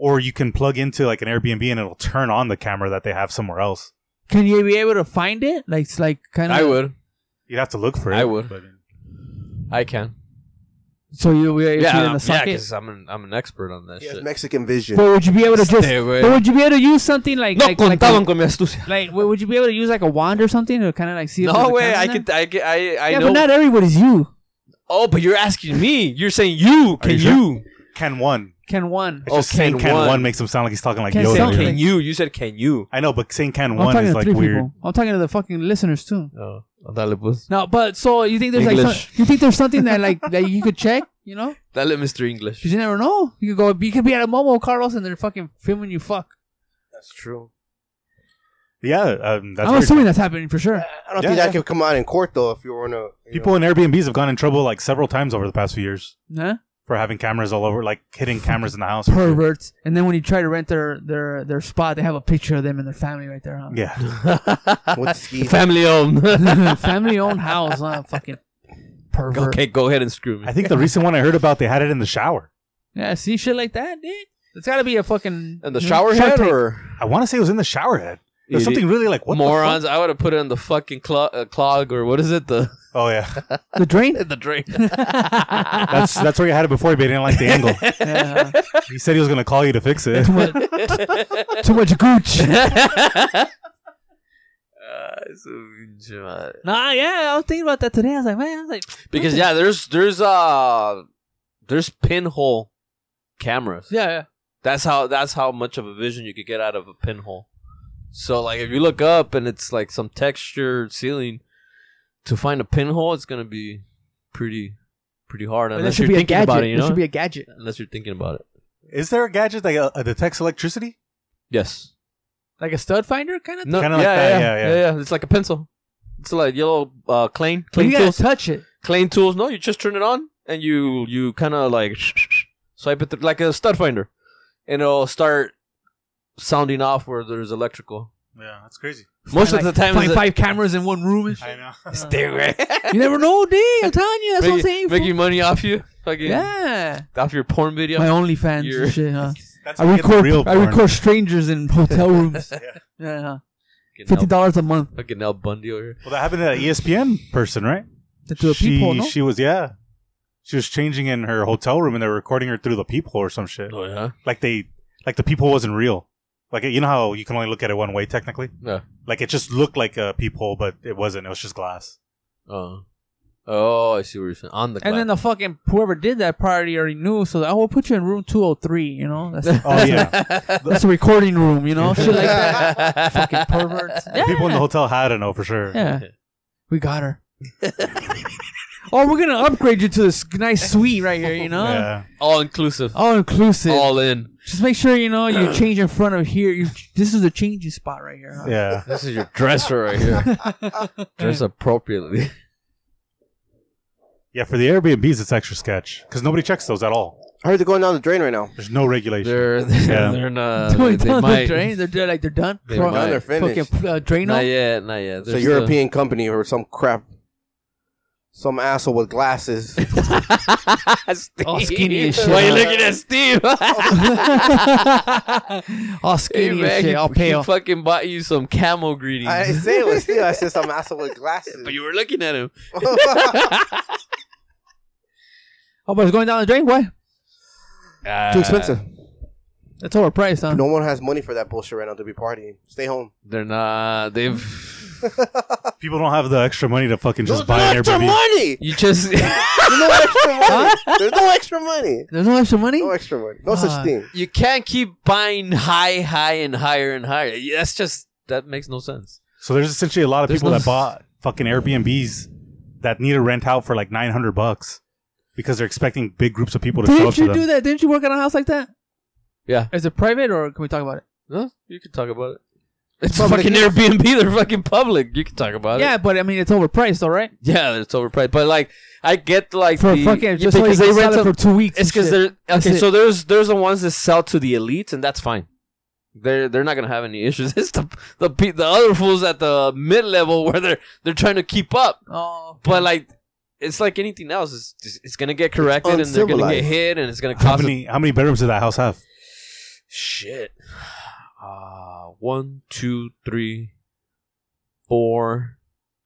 S2: Or you can plug into like an Airbnb and it'll turn on the camera that they have somewhere else.
S1: Can you be able to find it? Like it's like kind of.
S4: I would.
S2: You'd have to look for it.
S4: I would.
S2: but-
S4: I can.
S1: So you would be
S4: Yeah, um,
S1: in the
S4: yeah,
S1: socket.
S4: because I'm an I'm an expert on that
S6: He has
S4: shit.
S6: Mexican vision.
S1: but would you be able to just?
S4: Este, güey.
S1: But would you be able to use something like
S4: No
S1: like like, a,
S4: contaban con mi astucia.
S1: like would you be able to use like a wand or something to kind of like see? if
S4: No
S1: there's a
S4: way.
S1: camera
S4: I
S1: in there?
S4: can. I can. I. I
S1: yeah,
S4: know.
S1: but not everybody's you.
S4: oh, but you're asking me. You're saying you can
S2: you
S4: you,
S2: sure? Can one.
S1: Can one?
S2: It's
S4: Oh,
S2: just saying
S4: can
S2: can
S4: one.
S2: one. makes him sound like he's talking like
S1: Can
S2: Yoda.
S1: sound
S2: you know?
S1: like-
S4: can you? You said can you?
S2: I know, but saying can
S1: I'm
S2: one
S1: talking
S2: is
S1: to
S2: like
S1: three
S2: weird.
S1: people. I'm talking to the fucking listeners too.
S4: Oh, dale pues.
S1: No, but so you think there's like
S4: English.
S1: some, you think there's something that like that you could check, you know?
S4: Dale, Mr. English.
S1: Because you never know. You could go. You could be at a Momo Carlos and they're fucking filming you. Fuck.
S6: That's true.
S2: Yeah, um, that's
S1: I'm
S2: weird.
S1: assuming that's happening for sure.
S6: I don't
S2: Yeah,
S6: think
S2: yeah.
S6: that could come out in court though. If you were in a you
S2: People in Airbnbs have gone in trouble like several times over the past few years
S1: Huh?
S2: for having cameras all over, like hitting cameras in the house.
S1: Perverts. And then when you try to rent their their their spot, they have a picture of them and their family right there. Huh?
S2: Yeah.
S6: know, with skis.
S4: Family owned.
S1: family owned house. Huh? Fucking pervert.
S4: okay, go ahead and screw me.
S2: I think the recent one I heard about, they had it in the shower.
S1: Yeah. See shit like that, dude. It's got to be a fucking
S4: And the
S1: you know,
S4: shower
S1: Shark
S4: head
S1: Tank.
S4: or
S2: I want to say it was in the shower head. There's
S4: Idiot.
S2: something really like what the
S4: morons. I would have put it in the fucking clo- uh, clog or what is it? The
S2: fuck? Oh yeah,
S1: the drain.
S4: the drain.
S2: that's that's where you had it before, but he didn't like the angle.
S1: Yeah.
S2: He said he was gonna call you to fix it.
S1: too much, too much gooch. Nah, yeah, I was thinking about that today. I was like, man, I was like,
S4: because yeah, there's there's uh there's pinhole cameras.
S1: yeah, yeah.
S4: That's how that's how much of a vision you could get out of a pinhole. So like if you look up and it's like some textured ceiling, to find a pinhole it's gonna be pretty pretty hard
S1: But
S4: unless you're
S1: should be a
S4: thinking
S1: gadget.
S4: about it, you
S1: There
S4: know?
S1: should be a gadget.
S4: unless you're thinking about it.
S2: Is there a gadget that uh, detects electricity?
S4: Yes.
S1: Like a stud finder kind of thing?
S4: No,
S2: Kinda like that, yeah, yeah.
S4: It's like a pencil. It's like yellow uh clean
S1: But
S4: clean
S1: you gotta
S4: tools.
S1: touch it.
S4: clean tools. No, you just turn it on and you you kind of like swipe it th- like a stud finder, and it'll start sounding off where there's electrical.
S2: Yeah, that's crazy.
S4: Most of
S1: Like,
S4: the time,
S1: find
S4: it's
S1: five cameras in one room and shit.
S2: I know.
S4: Stay away.
S1: You never know, dude. I'm telling you, that's what I'm saying.
S4: making,
S1: fool.
S4: making money off you, fucking
S1: yeah.
S4: off your porn video.
S1: My OnlyFans
S4: You're-
S1: and shit, huh?
S2: That's
S1: I
S2: how you get the
S1: record,
S2: real
S1: I
S2: porn.
S1: record strangers in hotel rooms. yeah. huh?
S4: fucking,
S1: Fifty
S4: El,
S1: dollars a month
S4: fucking El Bundy over here.
S2: Well, that happened to that E ESPN person, right?
S1: to do a
S2: she
S1: peephole, no?
S2: she was yeah, she was changing in her hotel room and they were recording her through the peephole or some shit.
S4: Oh yeah,
S2: Like they like the peephole wasn't real. Like you know how you can only look at it one way technically.
S4: no.
S2: Like it just looked like a peephole, but it wasn't. It was just glass.
S4: Oh, oh, I see what you're saying. On the
S1: And then the fucking whoever did that probably already knew, so I will put you in room two hundred three. You know, that's
S2: Oh yeah.
S1: that's a recording room. You know, shit like that.
S4: that.
S1: fucking perverts.
S2: The
S1: Yeah.
S2: people in the hotel had to know for sure.
S1: Yeah. We got her. oh, we're gonna upgrade you to this nice suite right here, you know?
S2: Yeah.
S4: all inclusive,
S1: All inclusive.
S4: all in.
S1: Just make sure you know you change in front of here. You, this is the changing spot right here. Huh?
S2: Yeah.
S4: This is your dresser right here. Dress appropriately.
S2: Yeah, for the Airbnbs, it's extra sketch because nobody checks those at all.
S6: I heard they're going down the drain right now.
S2: There's no regulation.
S4: They're they're,
S2: Yeah.
S4: they're not.
S1: Doing
S4: They,
S1: they,
S4: they might.
S1: drain. They're, they're like they're done.
S4: They
S1: Pro-
S4: might.
S6: They're finished.
S1: Fucking uh, drain
S4: Not
S1: off.
S4: yet. Not yet.
S6: It's a
S4: There's
S6: European company or some crap. some asshole with glasses.
S4: Steve.
S1: All skinny as shit,
S4: Why you
S1: huh?
S4: looking at Steve?
S1: all
S4: hey,
S1: skinny
S4: man,
S1: and shit,
S4: he,
S1: all
S4: he
S1: pale.
S4: fucking bought you some camel greetings.
S6: I didn't say it was Steve. I said some asshole with glasses.
S4: but you were looking at him.
S1: Oh, but it's going down the drain. Why?
S4: Uh,
S6: Too expensive.
S1: It's overpriced, huh?
S6: No one has money for that bullshit right now to be partying. Stay home.
S4: They're not. They've.
S2: People don't have the extra money to fucking
S6: There's
S2: just buy
S6: no
S2: an
S6: extra
S2: Airbnb.
S6: money.
S4: You just.
S6: There's no extra money. There's no extra money.
S1: There's no extra money.
S6: No extra money. No
S1: Ah.
S6: such thing.
S4: you can't keep buying high, high, and higher and higher. Yeah, That's just that makes no sense.
S2: So there's essentially a lot of
S4: There's
S2: people
S4: no-
S2: that bought fucking Airbnbs that need to rent out for like 900 bucks because they're expecting big groups of people to show up
S1: Didn't
S2: to
S1: you
S2: them.
S1: do that? Didn't you work at a house like that?
S4: Yeah.
S1: Is it private or can we talk about it?
S4: No, you can talk about it. It's
S6: Public
S4: fucking
S6: use.
S4: Airbnb. They're fucking public. You can talk about
S1: Yeah,
S4: it.
S1: but I mean it's overpriced, all right?
S4: Yeah, it's overpriced. But like, I get like
S1: For
S4: the,
S1: fucking
S4: yeah,
S1: just so you
S4: because
S1: can
S4: they
S1: sell
S4: rent up-
S1: it for two weeks.
S4: It's because they're okay.
S1: That's it.
S4: So there's there's the ones that sell to the elites, and that's fine. They're they're not gonna have any issues. It's the the pe- the other fools at the mid level where they're they're trying to keep up,
S1: Oh, okay.
S4: but like. It's like anything else. It's, just- it's gonna get corrected, and they're gonna get
S6: uncivilized.
S4: hit, and it's gonna
S2: How
S4: cost
S2: many, how many bedrooms did that house have?
S4: Shit. Uh, one, two, three, four.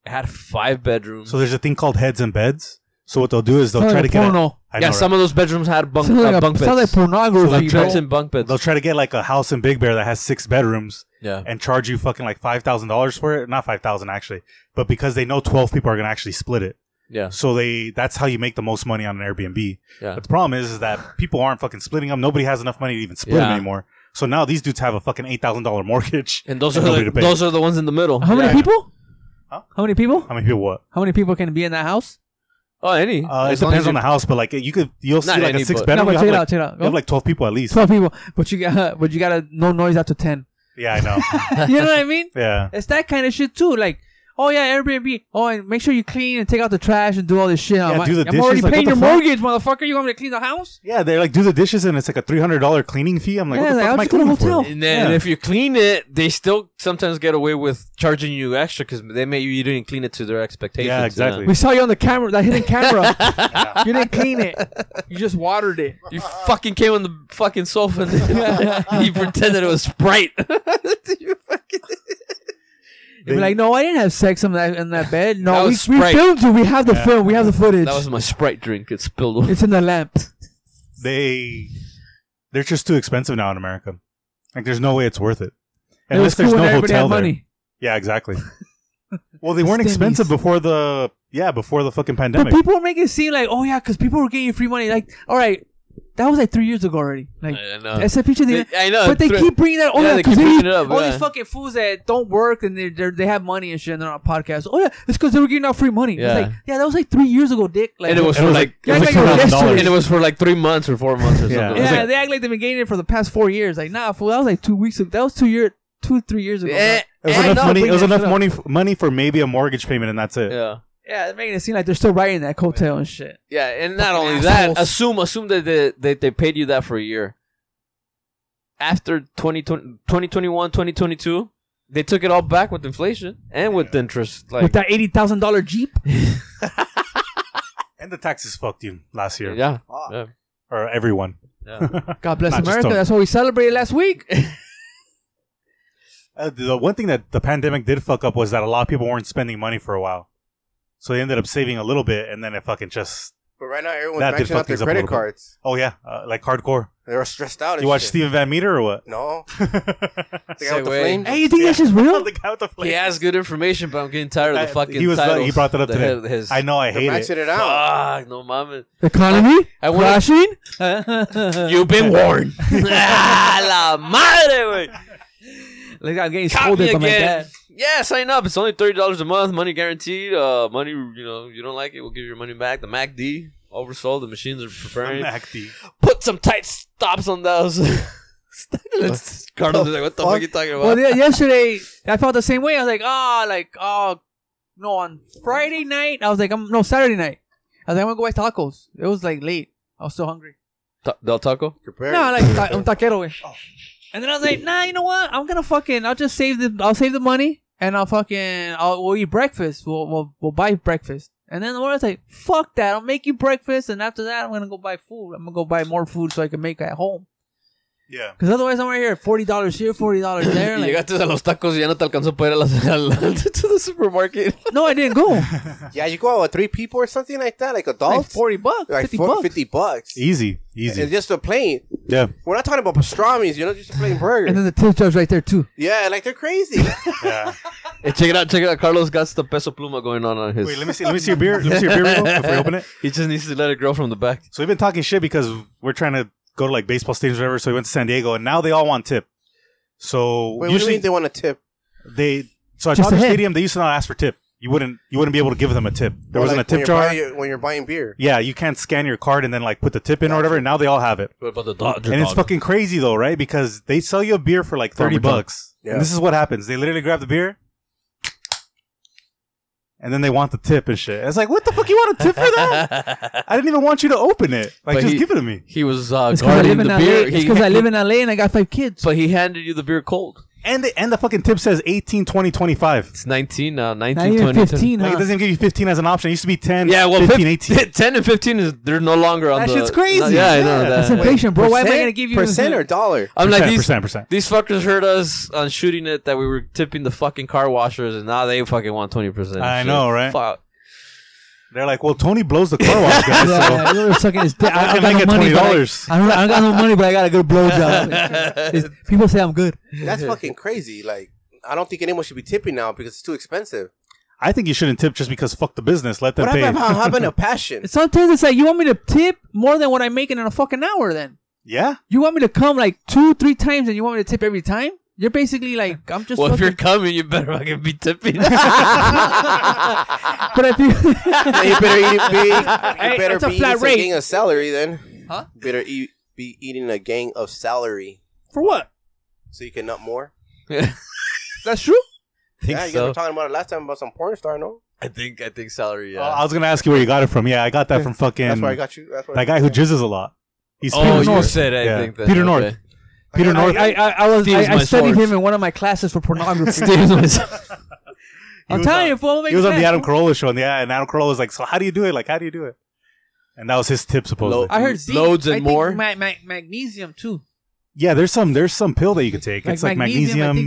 S4: It had five bedrooms.
S2: So there's a thing called heads and beds. So what they'll do is they'll
S1: Sounds
S2: try
S1: like
S2: to
S1: a
S2: get a,
S1: porno.
S2: I know,
S4: yeah,
S2: right?
S4: some of those bedrooms had bunk,
S1: Sounds
S4: uh,
S1: like,
S4: bunk
S1: a, sounds like
S4: beds.
S1: pornography,
S2: So like
S1: bro.
S4: Built-in bunk beds.
S2: they'll try to get like a house in Big Bear that has six bedrooms
S4: yeah.
S2: and charge you fucking like five thousand dollars for it. Not five thousand actually, but because they know twelve people are gonna actually split it,
S4: Yeah.
S2: so they that's how you make the most money on an Airbnb.
S4: Yeah.
S2: But the problem is, is that people aren't fucking splitting them. Nobody has enough money to even split them
S4: Yeah.
S2: anymore. So now these dudes have a fucking eight thousand dollar mortgage.
S4: And those are
S2: And nobody
S4: the,
S2: to pay. Uh-huh.
S4: those are the ones in the middle.
S1: How many
S4: Yeah.
S1: people?
S2: Huh?
S1: How many people?
S2: How many people? What?
S1: How many people can be in that house?
S4: Oh,
S2: Uh, it
S4: any. As long as
S2: depends on
S4: you-
S2: the house, but like you could you'll see
S4: Not
S2: like
S4: any,
S2: a six
S4: but-
S1: No,
S2: bedroom.
S1: but
S2: you,
S1: check
S2: have
S1: it
S2: like,
S1: out, check it out.
S2: you have like twelve people at least.
S1: Twelve people, but you got but you got a no noise after ten.
S2: Yeah, I know.
S1: You know what I mean?
S2: yeah.
S1: It's that kind of shit too. Like, oh yeah, Airbnb. Oh, and make sure you clean and take out the trash and do all this shit. I'm,
S2: do the
S1: I'm already
S2: dishes, like,
S1: paying
S2: what
S1: your
S2: the
S1: mortgage, motherfucker. You want me to clean the house?
S2: Yeah, they like do the dishes and it's like a three hundred dollar cleaning fee. I'm like, what the
S1: Yeah, like,
S2: fuck
S1: I'll
S2: am I
S1: just go to
S2: cleaning
S1: a
S2: for?
S1: hotel.
S4: And then
S2: Yeah.
S4: if you clean it, they still sometimes get away with charging you extra because they may you didn't clean it to their expectations.
S2: Yeah, exactly.
S1: We saw you on the camera, that hidden camera. you didn't clean it. You just watered it.
S4: You fucking came on the fucking sofa and you pretended it was Sprite. You fucking-
S1: You'd be like, no, I didn't have sex in that in that bed.
S4: That
S1: No, we,
S4: was
S1: we
S4: Sprite.
S1: filmed it. We have the film. We have the footage.
S4: that was my Sprite drink. It spilled. over.
S1: it's in the lamp.
S2: they they're just too expensive now in America. Like there's no way it's worth it.
S1: It was
S2: Unless
S1: cool
S2: there's
S1: when
S2: no
S1: everybody had
S2: hotel there.
S1: money.
S2: Yeah, exactly. well, they weren't
S1: Stimmies.
S2: expensive before the yeah, before the fucking
S1: But
S2: pandemic.
S1: people make it seem like, oh yeah, because people were getting free money. Like, all right, that was like three years ago already. Like,
S4: I know.
S1: that's a picture.
S4: They- I know.
S1: But Uh, they
S4: Thro-
S1: keep bringing that. Oh
S4: Yeah,
S1: yeah,
S4: they
S1: because
S4: keep
S1: all
S4: bringing it up, yeah.
S1: these fucking fools that don't work and they they they have money and shit. and They're on podcasts. Oh yeah, it's because they were getting out free money.
S4: Yeah.
S1: It's like, yeah, that was like three years ago, dick. Like,
S4: and it was
S2: And
S4: for like,
S1: Yeah,
S4: it was
S1: like
S4: for
S1: it was
S4: like-
S1: yesterday.
S4: and it was for like three months or four months or something.
S2: Yeah.
S4: It's
S1: yeah,
S4: like,
S1: they act like they've been getting it for the past four years. Like, nah, fool, that was like two weeks ago. That was two year, two three years ago.
S4: eh,
S2: it was
S4: eh,
S2: enough
S4: no,
S2: money.
S4: bring
S2: It was
S4: that
S2: enough
S4: shit up.
S2: money f- money for maybe a mortgage payment, and that's it.
S4: Yeah.
S1: Yeah, they're making it seem like they're still riding that coattail and shit.
S4: Yeah, and not
S1: Fucking
S4: only
S1: assholes.
S4: that, assume assume that they, they, they paid you that for a year. After 2020, 2021, 2022, they took it all back with inflation and with interest. Like,
S1: With that eighty thousand dollar jeep.
S2: And the taxes fucked you last year,
S4: yeah,
S6: Fuck.
S4: yeah,
S2: or everyone.
S4: yeah.
S1: God bless
S2: Not just
S1: America.
S2: Tony.
S1: That's what we celebrated last week.
S2: Uh, the one thing that the pandemic did fuck up was that a lot of people weren't spending money for a while, so they ended up saving a little bit, and then it fucking just
S6: But right now, everyone's
S2: That did
S6: maxing
S2: fuck
S6: out their
S2: things up a
S6: credit
S2: little bit.
S6: cards.
S2: oh yeah, uh, like hardcore.
S6: They're stressed out. And
S2: You watch
S6: shit.
S2: Steven Van Meter or what?
S6: No.
S2: the
S6: They got the
S4: Segway.
S6: flame.
S1: hey, you think that's just real?
S2: guy with the
S4: He
S2: flame.
S4: has good information, but I'm getting tired of
S2: I-
S4: the fucking.
S2: he was uh,
S4: titles,
S2: he brought that up
S4: the
S2: today.
S4: head- his-
S2: I know I
S6: They're
S2: hate it.
S6: maxing it, out.
S4: Fuck, no, mama.
S1: The economy
S4: I wanna-
S1: crashing.
S4: You've been warned. ah, la madre, wey.
S1: like I'm getting
S4: Caught me
S1: scolded by my
S4: again.
S1: dad.
S4: Yeah, sign up. It's only thirty dollars a month, money guaranteed. Uh, money, you know, you don't like it, we'll give you your money back. The MACD oversold. The machines are preparing.
S2: MACD.
S4: Put some tight stops on those. Let's- Carlos is like, what the fuck, you talking about?
S1: Well, yeah, yesterday I felt the same way. I was like, ah, like oh, no. On Friday night, I was like, I'm no Saturday night. I was like, I'm gonna go buy tacos. It was like late. I was so hungry.
S4: Ta- Del Taco.
S6: Prepare.
S1: No, like ta- un taquero. güey. And then I was like, nah, you know what? I'm gonna fucking. I'll just save the. I'll save the money and I'll fucking. I'll we'll eat breakfast. We'll we'll, we'll buy breakfast. And then the morning, I was like, fuck that. I'll make you breakfast. And after that, I'm going to go buy food. I'm going to go buy more food so I can make at home.
S2: Yeah.
S1: Because otherwise, I'm right here $40 here, $40 there.
S4: Y
S1: Like,
S4: llegaste a los tacos y ya no te alcanzó para ir a las- al- al- to the supermarket.
S1: no, I didn't go.
S3: Yeah, you go out with three people or something like that, like
S1: like
S3: adults.
S1: 40 bucks,
S3: like
S1: 50
S3: four-
S1: bucks.
S3: 50 bucks.
S2: Easy.
S3: It's
S2: Easy.
S3: just a plain.
S2: Yeah.
S3: We're not talking about pastrami's, you know, just a plain burger.
S1: And then the tip job's right there, too.
S3: yeah, like they're crazy.
S2: yeah.
S4: Hey, check it out, check it out. Carlos got the peso pluma going on on his.
S2: Wait, let me see. Let me see your beer. Let me see your beer real quick before we open it.
S4: He just needs to let it grow from the back.
S2: So we've been talking shit because we're trying to go to like baseball stadiums or whatever. So we went to San Diego, and now they all want tip. So
S3: Wait,
S2: usually
S3: usually they want a tip.
S2: they so at
S1: Just a
S2: Dodger
S1: hint.
S2: Stadium they used to not ask for tip. You wouldn't you wouldn't be able to give them a tip. There
S3: Or,
S2: wasn't
S3: like,
S2: a
S3: when
S2: tip
S3: you're
S2: jar.
S3: buying- when you're buying beer.
S2: yeah, you can't scan your card and then like put the tip in or whatever. And now they all have it,
S4: What about the Dodger?
S2: and it's fucking crazy though, right? Because they sell you a beer for like thirty
S4: Farmer John.
S2: bucks.
S3: Yeah.
S2: And this is what happens: they literally grab the beer, and then they want the tip and shit. It's like, what the fuck? You want a tip for that? I didn't even want you to open it. Like,
S4: But
S2: just
S4: he-
S2: give it to me.
S4: he was uh,
S1: It's because I,
S4: guarding
S1: live in
S4: the
S1: LA.
S4: beer.
S1: It's
S4: He-
S1: 'cause I live in LA and I got five kids.
S4: but he handed you the beer cold.
S2: And the and the fucking tip says 18, 20, 25.
S4: It's uh, 19 now,
S1: Not
S4: 19,
S1: even
S4: 20.
S1: 15,
S2: Like, it
S1: huh?
S2: doesn't even give you fifteen as an option. It used to be ten.
S4: Yeah, well,
S2: 15, 18.
S4: 15, 10 and 15 is they're no longer on
S2: That
S4: the.
S2: shit's crazy.
S4: no, yeah, I know
S2: Yeah.
S1: That's
S4: that.
S1: inflation, bro. Why am I
S3: Percent-
S1: going to give you
S3: percent or dollar?
S4: I'm
S2: percent,
S4: like these
S2: percent, percent.
S4: these fuckers heard us on shooting it that we were tipping the fucking car washers, and now they fucking want twenty percent.
S2: I know, right?
S4: Fuck.
S2: They're like, well, Tony blows the car wash guys.
S1: Yeah,
S2: so.
S1: you were sucking his dick.
S2: I
S1: I, I
S2: can
S1: got
S2: make
S1: no
S2: it
S1: money, but
S2: $20.
S1: I, I, don't, I got no money, but I got a good blowjob. It's- people say I'm good.
S3: That's fucking crazy. Like, I don't think anyone should be tipping now because it's too expensive.
S2: I think you shouldn't tip just because fuck the business. Let them
S3: What
S2: pay.
S3: about how having a passion?
S1: Sometimes it's like you want me to tip more than what I'm making in a fucking hour. Then
S2: yeah,
S1: you want me to come like two, three times, and you want me to tip every time. You're basically like I'm just.
S4: Well, if
S1: fucking-
S4: you're coming, you better fucking be tipping.
S1: but if you,
S3: Yeah, you better eat, be, you
S1: Hey,
S3: better
S1: that's a
S3: be
S1: flat
S3: eating some
S1: rate.
S3: gang of celery then.
S1: Huh?
S3: Better eat, be eating a gang of celery
S1: for what?
S3: so you can nut more.
S1: That's true.
S3: yeah,
S4: think
S3: you guys
S4: so.
S3: were talking about it last time about some porn star, no?
S4: I think I think salary. Yeah.
S2: Uh, I was gonna ask you where you got it from. Yeah, I got that from fucking
S3: That's why I got you. That's why I
S2: that
S3: got
S2: guy who
S3: you.
S2: jizzes a lot. He's
S4: oh,
S2: Peter
S4: you
S2: North.
S4: said I
S2: Yeah.
S4: think that.
S2: Peter North. Peter
S3: I-
S2: North.
S1: I, I, I was
S4: Steve's
S1: I, I
S4: my
S1: studied
S4: sword.
S1: him in one of my classes for pornography.
S4: North.
S1: I'm
S2: was
S1: telling
S2: on-
S1: you, fool, I'm
S2: he was on
S1: making
S2: the Adam
S1: cash.
S2: Carolla show, and yeah, and Adam Carolla was like, "So how do you do it? Like, how do you do it?" And that was his tip, supposedly.
S4: Low-
S1: I heard zinc.
S4: Loads and
S1: I think
S4: more.
S1: Ma- ma- magnesium too.
S2: yeah, there's some there's some pill that you could take. it's like magnesium.
S1: I think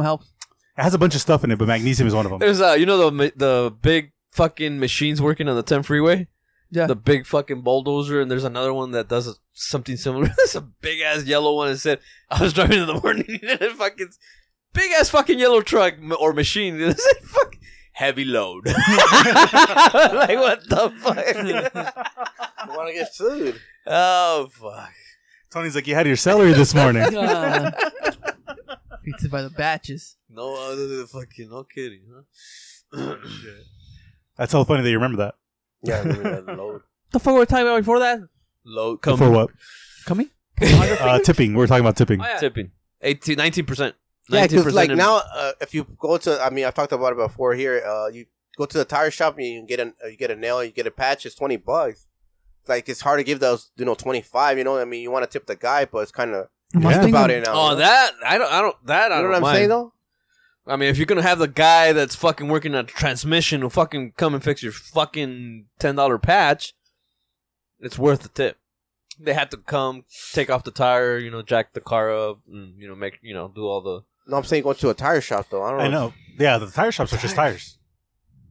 S1: helps.
S2: it has a bunch of stuff in it, but magnesium is one
S3: Um,
S2: of them.
S4: There's uh, you know the ma- the big fucking machines working on the 10 freeway.
S1: Yeah.
S4: The big fucking bulldozer, and there's another one that does something similar. there's a big ass yellow one that said, "I was driving in the morning and it fucking big ass fucking yellow truck m- or machine." It said, "Fuck heavy load." like what the fuck?
S3: You want to get sued.
S4: oh fuck!
S2: Tony's like, "You had your celery this morning."
S1: Uh, pizza by the batches.
S4: No other than fucking no kidding, huh?
S2: That's so funny that you remember that.
S3: Yeah, I remember that load.
S1: the fuck were we talking about before that?
S4: load
S2: For
S4: coming
S2: what?
S1: Coming?
S2: Uh, tipping. We We're talking about
S1: Oh,
S2: tipping.
S4: tipping 18 19 percent.
S3: Yeah, because like now, uh, if you go to, I mean, I've talked about it before here. Uh, you go to the tire shop and you get a you get a nail, you get a patch. It's twenty bucks. Like it's hard to give those, you know, twenty five. You know, I mean, you want to tip the guy, but it's kind of
S1: Mustang-
S3: about it now.
S4: Oh,
S3: you know?
S4: that I don't. I don't. That I
S3: You know
S4: don't
S3: what I'm
S4: mind.
S3: saying though?
S4: I mean, if you're gonna have the guy that's fucking working on transmission to fucking come and fix your fucking ten dollar patch, it's worth the tip. They have to come, take off the tire, you know, jack the car up, and you know, make you know, do all the.
S3: No, I'm saying go to a tire shop though. I don't.
S2: I know. Yeah, the tire shops are just tires.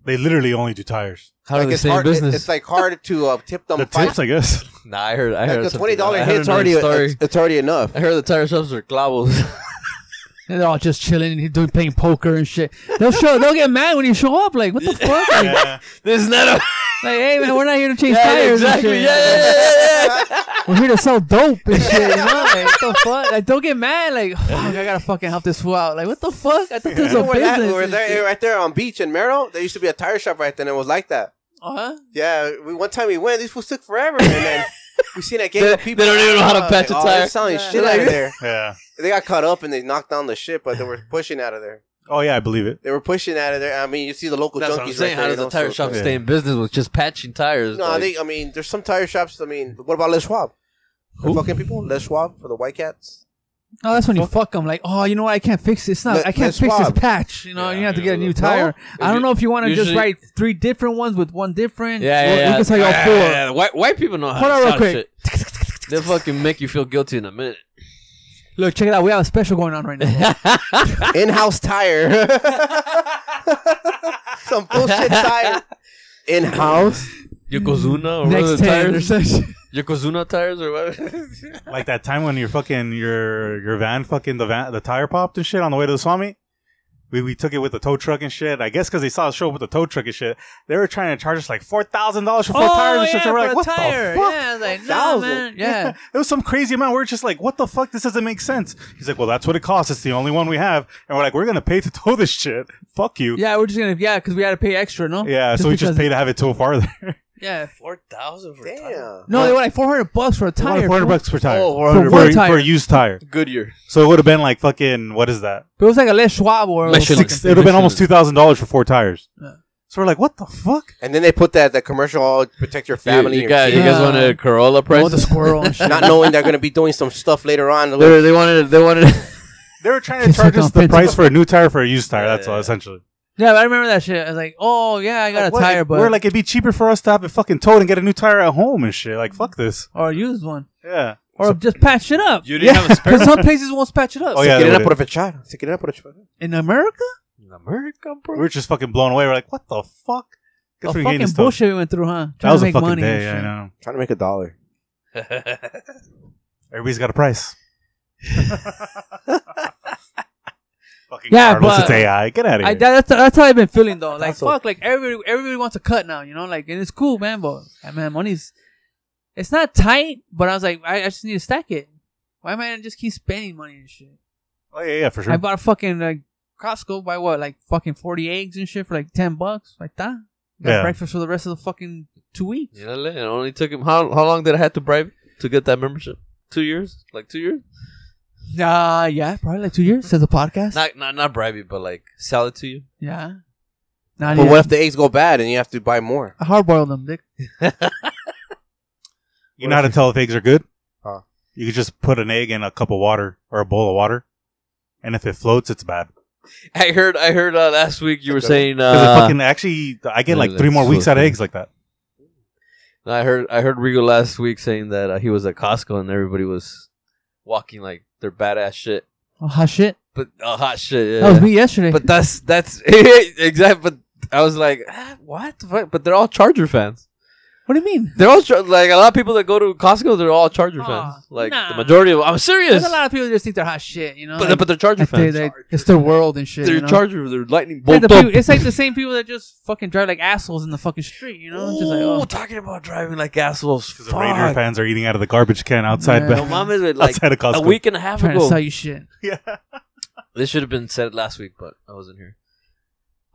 S2: They literally only do tires.
S4: How
S3: Like, it's hard. it- it's like hard to uh, tip them.
S2: The
S3: five-
S2: tips, I guess.
S4: nah, I heard. I
S3: like,
S4: heard
S3: the
S4: something.
S3: twenty dollar
S4: I heard
S3: hit's
S4: another
S3: already
S4: story.
S3: it's, it's already enough.
S4: I heard the tire shops are clavos.
S1: And they're all just chilling and he's doing playing poker and shit. They'll show they'll get mad when you show up. Like, what the fuck? Like,
S4: this is not a
S1: like, hey man, we're not here to change
S4: Yeah,
S1: tires and
S4: exactly.
S1: shit.
S4: Yeah, yeah, yeah, yeah, yeah.
S1: We're here to sell dope and shit, you know? Like, what the fuck? Like don't get mad, like fuck, I gotta fucking help this fool out. Like, what the fuck? I thought this was a
S3: You know where that-
S1: business.
S3: where
S1: and
S3: there-
S1: shit.
S3: right there on beach in Merrill, there used to be a tire shop right then. It was like that.
S1: Uh-huh.
S3: Yeah, we, one time we went. These fools took forever, and then we seen that gang
S4: They-
S3: of people.
S4: they don't even know how to patch a
S3: oh,
S4: tire.
S3: They're selling
S1: Yeah.
S3: shit out of there.
S2: Yeah.
S3: They got caught up and they knocked down the shit, but they were pushing out of there.
S2: Oh yeah, I believe it.
S3: They were pushing out of there. I mean, you see the local
S4: That's
S3: junkies
S4: what I'm
S3: right
S4: saying. How
S3: there,
S4: does
S3: you
S4: the
S3: know,
S4: tire
S3: so-
S4: shop
S2: yeah.
S4: stay in business with just patching tires?
S3: No, I
S4: Like-
S3: think I mean, there's some tire shops. I mean, what about Les Schwab? The
S4: Who?
S3: fucking people, Les Schwab for the White Cats.
S1: No, that's when you fuck them. Like, oh, you know what? I can't fix this. Not,
S6: Let-
S1: I can't
S6: let's
S1: fix
S6: swap.
S1: this patch. You know,
S4: Yeah,
S1: you have to
S4: I
S1: get a
S4: mean, no.
S1: new tire. I don't know if you want to just
S4: Usually-
S1: write three different ones with one different.
S4: Yeah,
S1: Look-
S4: yeah, yeah.
S1: Look at how y'all
S4: Yeah,
S1: four.
S4: yeah, yeah. White, white people know how
S1: Hold
S4: to
S1: on real
S4: solve
S1: quick.
S4: shit. They'll fucking make you feel guilty in a minute.
S1: Look, check it out. We have a special going on right now.
S6: In-house tire. Some bullshit tire. In-house.
S4: Yokozuna or
S1: Next
S4: Next
S1: ten.
S4: tires. Yokozuna tires or what?
S2: like that time when your fucking your your van fucking the van the tire popped and shit on the way to the swami. We, we took it with the tow truck and shit. I guess because they saw us show up with the tow truck and shit, they were trying to charge us like four thousand dollars for
S4: Oh,
S2: four
S1: Oh,
S2: tires and shit. So we're like, what the fuck?
S1: Yeah, I was like, nah,
S6: Thousand.
S1: man. Yeah.
S2: It was some crazy amount. We're just like, what the fuck? This doesn't make sense. He's like, well, that's what it costs. It's the only one we have, and we're like, we're gonna pay to tow this shit. Fuck you.
S1: Yeah, we're just gonna yeah, because we had to pay extra, no?
S2: Yeah, so we just
S1: because-
S2: paid to have it tow farther.
S1: Yeah.
S4: Four thousand for tire.
S6: Damn.
S1: No, they were like four hundred bucks for a
S2: Four
S1: tire.
S2: hundred
S1: fool.
S2: bucks per tire.
S4: Oh,
S2: for,
S1: $400.
S2: for,
S1: For a
S2: a-
S1: tire.
S2: for a used tire.
S4: Goodyear.
S2: So it would have been like fucking what is that?
S1: But it was like a Les Schwab or
S4: Michelin.
S2: Six, it would have been almost two thousand dollars for four tires.
S1: Yeah.
S2: So we're like, what the fuck?
S6: And then they put that the commercial all protect your family.
S4: You,
S6: your
S4: guys, you
S6: kids,
S4: guys wanted a Corolla
S1: Oh,
S4: price?
S1: with the squirrel and shit.
S6: not knowing they're gonna be doing some stuff later on.
S4: they, they wanted. They wanted.
S2: They were trying to
S1: Just
S2: charge
S1: like
S2: us
S1: on
S2: the
S1: Facebook.
S2: price for a new tire for a used tire. That's all,
S4: Yeah.
S2: essentially.
S1: Yeah, but I remember that shit. I was like, oh yeah, I got
S2: Like,
S1: a
S2: what?
S1: tire, but
S2: we're like, it'd be cheaper for us to have it fucking towed and get a new tire at home and shit. Like, fuck this.
S1: or a used one,
S2: Yeah.
S1: or just patch it up.
S4: you didn't have a spare
S1: Because some places won't patch it up.
S2: Oh yeah.
S6: Se
S2: they
S6: quieren
S2: would've-
S6: aprovechar. Se quieren aprovechar.
S1: In America,
S4: in America,
S2: We
S4: bro.
S2: were just fucking blown away. We're like, what the fuck? Guess we're getting
S1: the Oh, fucking
S2: this towed.
S1: bullshit we went through, huh? Trying
S2: That was
S1: to
S2: a
S1: make
S2: fucking
S1: money and
S2: day.
S1: shit.
S2: I know.
S6: Trying to make a dollar.
S2: Everybody's got a price. fucking
S1: Yeah,
S2: Carlos,
S1: but-
S2: it's AI. Get out of
S1: I,
S2: here.
S1: that, that's that's how I've been feeling though. Like
S6: Hustle.
S1: fuck, like everybody everybody wants a cut now, you know. Like and it's cool, man. But uh, man, money's it's not tight. But I was like, I, I just need to stack it. Why am I gonna just keep spending money and shit?
S2: oh yeah, yeah, for sure.
S1: I bought a fucking like Costco by what like fucking forty eggs and shit for like ten bucks like that. Got
S2: Yeah.
S1: breakfast for the rest of the fucking two weeks.
S4: You know, it only took him how how long did I have to bribe to get that membership? Two years, like two years.
S1: Nah, yeah, probably like two years since the podcast.
S4: Not not not bribe you, but like sell it to you.
S1: yeah, nah,
S6: But what if the eggs go bad and you have to buy more?
S1: I hard boiled them, dick.
S2: You know how to tell if eggs are good?
S6: Huh.
S2: You could just put an egg in a cup of water or a bowl of water, and if it floats, it's bad.
S4: I heard I heard uh, last week you were saying
S2: Because
S4: uh,
S2: it fucking actually, I get like
S4: yeah,
S2: three more
S4: that's
S2: weeks out of
S4: fucking-
S2: eggs like that.
S4: I heard I heard Rigo last week saying that uh, he was at Costco and everybody was walking like their badass shit,
S1: Oh hot shit.
S4: but uh, hot shit. Yeah.
S1: That was me yesterday.
S4: But that's that's exact. But I was like, ah, what? the fuck? But they're all Charger fans.
S1: what do you mean?
S4: They're all Char- like a lot of people that go to Costco. They're all Charger
S1: Aw,
S4: fans. Like
S1: nah.
S4: the majority of. I'm
S1: There's
S4: serious.
S1: a lot of people that just think they're hot shit, you know.
S4: but
S1: like-
S4: but they're Charger
S1: Like they-
S4: fans.
S1: they- it's their world and shit.
S4: They're
S1: you know?
S4: Charger. They're lightning bolt
S1: Like the
S4: up.
S1: people- it's like the same people that just fucking drive like assholes in the fucking street, you know? Just like,
S4: Ooh,
S1: oh,
S4: talking about driving like assholes.
S2: Because the Raider
S4: Fuck.
S2: fans are eating out of the garbage can outside,
S1: Yeah.
S2: ba-
S4: No, mom is like
S2: outside of
S4: a
S2: Costco.
S4: week and a half
S1: trying to
S4: ago.
S1: sell you shit.
S2: Yeah.
S4: This should have been said last week, but I wasn't here.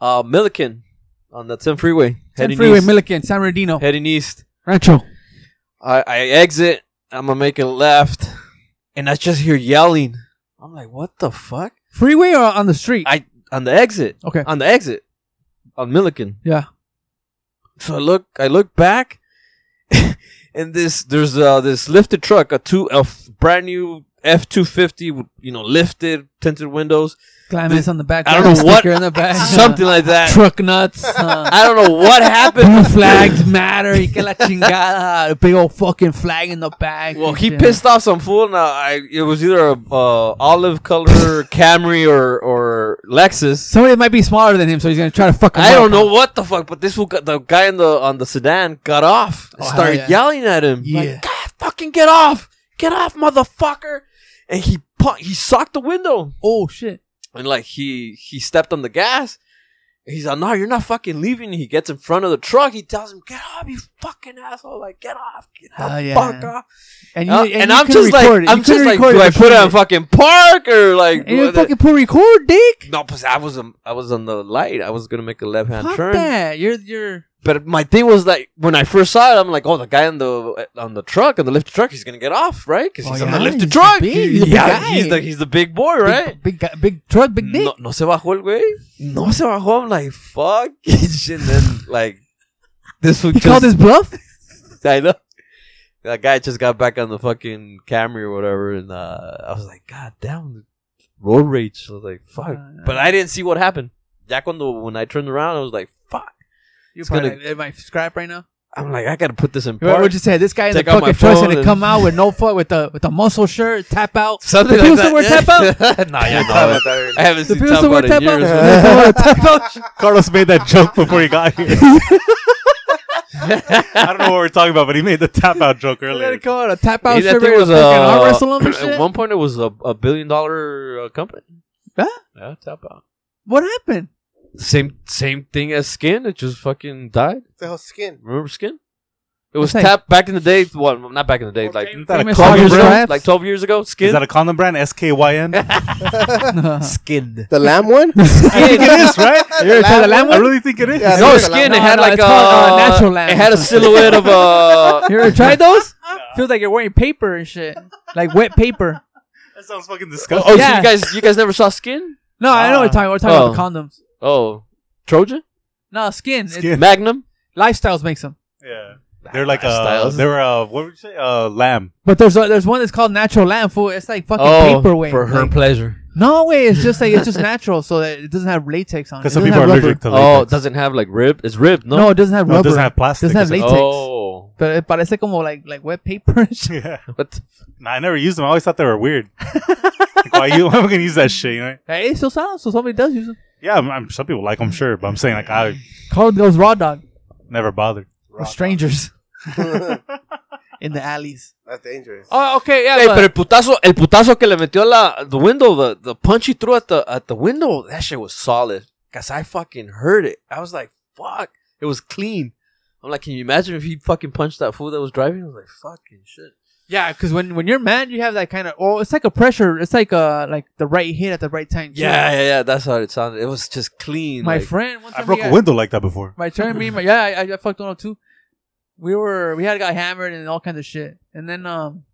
S4: Uh, Milliken on the 10 freeway,
S1: Ten
S4: heading
S1: freeway,
S4: east.
S1: Milliken, San Bernardino,
S4: heading east.
S1: Rancho.
S4: I, I exit. I'm gonna make a left, and I just hear yelling. I'm like, what the fuck?
S1: Freeway or on the street?
S4: I on the exit,
S1: okay.
S4: on the exit, on Milliken.
S1: Yeah.
S4: So I look, I look back, and this there's uh this lifted truck, a two a f- brand new F two fifty, you know, lifted tinted windows,
S1: Climax on the back.
S4: I don't know what-
S1: sticker in the back.
S4: something like that.
S1: Truck nuts. Uh,
S4: I don't know what
S1: blue
S4: happened.
S1: flags matter. Y que la chingada. A big old fucking flag in the back.
S4: Well,
S1: and
S4: he
S1: shit.
S4: pissed off some fool, and I, I- it was either a uh, olive color Camry or or Lexus.
S1: Somebody might be smaller than him, so he's gonna try to fuck him
S4: I
S1: up.
S4: don't know what the fuck, but this fool got, the guy in the on the sedan got off, and
S1: Oh, hell
S4: started
S1: yeah.
S4: yelling at him.
S1: Yeah.
S4: Like, God, fucking get off, get off, motherfucker! And he pu- he socked the window,
S1: Oh shit.
S4: and like he he stepped on the gas. And He's like, no, you're not fucking leaving. He gets in front of the truck. He tells him, get off, you fucking asshole. Like, get off. Get the
S1: Oh, yeah.
S4: fuck off.
S1: And,
S4: Uh,
S1: you,
S4: and,
S1: and, you
S4: I'm
S1: couldn't
S4: just like,
S1: record it. You
S4: I'm
S1: couldn't
S4: just like,
S1: record
S4: do I
S1: but
S4: put
S1: you
S4: it on
S1: did.
S4: fucking park or like?
S1: And you
S4: what the-
S1: fucking put record, dick.
S4: no, because I was um, I was on the light. I was gonna make a left hand
S1: Fuck
S4: turn,
S1: that. You're you're.
S4: but my thing was like when I first saw it, I'm like, oh, the guy on the on the truck on the lifted truck, he's gonna get off, right? Because
S1: Oh,
S4: he's on
S1: yeah,
S4: the lifted
S1: he's the
S4: truck.
S1: big-
S4: He-
S1: he's the big
S4: yeah,
S1: guy.
S4: he's the he's the big boy, right? Mm,
S1: Big, big, guy- big truck, big dick.
S4: No, no se bajó el güey. No se bajó. I'm like, fuck. and then like this was
S1: he called his bluff.
S4: I know. that guy just got back on the fucking Camry or whatever, and uh, I was like, God damn, road rage. I was like, fuck.
S1: Uh,
S4: But I didn't see what happened. Jack, when the, when I turned around, I was like, fuck.
S1: you
S4: it's
S1: probably
S4: gonna-
S1: like, am I scrap right now?
S4: I'm like, I gotta put this in
S1: What
S4: park.
S1: would you say? This guy in the
S4: Take out my
S1: fucking first and
S4: phone
S1: to come
S4: and-
S1: out with no foot with the with the muscle shirt, tap out.
S4: Something
S1: The
S4: like
S1: people
S4: that.
S1: still wear
S4: nah, yeah, no. I
S6: That
S4: haven't
S1: The
S4: seen
S1: people
S4: Top
S1: still wear
S4: Out in
S1: tap out.
S4: years.
S1: The people wear tap out.
S2: Carlos made that joke before he got here. I don't know what we're talking about, but he made the tap out joke
S1: They gotta
S2: earlier.
S1: call it a tap out
S4: I
S1: shirt.
S4: think
S1: ready
S4: it
S1: to
S4: was
S1: fucking arm
S4: uh,
S1: wrestle him and shit.
S4: At one point, it was a, a billion dollar uh, company.
S1: Huh?
S4: Yeah, tap out.
S1: What happened?
S4: Same same thing as Skin. It just fucking died.
S6: hell's skin.
S4: Remember Skin? It was
S1: What's that?
S4: tap back in the day. Well, not back in the day. Like
S2: Is that a
S1: Famous
S2: condom
S1: Skin.
S2: brand?
S1: Straps?
S4: like twelve years ago. Skin.
S2: Is that a condom brand? S K Y N.
S4: skin?
S6: The lamb one?
S2: I think it is, right?
S1: You're trying to lamb
S2: I
S1: one?
S2: really think it is.
S6: Yeah,
S4: No
S6: Skin.
S4: skin.
S1: No,
S4: it had
S1: no,
S4: like
S1: it's
S4: a
S1: called, uh, natural lamb.
S4: It had a silhouette of uh, a.
S1: You ever tried those? Feels like you're wearing paper and shit, like wet paper.
S2: That sounds fucking
S4: Oh,
S2: disgusting.
S4: so
S1: Yeah.
S4: you guys, you guys never saw skin?
S1: No, I know what
S2: Ah.
S1: we're talking. We're talking
S4: Oh.
S1: about the condoms.
S4: Oh, Trojan,
S1: No, skin.
S4: oh,
S1: It-
S2: Skin.
S4: Magnum.
S1: lifestyles makes them.
S2: Yeah. They're like uh,
S4: Lifestyles.
S2: they were uh, what would you say? Uh, lamb.
S1: But there's a, there's one that's called natural lamb food. It's like fucking
S2: Oh,
S4: Oh.
S1: paperweight.
S4: for her
S1: Like,
S4: pleasure.
S1: no way. It's just like it's just natural, so that it doesn't have latex on it.
S2: Because
S1: It
S2: some
S1: doesn't
S2: people are
S1: have rubber.
S2: allergic to
S4: Oh,
S2: latex.
S4: doesn't have like rib. It's ribbed.
S1: No,
S4: No,
S1: it doesn't have
S2: no,
S1: rubber.
S2: it doesn't have plastic.
S1: Doesn't have
S2: It's
S1: latex.
S4: Oh,
S1: But it parece como like like wet paper. and shit.
S2: like- Yeah.
S4: but
S2: Nah, I never used them. I always thought they were weird. like, why you? Why am I gonna use that shit? You know?
S1: hey, it's still sound, so somebody does use them.
S2: Yeah, I'm, I'm, some people like them, sure, but I'm saying like I
S1: Call those raw dog
S2: never bothered.
S1: or strangers
S6: That's
S1: in the alleys.
S6: dangerous.
S1: Oh, okay, yeah.
S4: Hey,
S1: but-
S4: pero el putazo, el putazo que le metió a la the window, the, the punch he threw at the at the window, that shit was solid. Cause I fucking heard it. I was like, fuck. It was clean. I'm like, can you imagine if he fucking punched that fool that was driving? I was like, fucking shit.
S1: Yeah, because when, when you're mad, you have that kind of oh, it's like a pressure. It's like uh like the right hit at the right time. too.
S4: Yeah, yeah, yeah. That's how it sounded. It was just clean.
S1: my
S4: like-
S1: friend. One time
S2: I broke
S1: he
S2: a
S1: got-
S2: window like that before.
S1: My turn, me, and my, yeah, I, I fucked one up too. We were, we had got hammered and all kinds of shit. And then, um,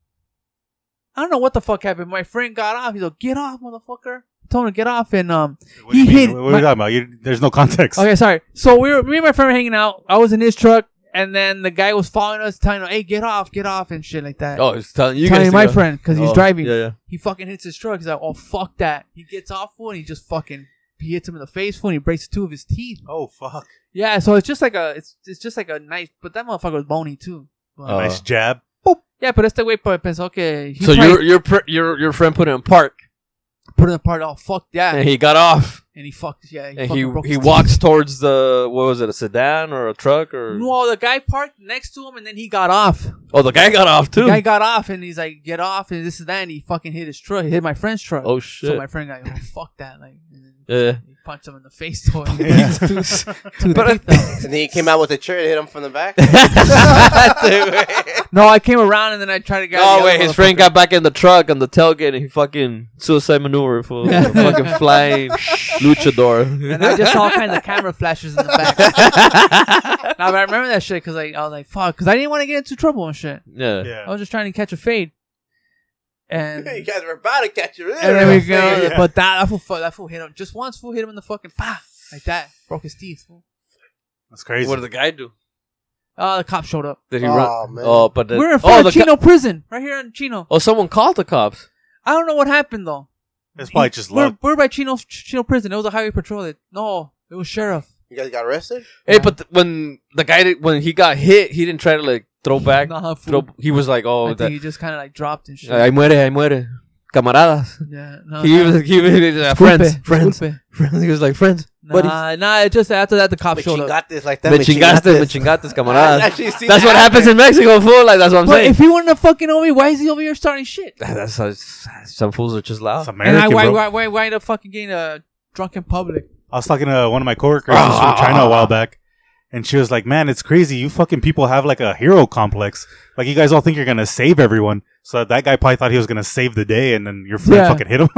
S1: I don't know what the fuck happened. My friend got off. He's like, get off, motherfucker. I told him to get off. And, um,
S2: What do you
S1: He
S2: mean?
S1: hit
S2: What are
S1: my- Oh,
S2: you talking about? You, there's no context.
S1: okay, sorry. So we were, me and my friend were hanging out. I was in his truck. And then the guy was following us, telling him, hey, get off, get off, and shit like that.
S4: oh, it's telling you
S1: telling
S4: guys. to
S1: my
S4: go.
S1: friend, because he's
S4: Oh,
S1: driving.
S4: Yeah, yeah.
S1: He fucking hits his truck. He's like, oh, fuck that. He gets off, fool, and he just fucking, he hits him in the face, fool, and he breaks two of his teeth.
S2: Oh fuck!
S1: Yeah, so it's just like a it's it's just like a nice, but that motherfucker was bony too. But-
S4: Oh.
S2: nice jab.
S1: yeah, but este güey pues, pensó que he
S4: So
S1: probably
S4: your your pr- your your friend put it in park
S1: put it apart all fucked yeah,
S4: and he got off
S1: oh, and he fucked yeah, he
S4: and
S1: fucking
S4: he
S1: broke
S4: he
S1: his
S4: walks towards the what was it a sedan or a truck or
S1: teeth. No, the guy parked next to him and then he got off.
S4: oh the guy got off
S1: The
S4: too.
S1: guy got off and he's like, "Get off!" and this is that. And he fucking hit his truck. He hit my friend's truck.
S4: oh shit.
S1: So my friend got oh, fuck that. Like, and then
S4: Yeah.
S1: he punched him in the face. Too, and
S2: Yeah.
S1: his tooth- tooth
S4: But I-
S1: teeth out.
S6: And then he came out with a chair and hit him from the back.
S1: no, I came around and then I tried to get. the
S4: oh
S1: other
S4: wait, his friend got back in the truck on the tailgate and he fucking suicide maneuver for
S1: Yeah.
S4: fucking flying
S1: motherfucker.
S4: luchador.
S1: and I just saw all kinds of camera flashes in the back. Nah, but I remember that shit because like I was like, fuck, because I didn't want to get into trouble and shit.
S4: yeah.
S1: I
S2: Yeah.
S1: was just trying to catch a fade, and
S6: you
S1: and
S6: guys were about to catch your
S1: there we go.
S2: Yeah.
S1: But that that fool, fu- that fool hit him just once. Fool hit him in the fucking pa like that, broke his teeth. Fool.
S2: That's crazy.
S4: What did the guy do?
S1: Uh, the cop showed up.
S4: Did he
S6: Oh,
S4: run?
S6: man.
S4: Oh, but the,
S1: We're in
S4: oh,
S1: front
S4: the
S1: of
S4: co-
S1: Chino Prison, right here in Chino.
S4: oh, someone called the cops.
S1: I don't know what happened though.
S2: It's probably just
S1: we're,
S2: luck.
S1: we're by Chino Chino Prison. It was a highway patrol. That, no, it was sheriff.
S6: You guys got arrested?
S1: Yeah.
S4: Hey, but th- when the guy did, when he got hit, he didn't try to like throw back.
S1: Nah, fool.
S4: throw, he was like,
S1: I
S4: oh,
S1: think
S4: that,
S1: he just kind of like dropped and shit.
S4: ahí muere, ahí muere, camaradas.
S1: yeah, no,
S4: He
S1: nah.
S4: was, he was uh,
S1: Disculpe,
S4: friends, friends,
S1: disculpe.
S4: friends. He was like friends, buddies.
S1: Nah, nah. It just after that the cop
S6: But
S1: showed
S6: you
S1: up.
S6: got this like that.
S4: Me
S6: but you got
S4: chingaste, me
S6: this.
S4: chingaste,
S6: I've
S4: camaradas.
S6: actually seen
S4: That's what
S6: that
S4: happens in Mexico, fool. Like that's what I'm
S1: But
S4: saying.
S1: if he wouldn't have fucking owned me, why is he over here starting shit?
S4: That's how some fools are just
S2: It's
S4: loud.
S1: and I
S2: American,
S1: why,
S2: bro.
S1: why why why end up fucking getting uh, drunk in public?
S2: I was talking to one of my coworkers
S1: Ah,
S2: who's from China a while back, and she was like, "Man, it's crazy. You fucking people have like a hero complex. Like you guys all think you're gonna save everyone. So that guy probably thought he was gonna save the day, and then your friend
S1: Yeah.
S2: fucking hit him,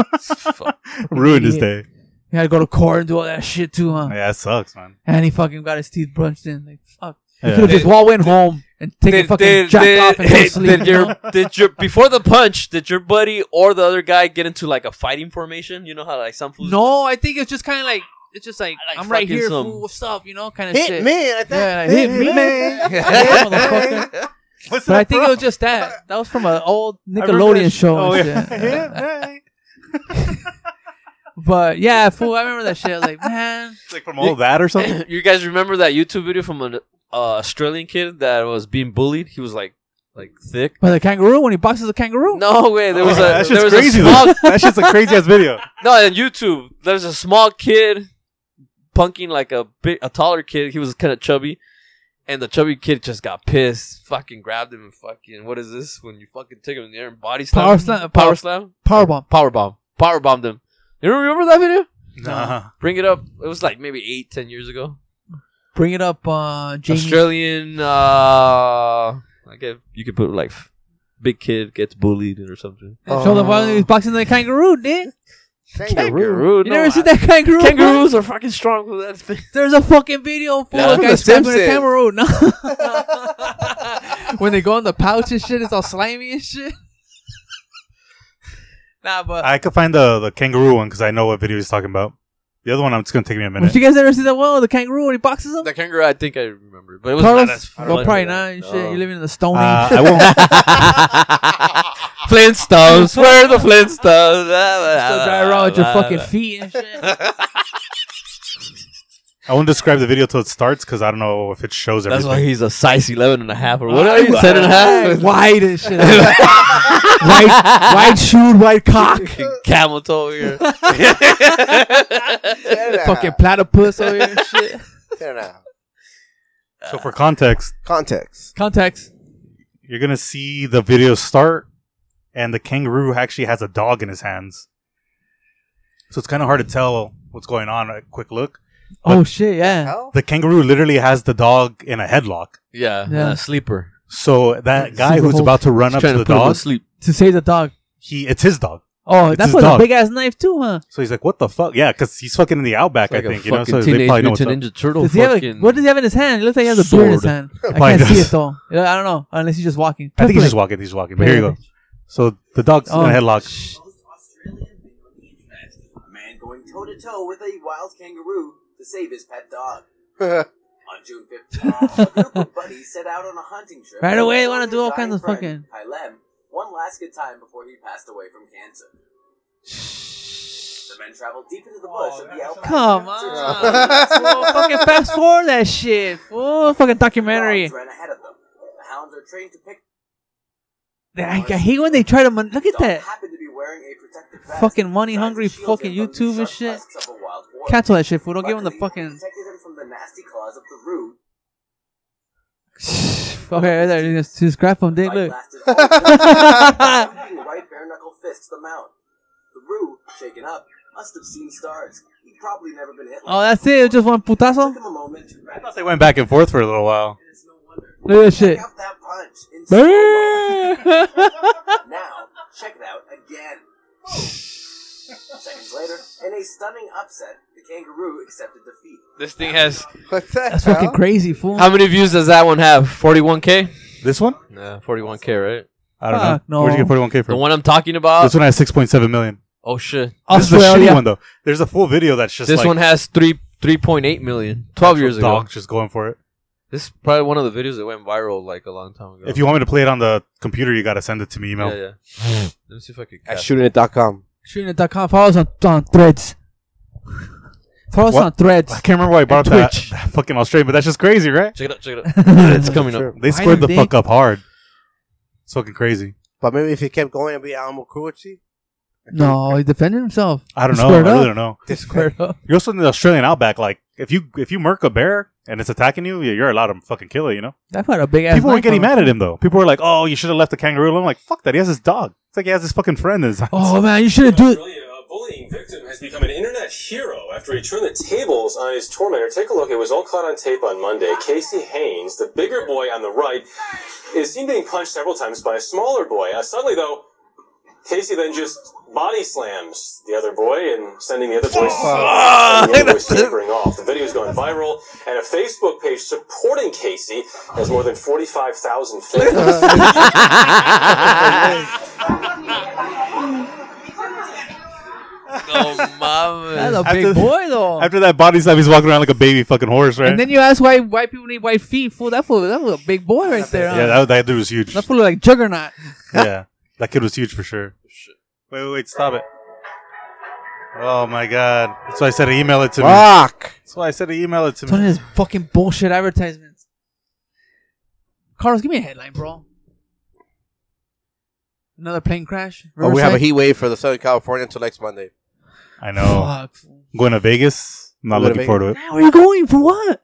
S2: ruined his day.
S1: He had to go to court and do all that shit too, huh?
S2: Yeah, it sucks, man.
S1: And he fucking got his teeth brunched in. Like fuck, he
S2: Yeah.
S1: could have just all went home and taken fucking jack off and go to sleep.
S4: did
S1: you know?
S4: your did your before the punch? Did your buddy or the other guy get into like a fighting formation? You know how like some fools.
S1: no, I think it's just kind of like it's just like,
S4: Like
S1: I'm right
S4: fucking
S1: here,
S4: some-
S1: fool. What's up? You know, kind of
S6: Hit
S1: shit.
S6: me. Like that.
S1: Yeah, like, hit me, man. Yeah, motherfucker.
S2: What's
S1: But
S2: that
S1: I think it was
S2: from?
S1: just that. That was from an old
S2: I remember that
S1: Nickelodeon
S2: sh-
S1: show.
S2: Oh,
S1: and
S2: yeah.
S1: shit.
S2: yeah. yeah.
S1: But yeah, fool, I remember that shit. I was like, man,
S2: It's like from all that or something.
S4: you guys remember that YouTube video from an uh, Australian kid that was being bullied? He was like, like thick.
S1: but the kangaroo when he boxes the kangaroo.
S4: No way. There was
S2: Oh,
S4: a
S2: that
S4: there
S2: shit's
S4: was
S2: crazy.
S4: a
S2: though.
S4: small
S2: that shit's a crazy ass video.
S4: no on YouTube. There's a small kid punking like a big a taller kid. He was kind of chubby, and the chubby kid just got pissed. Fucking grabbed him and fucking what is this? When you fucking take him in the air and body slam,
S1: Power
S4: him? power
S1: slam- power-
S4: slam,
S1: Powerbomb.
S4: power bomb, power bombed him. You don't remember that video?
S2: Nah.
S4: Bring it up. It was like maybe eight, ten years ago.
S1: Bring it up, uh, Jamie.
S4: Australian. uh I guess you could put like f- big kid gets bullied or something.
S1: And Show them why he's boxing the kangaroo, dude.
S4: Kangaroo.
S1: You
S4: no,
S1: never
S4: I-
S1: seen that kangaroo?
S4: Kangaroos are fucking strong with that thing.
S1: There's a fucking video for
S6: That's
S1: yeah,
S6: from
S1: guys
S6: The
S1: grabbing a
S6: Simpsons.
S1: kangaroo. No. when they go in the pouch and shit, it's all slimy and shit. nah, but
S2: I could find the, the kangaroo one because I know what video he's talking about. The other one, I'm just gonna take me a
S1: But
S2: minute.
S1: you guys ever see that one with the kangaroo when he boxes him?
S4: The kangaroo, I think I remember, but it was
S1: Carlos?
S4: not as fun.
S1: Well, probably not. and Shit, you're living in the Stone Age.
S2: Uh, I won't.
S4: Flintstones, where are the Flintstones? Still
S1: Still drive around with your fucking
S2: Uh,
S1: feet and shit.
S2: I won't describe the video till it starts because I don't know if it shows
S4: That's
S2: everything.
S4: why he's a size 11 and a half, or what are you, 10 and a half?
S1: Wide and shit. white, white shoe, white cock.
S4: Fucking camel toe here.
S1: fucking platypus over here and shit.
S2: so for context,
S6: Context.
S1: Context.
S2: you're gonna see the video start, and the kangaroo actually has a dog in his hands. So it's kind of hard to tell what's going on. A quick look.
S1: Oh shit, yeah.
S6: Hell?
S2: The kangaroo literally has the dog in a headlock.
S4: yeah,
S1: Yeah.
S4: uh, sleeper.
S2: So that
S1: Super
S2: guy who's
S1: Hulk.
S2: about to run
S4: He's
S2: up to
S4: trying
S2: the
S4: to put him
S2: dog,
S4: to sleep.
S1: To save the dog.
S2: he it's his dog.
S1: Oh,
S2: It's
S1: that's
S2: his
S1: with a
S2: dog.
S1: big ass knife too, huh?
S2: So he's like, "What the fuck?" Yeah, because he's fucking in the outback,
S4: Like
S2: I
S4: a
S2: think. You know,
S4: fucking
S2: so they
S4: Teenage
S2: probably know what's
S4: Mutant
S2: up.
S4: Ninja Turtle.
S1: Does he have a,
S4: fucking-
S1: what does he have in his hand? It looks like he has a sword in his
S4: Sword.
S1: hand. I
S2: Probably
S1: can't see it
S2: does.
S1: though. Yeah, I don't know. Unless he's just walking.
S2: I think he's just walking. He's walking. But here you go. So the dog's
S1: Oh.
S2: in a headlock.
S7: most Australian thing on the internet. A man going toe to toe with a wild kangaroo to save his pet dog. On June 15th, a group of buddies set out on a hunting trip.
S1: Right
S7: to
S1: away, they
S7: inform
S1: wanna
S7: his
S1: do all
S7: dying
S1: kinds of
S7: friend, Kylem one last good time before he passed away from cancer. The men traveled deep into the bush of the outback.
S1: Come on. Well, fucking fast forward that shit. Oh, fucking documentary.
S7: Dogs ran ahead of them. The hounds are trained to pick.
S1: I, I hate when they try to. Mon- look at
S7: Dog
S1: that.
S7: happened to be wearing a protective vest
S1: Fucking
S7: that
S1: money-hungry
S7: shields him
S1: fucking
S7: from the
S1: YouTube and
S7: sharp
S1: shit.
S7: tusks of a wild boar.
S1: Cancel that shit, fool. Don't give him the
S7: Luckily, we
S1: fucking.
S7: protected him from the nasty claws of the rude.
S1: Okay, right there. Just, just grab him, dick.
S7: Fight
S1: Look.
S7: lasted all day, including right bare knuckle fist to the mouth. The Roo, shaken up, must have seen stars. He'd probably never been hit.
S1: Oh, that's it. Just one putazo.
S7: Took him a moment to
S2: I
S7: wrap
S2: thought they went back and forth for a little while.
S7: It's no wonder.
S1: Look at that shit.
S7: Check out that punch. In
S1: Bam!
S7: slow-mo. now, check it out again. Seconds later, in a stunning upset, the kangaroo accepted defeat.
S4: This thing has.
S6: What the
S1: That's fucking crazy, fool.
S4: How many views does that one have? 41K?
S2: This one?
S4: Nah, 41K, right?
S2: I don't
S1: Fuck,
S2: know.
S1: Uh, no.
S2: Where'd you get 41k
S4: The
S2: from?
S4: one I'm talking
S2: This
S4: about.
S2: one has 6.7 million.
S4: Oh shit.
S2: This is a
S1: Australia.
S2: shitty one though. There's a full video that's just
S4: This
S2: like
S4: one has three 3.8 million. 12 years ago.
S2: dog just going for it.
S4: This is probably one of the videos that went viral like a long time ago.
S2: If you want me to play it on the computer, you gotta send it to me email.
S4: yeah, yeah. Let me see if I can.
S6: At
S4: catch-
S6: shootingit.com.
S1: Shooting.com. Follow us on, on threads. Follow us
S2: What?
S1: on threads.
S2: I can't remember why I brought up that,
S1: Twitch.
S2: that fucking Australian, but that's just crazy, right?
S4: Check it out. Check it out. it's coming up.
S2: They
S1: Why
S2: squared
S1: did
S2: the
S1: they-
S2: fuck up hard. It's fucking crazy.
S6: But maybe if he kept going, it'd be animal cruelty.
S1: No, he defended himself.
S2: I don't
S1: He
S2: know. I
S1: squared
S2: really
S1: up.
S2: don't know.
S1: He squared up.
S2: You're also in the Australian outback. Like if you if you murk a bear and it's attacking you, yeah, you're allowed to fucking kill it. You know.
S1: That had a big ass.
S2: People were
S1: knife
S2: getting
S1: on him.
S2: mad at him though. People were like, "Oh, you should have left the kangaroo." alone." I'm like, "Fuck that! He has his dog. It's like he has his fucking friend in his house."
S1: Oh man, you shouldn't do it.
S8: Australia, a bullying victim has become an internet hero after he turned the tables on his tormentor. Take a look. It was all caught on tape on Monday. Casey Haynes, the bigger boy on the right, is seen being punched several times by a smaller boy. Uh, suddenly, though, Casey then just body slams the other boy and sending the other boy, and the other boy staggering off. The video's gone viral, and a Facebook page supporting Casey has more than 45,000 fans.
S4: No
S1: That's
S4: mames.
S1: a big
S2: After-
S1: boy though.
S2: After that body slap, he's walking around like a baby fucking horse, right?
S1: Oh. And then you ask why white people need white feet. Fool, that fool, that was a big boy right there. huh?
S2: yeah, that, that dude was huge.
S1: that fool look like Juggernaut.
S2: yeah, that kid was huge for sure. Wait, wait, wait, stop it. Oh my god. That's why I said to email it to me.
S3: Fuck.
S2: That's why I said to email it to
S1: Tony,
S2: me.
S1: this fucking bullshit advertisements. Carlos, give me a headline, bro. Another plane crash.
S3: Oh, we have a
S1: Riverside?
S3: heat wave for the Southern California until next Monday.
S2: I know.
S1: Fuck. fool.
S2: I'm going to Vegas. I'm not
S3: Go to
S2: looking forward to it.
S1: Nah, where are you going for what?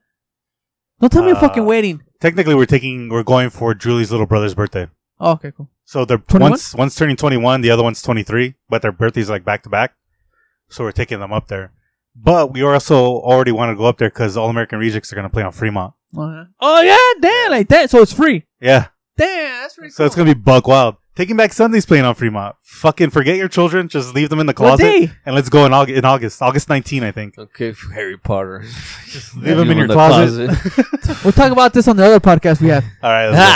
S1: Don't tell me you're
S2: Uh,
S1: fucking waiting.
S2: Technically, we're taking, we're going for Julie's little brother's birthday.
S1: Oh, okay, cool.
S2: So they're
S1: 21?
S2: once one's turning 21, the other one's 23, but their birthdays like back to back. So we're taking them up there. But we also already want to go up there because All American Rejects are going to play on Fremont.
S1: Uh-huh. Oh yeah, damn, like that. So it's free.
S2: Yeah.
S1: Damn, that's pretty
S2: So
S1: cool.
S2: it's going to be buck wild. Taking Back Sunday's playing on Fremont. Fucking forget your children. Just leave them in the
S1: What
S2: closet.
S1: day?
S2: And let's go in August, in August, August 19, I think.
S4: Okay, for Harry Potter. Just
S2: Leave him in your closet.
S1: We'll talk about this on the other podcast we have.
S2: All right. let's go.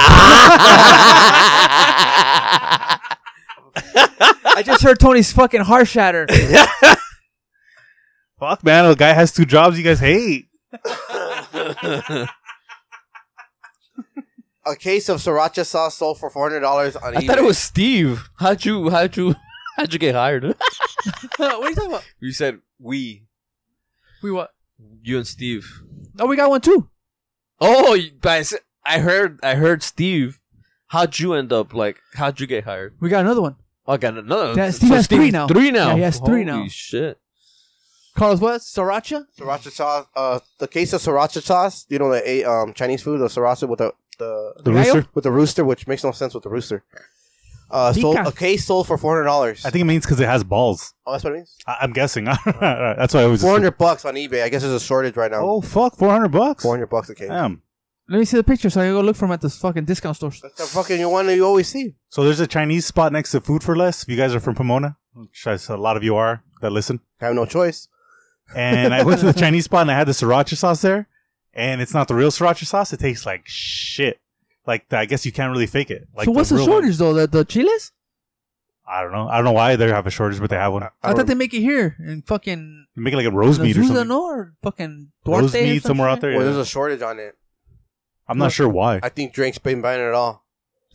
S1: I just heard Tony's fucking heart shatter.
S2: Fuck, man. The guy has two jobs you guys hate.
S3: A case of sriracha sauce sold for four hundred dollars on
S4: I
S3: eBay.
S4: thought it was Steve. How'd you? How'd you? How'd you get hired?
S1: what are you talking about?
S4: you said we.
S1: We what?
S4: You and Steve.
S1: Oh, we got one too.
S4: Oh, you- but I s- I heard. I heard Steve. How'd you end up? Like, how'd you get hired?
S1: We got another one.
S4: Oh, I got another.
S1: Yeah, Steve has three now.
S4: Three now.
S1: Yeah, he has three now.
S4: Holy shit.
S1: Carlos, what? Sriracha?
S3: sriracha sauce. Uh, the case of sriracha sauce. You know the uh, um Chinese food, the sriracha with the the
S2: The
S1: Gallo?
S2: rooster?
S3: with the rooster, which makes no sense with the rooster. Uh, sold,
S1: Pica.
S3: a case sold for four hundred dollars.
S2: I think it means because it has balls.
S3: Oh, that's what it means.
S2: I- I'm guessing. That's why I was.
S3: Four hundred bucks on eBay. I guess there's a shortage right now.
S2: Oh, fuck. 400 bucks.
S3: Four hundred bucks a case.
S2: Damn.
S1: Let me see the picture so I can go look for him at this fucking discount store.
S3: That's the fucking one that you always see.
S2: So there's a Chinese spot next to Food for Less. If you guys are from Pomona, which I s- a lot of you are that listen,
S3: I have no choice.
S2: and I went to the Chinese spot and I had the sriracha sauce there, and it's not the real sriracha sauce. It tastes like shit. Like I guess you can't really fake it. Like
S1: so what's the
S2: real one-
S1: shortage though? The the chiles?
S2: I don't know. I don't know why they have a shortage, but they have one.
S1: I, thought they make it here in fucking
S2: You make it like a rose meat or
S1: Azusa,
S2: something.
S1: no, or fucking Duarte
S2: Rose
S1: or
S2: meat
S1: some
S2: somewhere
S1: shit.
S2: out there.
S3: Well,
S2: yeah.
S3: there's a shortage on it.
S2: I'm not sure why.
S3: I think Drake's been buying it all.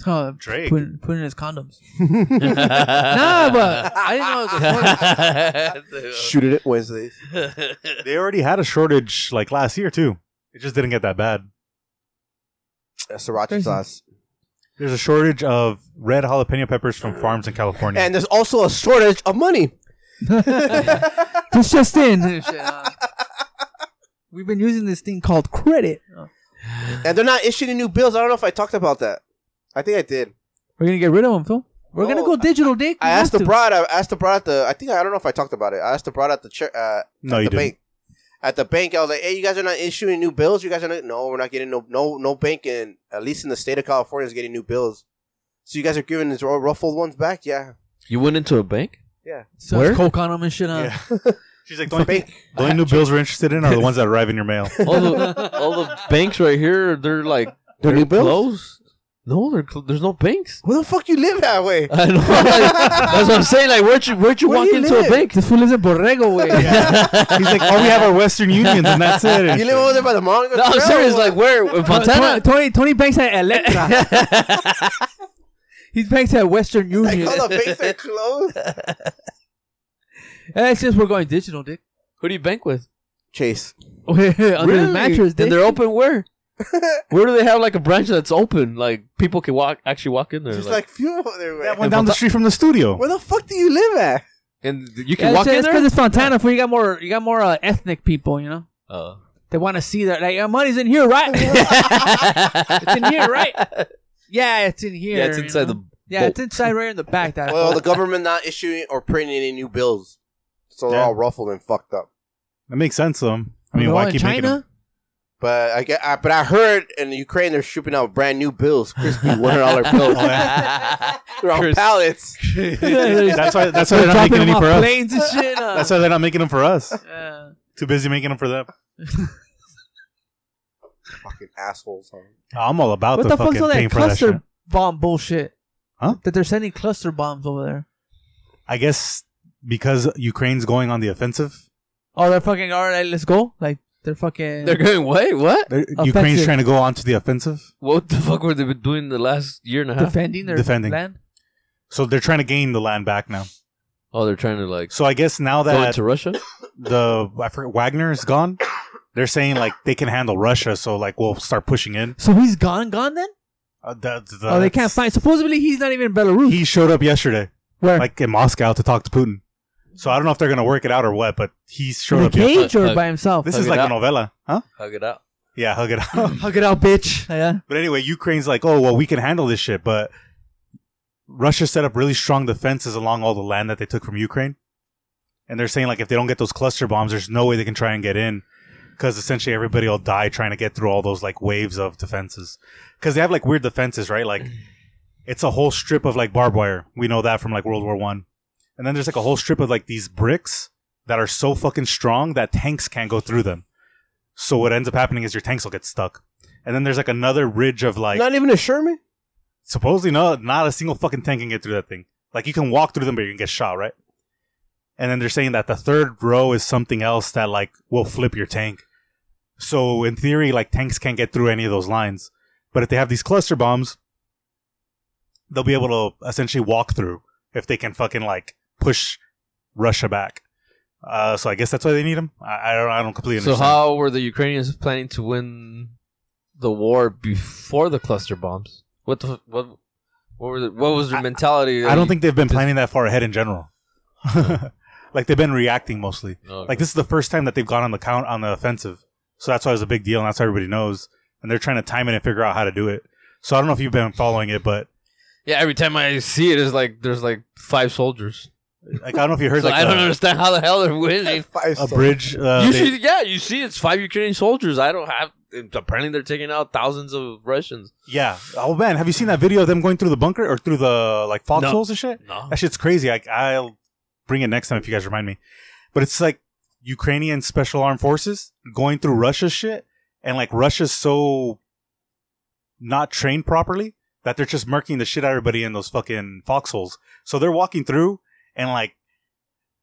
S1: Huh,
S2: Drake.
S1: Putting, putting in his condoms.
S4: nah,
S1: nah, but I didn't know it was a shortage.
S3: Shoot it at Wednesdays.
S2: They already had a shortage like last year too. It just didn't get that bad.
S3: Uh, sriracha
S1: Crazy.
S3: sauce.
S2: There's a shortage of red jalapeno peppers from farms in California.
S3: And there's also a shortage of money.
S1: This just in. Shit, uh, We've been using this thing called credit.
S3: And they're not issuing new bills. I don't know if I talked about that. I think I did.
S1: We're gonna get rid of them, Phil. We're gonna
S2: Oh,
S3: No,
S1: go digital, Dick.
S3: I
S1: We
S3: asked
S1: have
S3: the
S1: to.
S3: broad. I asked the broad at the. I think I don't know if I talked about it. I asked the broad at the church. Uh,
S2: no,
S3: at
S2: you
S3: the
S2: didn't.
S3: bank. At the bank, I was like, "Hey, you guys are not issuing new bills. You guys are not. No, we're not getting no no no bank in at least in the state of California is getting new bills. So you guys are giving these ru- ruffled ones back. Yeah,
S4: you went into a bank?
S1: So
S4: Where?
S1: coke on them and shit. On.
S2: Yeah. She's like, the
S3: the
S2: only,
S3: bank.
S2: the only new bills we're interested in are the ones that arrive in your mail.
S4: All the, all the banks right here, they're like,
S3: They're new bills?
S4: closed. No, they're cl- there's no banks.
S3: Where the fuck you live that way?
S4: I know. that's what I'm saying. Like, where'd you, where'd you
S3: Where do
S4: walk
S3: you
S4: into
S3: live?
S4: a bank?
S1: This fool is a borrego, way.
S2: He's like, oh, we have our Western Unions, and that's it.
S3: You live over there by the Monaco.
S4: No, I'm
S3: Trail?
S4: serious. Like, where? In
S1: Tony,
S4: Montana?
S1: Tony, Tony banks at Electra. He's banks at Western
S3: like
S1: Union.
S3: all the banks are closed.
S1: That's since we're going digital, Dick.
S4: Who do you bank with?
S3: Chase.
S1: Under the mattress, Dick.
S4: And they're open where? where do they have like a branch that's open? Like people can walk actually walk in there.
S3: Just
S4: like,
S3: like few over there.
S2: That
S3: man.
S2: one down the street from the studio.
S3: Where the fuck do you live at?
S4: and you
S1: yeah,
S4: can walk
S1: that's-
S4: in
S1: that's 'cause
S4: there.
S1: it's Fontana. For you got more, you got more uh, ethnic people. You know,
S4: Oh.
S1: they want to see that. Like, your money's in here, right? it's in here, right? Yeah, it's in here.
S4: yeah, it's
S1: you
S4: inside
S1: know?
S4: the.
S1: Yeah,
S4: bolt.
S1: it's inside right in the back. That
S3: Well, the government not issuing or printing any new bills, so they're
S2: Yeah.
S3: all ruffled and fucked up.
S2: That makes sense, though. I mean,
S1: The one
S2: why
S1: in
S2: keep making
S1: China?
S2: them?
S3: But I, get, I but I heard in Ukraine they're shipping out brand new bills, crispy one dollar bills. they're on
S4: Crisp.
S3: pallets.
S2: That's why. That's why they're not
S1: Dropping
S2: making
S1: them
S2: any
S1: off
S2: for us.
S1: planes and shit. uh,
S2: That's why they're not making them for us.
S1: yeah.
S2: Too busy making them for them.
S3: Fucking assholes. Huh?
S2: I'm all about
S1: what
S2: the,
S1: the
S2: fucking
S1: fuck's all
S2: paying
S1: that
S2: for that shit.
S1: cluster bomb bullshit?
S2: Huh?
S1: That they're sending cluster bombs over there.
S2: I guess because Ukraine's going on the offensive.
S1: Oh, they're fucking all right. Let's go. Like they're fucking.
S4: They're going, wait, what?
S2: they're-
S1: Offensive.
S2: Ukraine's trying to go on to the offensive,
S4: What the fuck were they been doing the last year and a half?
S1: defending their
S2: Defending.
S1: land.
S2: so they're trying to gain the land back now.
S4: Oh, they're trying to like
S2: So I guess now
S4: go
S2: that
S4: into Russia?
S2: the I forget, Wagner is gone, they're saying like they can handle Russia, so like we'll start pushing in.
S1: So he's gone, gone then.
S2: Uh, that-
S1: oh, they can't
S2: that's-
S1: find. Supposedly he's not even in Belarus.
S2: He showed up yesterday,
S1: Where
S2: like in Moscow, to talk to Putin. So I don't know if they're gonna work it out or what, but he showed
S1: in a
S2: up. yesterday.
S1: cage or
S4: Hug-
S1: by himself?
S2: This
S4: Hug
S2: is
S4: it
S2: like
S4: out.
S2: a novella, huh?
S4: Hug it out.
S2: Yeah, hug it out.
S1: Hug it out, bitch. Yeah.
S2: But anyway, Ukraine's like, oh well, we can handle this shit, but Russia set up really strong defenses along all the land that they took from Ukraine, and they're saying like if they don't get those cluster bombs, there's no way they can try and get in, because essentially everybody will die trying to get through all those like waves of defenses, because they have like weird defenses, right? Like it's a whole strip of like barbed wire. We know that from like World War One, and then there's like a whole strip of like these bricks that are so fucking strong that tanks can't go through them. So what ends up happening is your tanks will get stuck. And then there's like another ridge of like
S6: Not even a Sherman.
S2: supposedly no, not a single fucking tank can get through that thing. Like you can walk through them, but you can get shot, right? And then they're saying that the third row is something else that like will flip your tank. So in theory, like tanks can't get through any of those lines. But if they have these cluster bombs, they'll be able to essentially walk through if they can fucking like push Russia back. Uh, so I guess that's why they need them. I, I don't. I don't completely
S4: So
S2: understand.
S4: how were the Ukrainians planning to win the war before the cluster bombs? What the what what were the, what was their
S2: I-
S4: mentality?
S2: I don't think they've been planning that far ahead in general. like they've been reacting mostly.
S4: Okay.
S2: Like this is the first time that they've gone on the count on the offensive. So that's why it was a big deal and that's why everybody knows. And they're trying to time it and figure out how to do it. So I don't know if you've been following it, but
S4: yeah, every time I see it, it's like there's like five soldiers.
S2: like I don't know if you heard
S4: So
S2: like uh,
S4: I don't
S2: a,
S4: understand how the hell they're winning.
S6: Five
S2: a bridge. Uh, they-
S4: Usually, yeah, you see it's five Ukrainian soldiers. I don't have. Apparently, they're taking out thousands of Russians.
S2: yeah. Oh man, have you seen that video of them going through the bunker or through the like foxholes and shit?
S4: No,
S2: That shit's crazy. I, I'll bring it next time if you guys remind me. But it's like Ukrainian special armed forces going through Russia's shit, and like Russia's so not trained properly that they're just murking the shit out of everybody in those fucking foxholes. So they're walking through, and like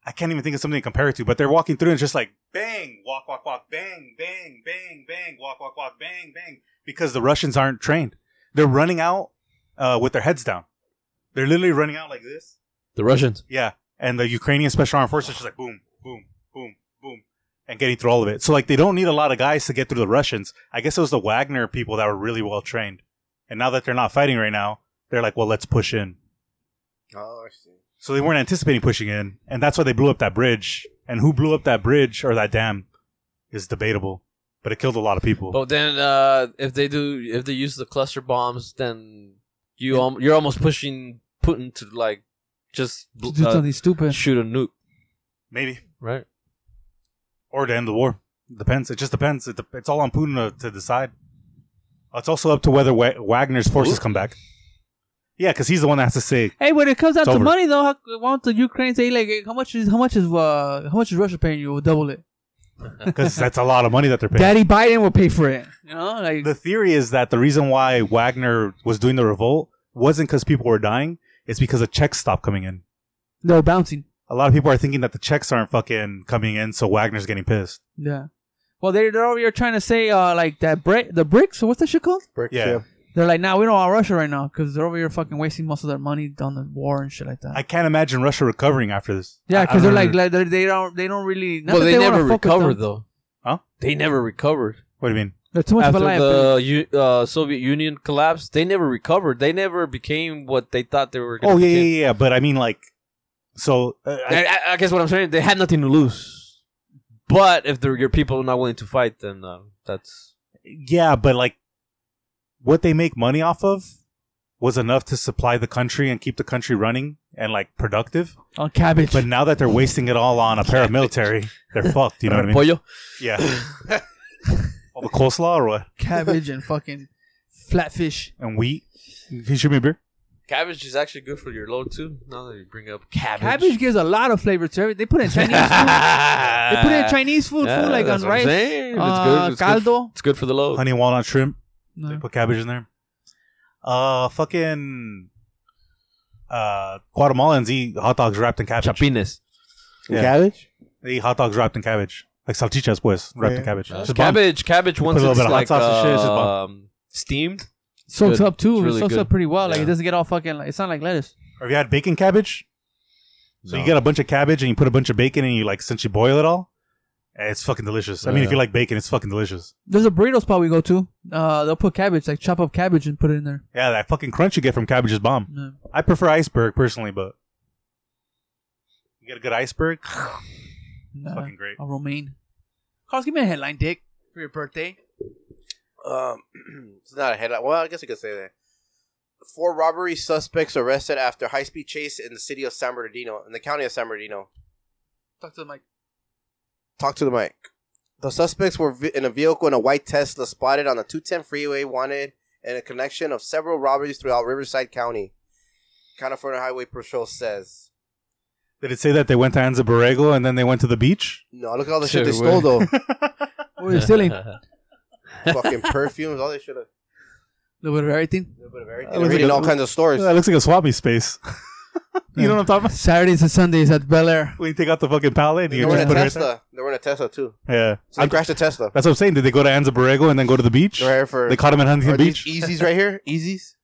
S2: I can't even think of something to compare it to, but they're walking through and it's just like bang, walk, walk, walk, bang, bang, bang, bang, walk, walk, walk, bang, bang, because the Russians aren't trained. They're running out uh, with their heads down. They're literally running out like this.
S4: the Russians.
S2: Yeah. And the Ukrainian Special Armed Forces just like boom, boom, boom, boom, and getting through all of it. So like they don't need a lot of guys to get through the Russians. I guess it was the Wagner people that were really well trained. And now that they're not fighting right now, they're like, well, let's push in.
S6: Oh, I see.
S2: So they weren't anticipating pushing in, and that's why they blew up that bridge. And who blew up that bridge or that dam is debatable, but it killed a lot of people.
S4: But then, uh, if they do, if they use the cluster bombs, then you al- you're almost pushing Putin to like just bl-
S1: To do
S4: uh,
S1: something stupid.
S4: shoot a nuke,
S2: Maybe.
S4: right?
S2: Or to end the war. Depends. It just depends. It, dep- it's all on Putin to, to decide. It's also up to whether Wa- Wagner's forces come back. Yeah, because he's the one that has to say
S1: Hey, when it comes down
S2: It's
S1: to
S2: over.
S1: money, though, how, why don't the Ukraine say like, how much is how much is uh, how much is Russia paying you? We'll double it.
S2: because that's a lot of money that they're paying.
S1: Daddy Biden will pay for it. You know, like
S2: the theory is that the reason why Wagner was doing the revolt wasn't because people were dying; it's because of checks stopped coming in.
S1: no bouncing.
S2: A lot of people are thinking that the checks aren't fucking coming in, so Wagner's getting pissed.
S1: Yeah. Well, they they're over here trying to say uh like that brick the bricks or what's that shit called?
S6: Bricks,
S2: Yeah.
S1: They're like, nah, we don't want Russia right now because they're over here fucking wasting most of their money on the war and shit like that.
S2: I can't imagine Russia recovering after this.
S1: yeah,
S2: I- I
S1: because they're
S2: don't
S1: like,
S2: under-
S1: like they're, they don't they don't really. not
S4: well,
S1: that
S4: they,
S1: wanna
S4: never
S1: fuck with
S4: recovered
S1: them.
S4: though.
S2: Huh?
S4: They never recovered
S2: what do you mean?
S1: They're too much
S4: after
S1: of a liability.
S4: the U- uh, Soviet Union collapsed. They never recovered. They never became what they thought they were. Gonna
S2: Oh yeah, yeah,
S4: become.
S2: yeah. yeah, But I mean, like, so uh, I,
S4: And I, I guess what I'm saying, they had nothing to lose. But if the, your people are not willing to fight, then uh, that's
S2: yeah, but like, what they make money off of was enough to supply the country and keep the country running and like productive.
S1: on cabbage.
S2: But now that they're wasting it all on a paramilitary, they're fucked. You know what I mean?
S4: pollo.
S2: Yeah. All the coleslaw or what?
S1: cabbage and fucking flatfish.
S2: And wheat. Can you shoot me a beer?
S4: Cabbage is actually good for your load too. Now that you bring up cabbage,
S1: Cabbage gives a lot of flavor to everything. They put it in Chinese food. They
S4: they
S1: put it in Chinese food,
S4: Yeah,
S1: food like
S4: that's
S1: on
S4: what I'm
S1: rice,
S4: saying. It's
S1: uh,
S4: good. It's good.
S1: caldo.
S4: It's good for the load.
S2: Honey and walnut shrimp. They
S1: No.
S2: put cabbage in there. Uh, fucking. Uh, Guatemalans eat hot dogs wrapped in cabbage.
S4: Chapines.
S2: Yeah.
S3: Cabbage?
S2: They eat hot dogs wrapped in cabbage, like salchichas, pues, wrapped in cabbage. It's bomb.
S4: cabbage, cabbage.
S2: You
S4: Once
S2: put a little bit
S4: it's
S2: of hot
S4: like
S2: sauce and shit, it's just bomb.
S4: um, steamed.
S1: Soaks
S4: good.
S1: up too.
S4: It's
S1: It
S4: really
S1: soaks
S4: good.
S1: up pretty well. Like
S4: Yeah.
S1: it doesn't get all fucking. Like, it's not like lettuce.
S2: Have you had bacon cabbage? So
S4: No.
S2: you get a bunch of cabbage and you put a bunch of bacon and you like essentially boil it all. And It's fucking delicious. I mean, if
S4: Yeah.
S2: you like bacon, it's fucking delicious.
S1: There's a burrito spot we go to. Uh, they'll put cabbage, like chop up cabbage and put it in there.
S2: Yeah, that fucking crunch you get from cabbage is bomb.
S1: Yeah.
S2: I prefer iceberg personally, but you get a good iceberg.
S1: Nah,
S2: Fucking great.
S1: A romaine. Carlos, give me a headline, dick, for your birthday.
S3: Um, it's not a headline. Well, I guess I could say that. Four robbery suspects arrested after high speed chase in the city of San Bernardino, in the county of San Bernardino.
S1: Talk to the mic.
S3: Talk to the mic. The suspects were vi- in a vehicle in a white Tesla spotted on the 210 freeway, wanted in a connection of several robberies throughout Riverside County. California Highway Patrol says.
S2: Did it say that they went to Anza Borrego and then they went to the beach?
S3: No, look at all the
S4: Shit,
S3: shit they
S4: we're-
S3: stole, though.
S1: Oh, you're stealing a
S3: Fucking perfumes, all they should have.
S1: little bit of everything.
S3: little bit of everything.
S2: That
S3: They're
S2: looks
S3: reading
S2: like a-
S3: all kinds of stores.
S2: That looks like a swappy space. you know what I'm talking about?
S1: Saturdays and Sundays at Bel Air.
S2: When you take out the fucking pallet and
S3: They
S2: you
S3: were
S2: just
S3: in a
S2: put it right there.
S3: Tesla. They were in a Tesla too.
S2: Yeah.
S3: So they crashed a Tesla.
S2: That's what I'm saying. Did they go to Anza Borrego and then go to the beach?
S3: They're here for
S2: They caught him in Huntington
S3: are these
S2: Beach.
S3: Easies right here. Easies.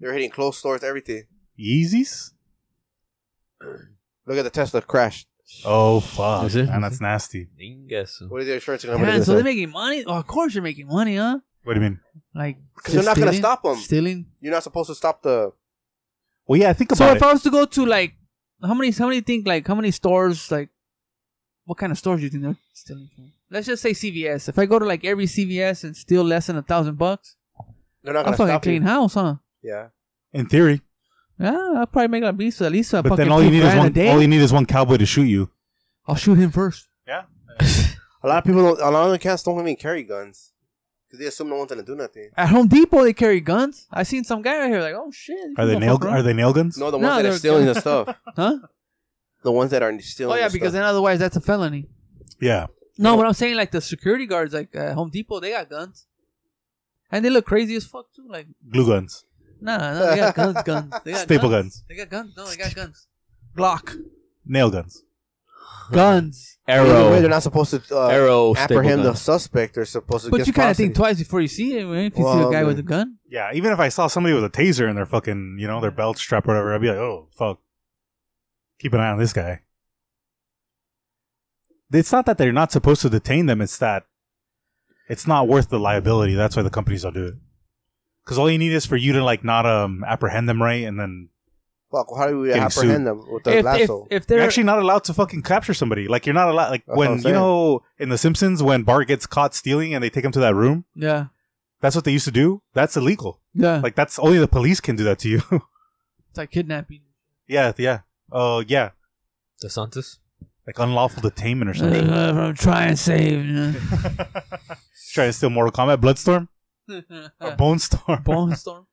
S3: They're hitting closed stores. Everything. e-
S2: Yeezys?
S3: Look at the Tesla crashed.
S2: Oh fuck!
S4: Is it?
S2: Man, that's nasty.
S4: Ningasu.
S3: What is their insurance company?
S1: Damn,
S3: gonna
S1: so
S3: say?
S1: they're making money? Oh, of course you're making money, huh?
S2: What do you mean?
S1: Like,
S3: Because they're not gonna
S1: stealing-
S3: stop 'em.
S1: Stealing.
S3: You're not supposed to stop the.
S2: Well, yeah, think about
S1: so
S2: it.
S1: if I was to go to like, how many? How many think like how many stores like, what kind of stores do you think they're stealing from? Let's just say CVS. If I go to like every CVS and steal less than a thousand bucks,
S3: They're not
S1: I'm
S3: gonna
S1: fucking
S3: stop you.
S1: clean house, huh?
S3: Yeah.
S2: In theory,
S1: Yeah, I'll probably make at least at least a
S2: but
S1: fucking
S2: then all you
S1: few
S2: need is
S1: grand a
S2: one.
S1: day.
S2: All you need is one cowboy to shoot you.
S1: I'll shoot him first.
S2: Yeah.
S3: A lot of people. Don't, a lot of the cats don't even carry guns because they assume no one's gonna do nothing.
S1: At Home Depot, they carry guns. I seen some guy right here like, oh shit.
S2: Are they nail? Are they nail guns?
S3: No, the
S1: No,
S3: ones that are
S1: they're-
S3: stealing the stuff.
S1: Huh?
S3: The ones that are stealing.
S1: Oh yeah,
S3: the
S1: because
S3: stuff.
S1: then otherwise that's a felony.
S2: Yeah.
S1: No, but I'm saying like the security guards like at Home Depot, they got guns, and they look crazy as fuck too. Like,
S2: Glue guns.
S1: nah, no, they got guns, guns. They got
S2: Staple
S1: guns.
S2: guns.
S1: They got guns. No, they got guns. Glock.
S2: Nail guns.
S1: Guns.
S3: Either way, they're
S4: Arrow.
S3: not supposed to uh,
S4: Arrow.
S3: apprehend the
S4: staple
S3: suspect. They're supposed to.
S1: But
S3: give
S1: you kind of think
S3: custody.
S1: twice before you see it, man. If you see
S3: Well,
S1: a guy
S3: man.
S1: with a gun,
S2: Yeah. Even if I saw somebody with a taser in their fucking, you know, their belt strap or whatever, I'd be like, oh fuck. Keep an eye on this guy. It's not that they're not supposed to detain them. It's that it's not worth the liability. That's why the companies don't do it. Because all you need is for you to like not um apprehend them right, and then
S3: Fuck, how do we
S2: Getting
S3: apprehend
S2: sued.
S3: them with the
S1: if, if
S3: lasso?
S1: if
S2: You're
S1: they're
S2: actually not allowed to fucking capture somebody. Like you're not allowed. Like
S3: That's what
S2: when
S3: I'm
S2: you
S3: saying.
S2: know in The Simpsons when Bart gets caught stealing and they take him to that room.
S1: yeah
S2: That's what they used to do. That's illegal.
S1: yeah
S2: Like that's only the police can do that to you.
S1: it's like kidnapping.
S2: yeah, yeah. Oh yeah,
S4: gun. DeSantis.
S2: like unlawful detainment or
S1: Uh,
S2: something.
S1: I'm trying to save. you
S2: Trying to steal Mortal Kombat Bloodstorm
S1: know.
S2: or Bone Storm.
S1: Uh, Bone storm.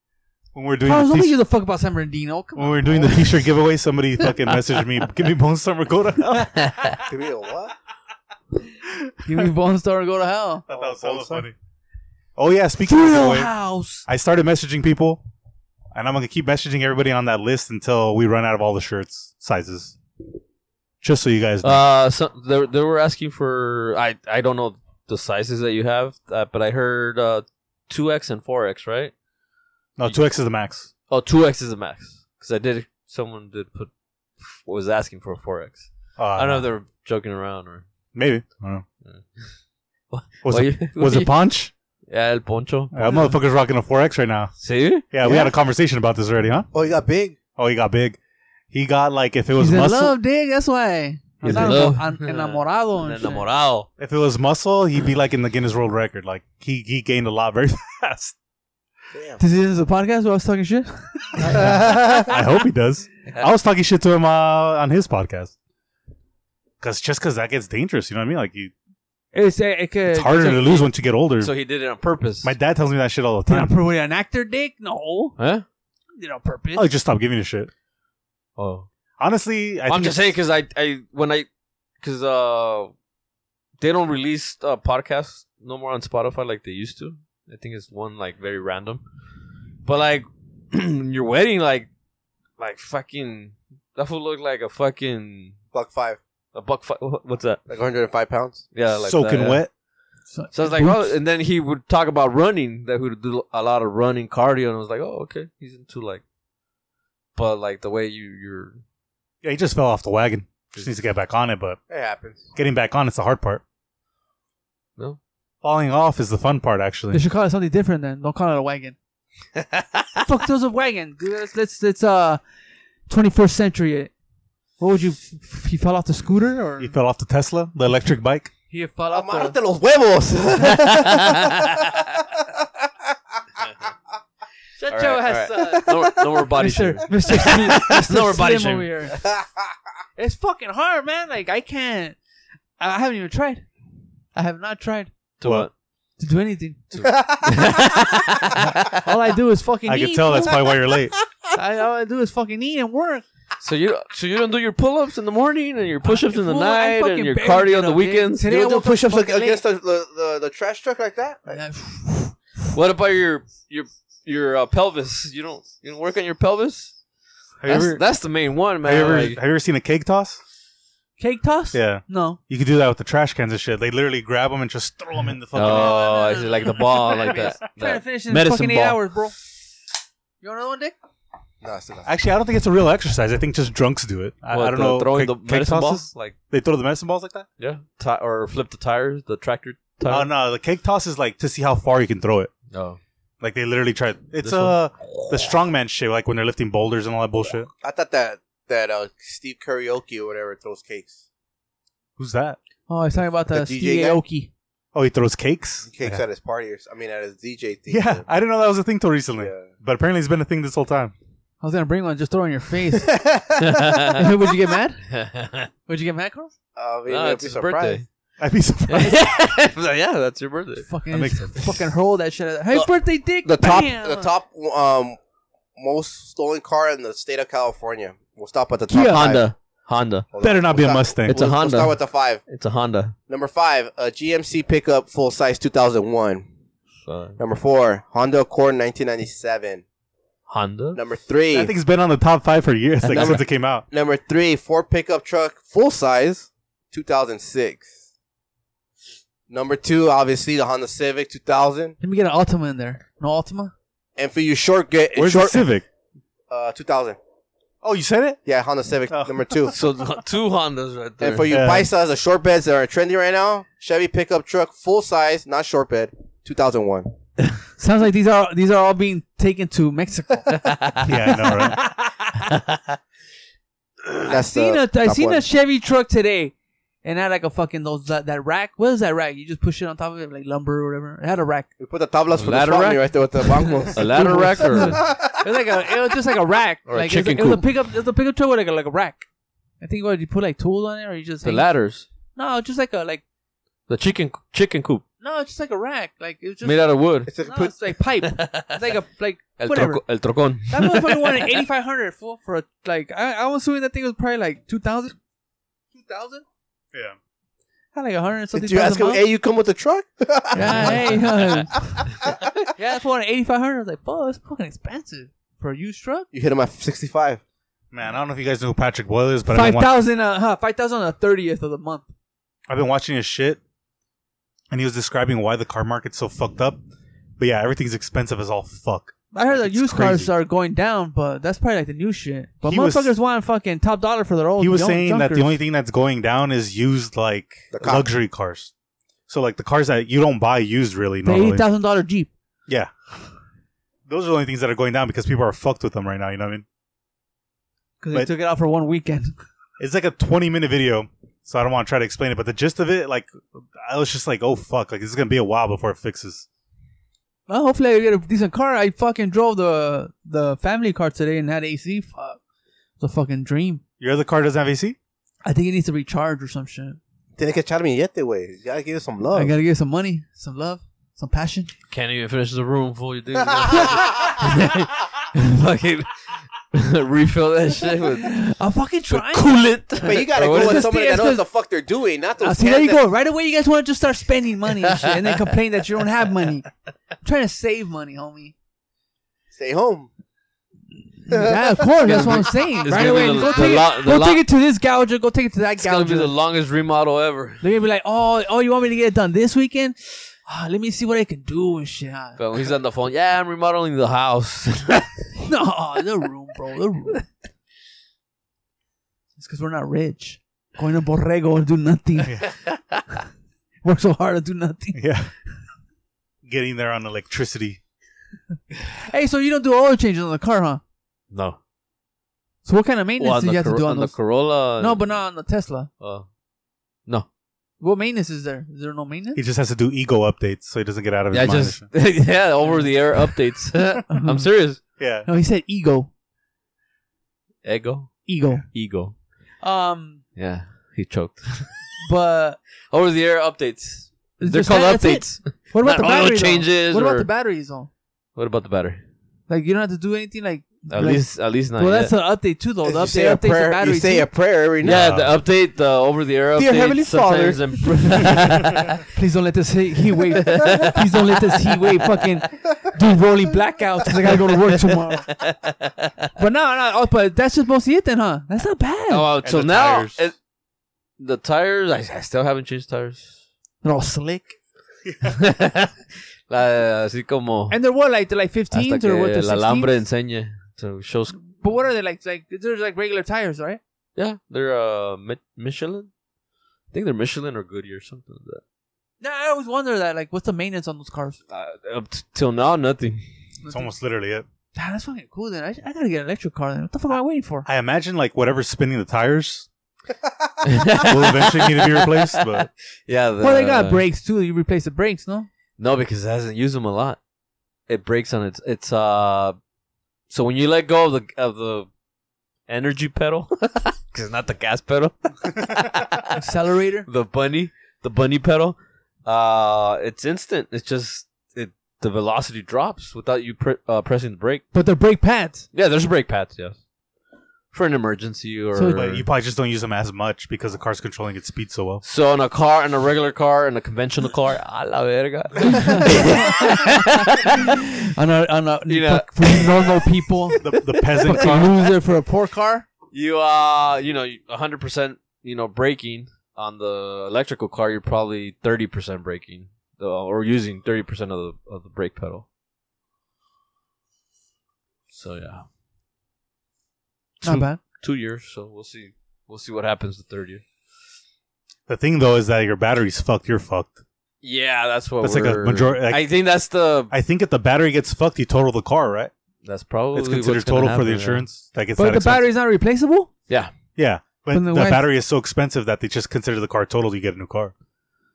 S2: when we're doing
S1: Carlos,
S2: the
S1: don't give
S2: t-
S1: a fuck about San Bernardino. Come
S2: when
S1: on.
S2: we're doing the T-shirt giveaway, somebody fucking messaged me, "Give me Bone Storm or go to hell."
S3: Give me a what?
S1: Give me Bone Storm and go to hell.
S2: That was hella funny. Oh yeah, speaking of
S1: Real
S2: giveaway,
S1: House.
S2: I started messaging people, and I'm gonna keep messaging everybody on that list until we run out of all the shirts sizes. Just so you guys know.
S4: Uh, so they, they were asking for I I don't know the sizes that you have, uh, but I heard uh, 2x and 4x, right?
S2: no, two X is the max.
S4: Oh, 2x is the max because I did someone did put was asking for a 4x.
S2: Uh,
S4: I don't know if they were joking around or
S2: Maybe. I don't know.
S4: What-
S2: Was
S4: what
S2: it
S4: you-
S2: was it Uh, Punch?
S4: yeah, el poncho.
S2: That motherfucker's rocking a four X right now.
S4: See,
S2: Yeah, we
S3: Yeah.
S2: had a conversation about this already, huh?
S3: Oh, you got big.
S2: Oh, he got big. He got like if it was
S1: He's in
S2: muscle.
S1: love, dig. That's why.
S4: He's
S1: I'm
S4: in
S1: not
S4: love.
S1: I'm enamorado. and shit.
S4: enamorado.
S2: If it was muscle, he'd be like in the Guinness World Record. Like he he gained a lot very fast.
S3: Damn.
S1: This is a podcast where I was talking shit.
S2: I hope he does. I was talking shit to him uh, on his podcast. Cause just cause that gets dangerous, you know what I mean? Like you,
S1: It's, eh, it could-
S2: it's harder to lose once you get older.
S4: So he did it on purpose.
S2: My dad tells me that shit all the
S1: Did I
S2: time.
S1: put away an actor, dick? No,
S4: huh?
S1: did on purpose.
S2: I just stop giving a shit.
S4: Oh,
S2: Honestly, I
S4: I am
S2: think
S4: just
S2: it's-
S4: saying because I I when I because uh they don't release uh, podcasts no more on Spotify like they used to. I think it's one like very random, but like your wedding like like fucking that would look like a fucking
S3: buck five,
S4: A buck. Fi- wh- what's that?
S3: like 105 pounds.
S4: Yeah, like that,
S2: soaking
S4: yeah.
S2: wet.
S1: So,
S4: So I was like, oh, and then he would talk about running. That he would do a lot of running cardio, and I was like, oh, okay, he's into like, but like the way you you're
S2: Yeah, he just fell off the wagon. Just needs to get back on it, but
S3: It happens.
S2: getting back on it's the hard part.
S4: No.
S2: Falling off is the fun part,
S1: They
S2: actually.
S1: should call it something different then. Don't call it a wagon. Fuck those a wagon. dude. Let's let's let's uh, twenty first century. It. What would you? f- f- He fell off the scooter or
S2: He fell off the Tesla, the electric bike.
S1: he fell off the.
S3: Amárrate los huevos.
S1: Shut
S4: All
S1: your
S4: right,
S1: ass
S4: all
S1: up.
S4: no, no more body
S1: Mister,
S4: shaming.
S1: Mister, Slim- Mister
S4: No more body
S1: Slim over
S4: shaming.
S1: here. It's fucking hard, man. Like I can't. I I haven't even tried. I have not tried
S4: To what?
S1: to do anything. all I do is fucking.
S2: I
S1: eat,
S2: could tell that's
S1: fool.
S2: probably why you're late.
S1: I, all I do is fucking eat and work.
S4: so you so you don't do your pull ups in the morning and your push ups in the
S1: Fool, I
S4: night and
S1: fucking
S4: your
S1: barely
S4: cardio
S1: get
S4: on the
S1: up, dude.
S4: weekends.
S1: Today
S3: You
S1: I
S3: do
S1: woke up
S3: push-ups like,
S1: fucking late.
S3: against the, the, the, the trash truck like that?
S1: And I-
S4: What about your your your uh, pelvis? You don't you don't work on your pelvis?
S2: Have you
S4: That's,
S2: ever,
S4: that's the main one, man.
S2: have you ever,
S4: like-
S2: have you ever seen a cake toss?
S1: Cake toss?
S2: Yeah.
S1: No.
S2: You could do that with the trash cans and shit. They literally grab them and just throw them in the fucking.
S4: oh, I see, like the ball, like that.
S1: trying to
S4: that.
S1: finish in
S4: medicine
S1: fucking eight
S4: ball.
S1: hours, bro. You want another one, Dick?
S2: Actually, I don't think it's a real exercise. I think just drunks do it. I,
S4: What,
S2: I don't
S4: the
S2: know. cake-
S4: Throwing the
S2: cake
S4: medicine
S2: tosses?
S4: balls, like
S2: They throw the medicine balls like that?
S4: yeah, ti- or flip the tires, the tractor tire.
S2: Oh no, the cake toss is like to see how far you can throw it.
S4: no.
S2: Like they literally try. It's
S4: This
S2: uh the strongman shit, like when they're lifting boulders and all that bullshit.
S3: I thought that, that uh, Steve Karaoke or whatever throws cakes.
S2: Who's that?
S1: Oh, I was talking about the,
S3: The
S1: Steve
S3: DJ guy?
S1: Aoki.
S2: Oh, he throws cakes.
S3: Cakes
S2: Yeah.
S3: at his party or s- I mean, at his DJ thing.
S2: Yeah, I didn't know that was a thing till recently,
S3: Yeah.
S2: but apparently it's been a thing this whole time.
S1: I was gonna bring one, just throw it in your face. Would you get mad? Would you get mad, Carl?
S3: I mean,
S4: No,
S3: I'd
S4: it's
S3: Oh, be
S4: his
S3: surprised.
S4: birthday.
S2: I'd be surprised.
S4: yeah, that's your birthday.
S1: Fucking,
S2: That makes
S1: fucking hurl that shit. At, hey,
S3: The-
S1: birthday, Dick.
S3: the top
S1: Bam!
S3: the top um most stolen car in the state of California. We'll stop at the top five.
S1: Kia.
S4: Uh, Honda, Honda.
S3: Hold
S2: Better
S3: on.
S2: not be
S3: We'll
S2: a
S3: stop-
S2: Mustang.
S4: It's a
S3: we'll-
S4: Honda.
S3: We'll start with the five.
S4: It's a Honda.
S3: Number five, uh, a GMC pickup full size 2001. Number four, Honda Accord 1997.
S4: Honda.
S3: Number
S2: I
S3: three,
S2: think it's been on the top five for years, like
S4: Number-
S2: since it came out.
S3: number three, Ford pickup truck full size 2006. Number two, obviously the Honda Civic 2000.
S1: Let me get an Altima in there. No Altima?
S3: And for you short get
S2: Where's the
S3: short
S2: Civic?
S3: uh 2000.
S2: Oh, you said it.
S3: Yeah, Honda Civic
S2: Oh.
S3: number two.
S4: So two Hondas right there.
S3: And for you
S2: Yeah.
S3: paisas, the short beds that are trendy right now, Chevy pickup truck, full size, not short bed, 2001.
S1: Sounds like these are these are all being taken to Mexico.
S2: Yeah, I know, right?
S3: That's
S1: seen
S3: the
S1: a, I
S3: top
S1: seen
S3: one.
S1: a Chevy truck today, and had like a fucking those that, that rack. What is that rack? You just push it on top of it like lumber or whatever. It had a rack.
S3: we put the tablas for the
S4: Ladder
S3: swap
S4: rack?
S3: meet right there with the
S4: a
S3: bancos.
S4: ladder rack or
S1: It was like a, it was just like a rack.
S4: Or a
S1: like
S4: chicken
S1: it was, like,
S4: coop.
S1: it was a pickup, it was a pickup truck with like a, like a rack. I think what you put like tools on it or you just
S4: the
S1: hang-
S4: ladders,
S1: No, just like a like
S4: the chicken chicken coop
S1: no, it's just like a rack. Like it was just
S4: made out of wood.
S3: It's a
S1: no,
S3: put-
S1: it's like pipe. It's like a like
S4: El,
S1: whatever.
S4: troco, el trocón.
S1: That motherfucker wanted eighty five hundred for for a, like I I was assuming that thing was probably like two thousand. Two thousand?
S2: Yeah.
S1: Had like a hundred and something.
S3: Did you ask
S1: thousand
S3: him,
S1: miles.
S3: hey, you come with the truck?
S1: Yeah, hey, yeah, that's one eighty five hundred. I was like, fuck, that's fucking expensive for a used truck.
S3: You hit him at 65.
S2: Man, I don't know if you guys know who Patrick Boyle is, but I've
S1: Five
S2: been, wa-
S1: thousand, uh, huh, five thousand on the thirtieth of the month.
S2: I've been watching his shit, and he was describing why the car market's so fucked up. But yeah, everything's expensive as all fuck.
S1: I heard
S2: Like,
S1: that
S2: it's
S1: used cars
S2: crazy.
S1: are going down, but that's probably like the new shit. But
S2: He was-
S1: motherfuckers want fucking top dollar for their old.
S2: he was
S1: junk-
S2: saying that the
S1: Oh, junkers.
S2: only thing that's going down is used like
S3: The car.
S2: luxury cars. So like the cars that you don't buy used really
S1: the eighty
S2: normally.
S1: thousand dollar Jeep.
S2: Yeah. Those are the only things that are going down because people are fucked with them right now, you know what I mean?
S1: Because
S2: But-
S1: they took it out for one weekend.
S2: It's like a 20 minute video, so I don't want to try to explain it, but the gist of it, like, I was just like, oh fuck, like, this is going to be a while before it fixes.
S1: Well, hopefully I get a decent car. I fucking drove the the family car today and had AC. Fuck, it's a fucking dream.
S2: Your other car doesn't have AC?
S1: I think it needs to recharge or some shit.
S3: Tiene que echarme yete, way. You gotta give him some love.
S1: I gotta get some money, some love, some passion.
S4: Can't even finish the room full. You do fucking refill that shit with
S1: I'm fucking trying.
S4: coolant.
S3: but you gotta
S4: Or what
S3: go
S4: is
S3: with
S1: this
S3: somebody
S1: thing?
S3: that knows what
S1: It's
S3: the fuck they're doing, not
S1: Uh,
S3: those
S1: see, there
S3: cats
S1: you
S3: that-
S1: go. Right away, you guys want to just start spending money and shit, and then complain that you don't have money. I'm trying to save money, homie.
S3: Stay home.
S1: yeah, of course. That's what I'm saying.
S4: It's
S1: Right
S4: gonna be
S1: away,
S4: the-
S1: go
S4: the
S1: take,
S4: lo-
S1: it,
S4: the
S1: go
S4: lo-
S1: take it to this gouger. Go take it to that
S4: It's gonna be
S1: gouger.
S4: the longest remodel ever.
S1: They're gonna be like, oh, oh, you want me to get it done this weekend? Ah, let me see what I can do and shit. Ah,
S4: But when he's on the phone, yeah, I'm remodeling the house.
S1: No, the room, bro, the room. It's because we're not rich. Going to Borrego and do nothing. Work so hard and do nothing.
S2: Yeah. Getting there on electricity.
S1: Hey, so you don't do oil changes on the car, huh?
S4: no.
S1: So what kind of
S4: Well,
S1: maintenance
S4: on
S1: do
S4: the,
S1: you have
S4: Cor-
S1: to do
S4: on
S1: on,
S4: the
S1: those?
S4: Corolla.
S1: no, but not on the Tesla.
S4: Uh, no.
S1: What maintenance is there? Is there no maintenance?
S2: He just has to do ego updates so he doesn't get out of his
S4: Yeah,
S2: mind.
S4: just yeah, over the air updates. I'm serious.
S2: yeah.
S1: No, he said ego,
S4: Ego,
S1: ego.
S4: ego.
S1: Um,
S4: Yeah, he choked.
S1: but
S4: Over the air updates.
S1: It's
S4: They're
S1: just
S4: called
S1: that- that's
S4: updates.
S1: what
S4: Not
S1: about the
S4: oil
S1: battery though?
S4: changes
S1: What about
S4: or-
S1: the batteries though?
S4: What about the battery?
S1: Like you don't have to do anything. Like
S4: At
S1: like-
S4: least, at least not.
S1: Well,
S4: yet.
S1: that's an update too, though. The
S6: you say
S1: update
S6: a
S1: updates the
S6: prayer,
S1: battery.
S6: you say
S1: too.
S6: a prayer every night.
S4: yeah,
S2: No.
S4: the update, the over the air updates.
S6: Dear Heavenly
S4: sometimes imp-
S1: Please don't let this heat, heat wave. Please don't let this heat wave fucking do rolling blackouts. 'cause I gotta go to work tomorrow. But no, no. Oh, but that's just mostly it then, huh? That's not bad.
S4: oh, well, till
S2: the
S4: now,
S2: tires.
S4: it- the tires. I, I still haven't changed tires.
S1: They're all slick.
S4: La- así como
S1: And they're what like they're like 15s
S4: hasta que
S1: or what? They're
S4: el alambre
S1: 16s?
S4: enseñe. So shows.
S1: But what are they like? Like they're like regular tires, right?
S4: Yeah, they're uh Mi- Michelin. I think they're Michelin or Goodyear, something like that.
S1: No, I always wonder that. Like, what's the maintenance on those cars?
S4: Uh, up t- till now, nothing.
S2: It's almost literally it.
S1: Nah, that's fucking cool. Then I, I gotta get an electric car. Then what the fuck am I waiting for?
S2: I imagine like whatever's spinning the tires will eventually need to be replaced, but
S4: Yeah.
S1: well, they got
S4: the-
S1: brakes too. You replace the brakes, no?
S4: No, because it hasn't used them a lot. It breaks on its. It's uh. So when you let go of the of the energy pedal, because not the gas pedal,
S1: Accelerator.
S4: the bunny, the bunny pedal, uh, it's instant. It's just it the velocity drops without you pre- uh, pressing the brake.
S1: But the brake pads.
S4: Yeah, there's brake pads. Yes, for an emergency or.
S1: So-
S2: but you probably just don't use them as much because the car's controlling its speed so well.
S4: So in a car, in a regular car, in a conventional car, a la verga.
S1: on a on a
S4: You know-
S1: fuck, for you normal people.
S2: The, the peasant
S1: Fucking
S2: car.
S1: loser for a poor car.
S4: you uh, you know, hundred percent, you know, braking on the electrical car, you're probably thirty percent braking uh, or using thirty percent of the of the brake pedal. So yeah,
S1: Not
S4: two,
S1: bad.
S4: two years. So we'll see. We'll see what happens the third year.
S2: The thing though is that your battery's fucked, you're fucked.
S4: Yeah, that's what.
S2: That's like a
S4: we're-
S2: major- like-
S4: I think that's the.
S2: I think if the battery gets fucked, you total the car, right?
S4: That's probably
S2: it's
S4: what's
S2: considered
S4: gonna
S2: total for
S4: happen,
S2: the
S4: yeah.
S2: insurance. Like it's
S1: But
S2: not
S1: the
S2: expensive.
S1: battery's not replaceable.
S4: Yeah,
S2: Yeah. But
S1: Then
S2: the
S1: why-
S2: battery is so expensive that they just consider the car total. You get a new car.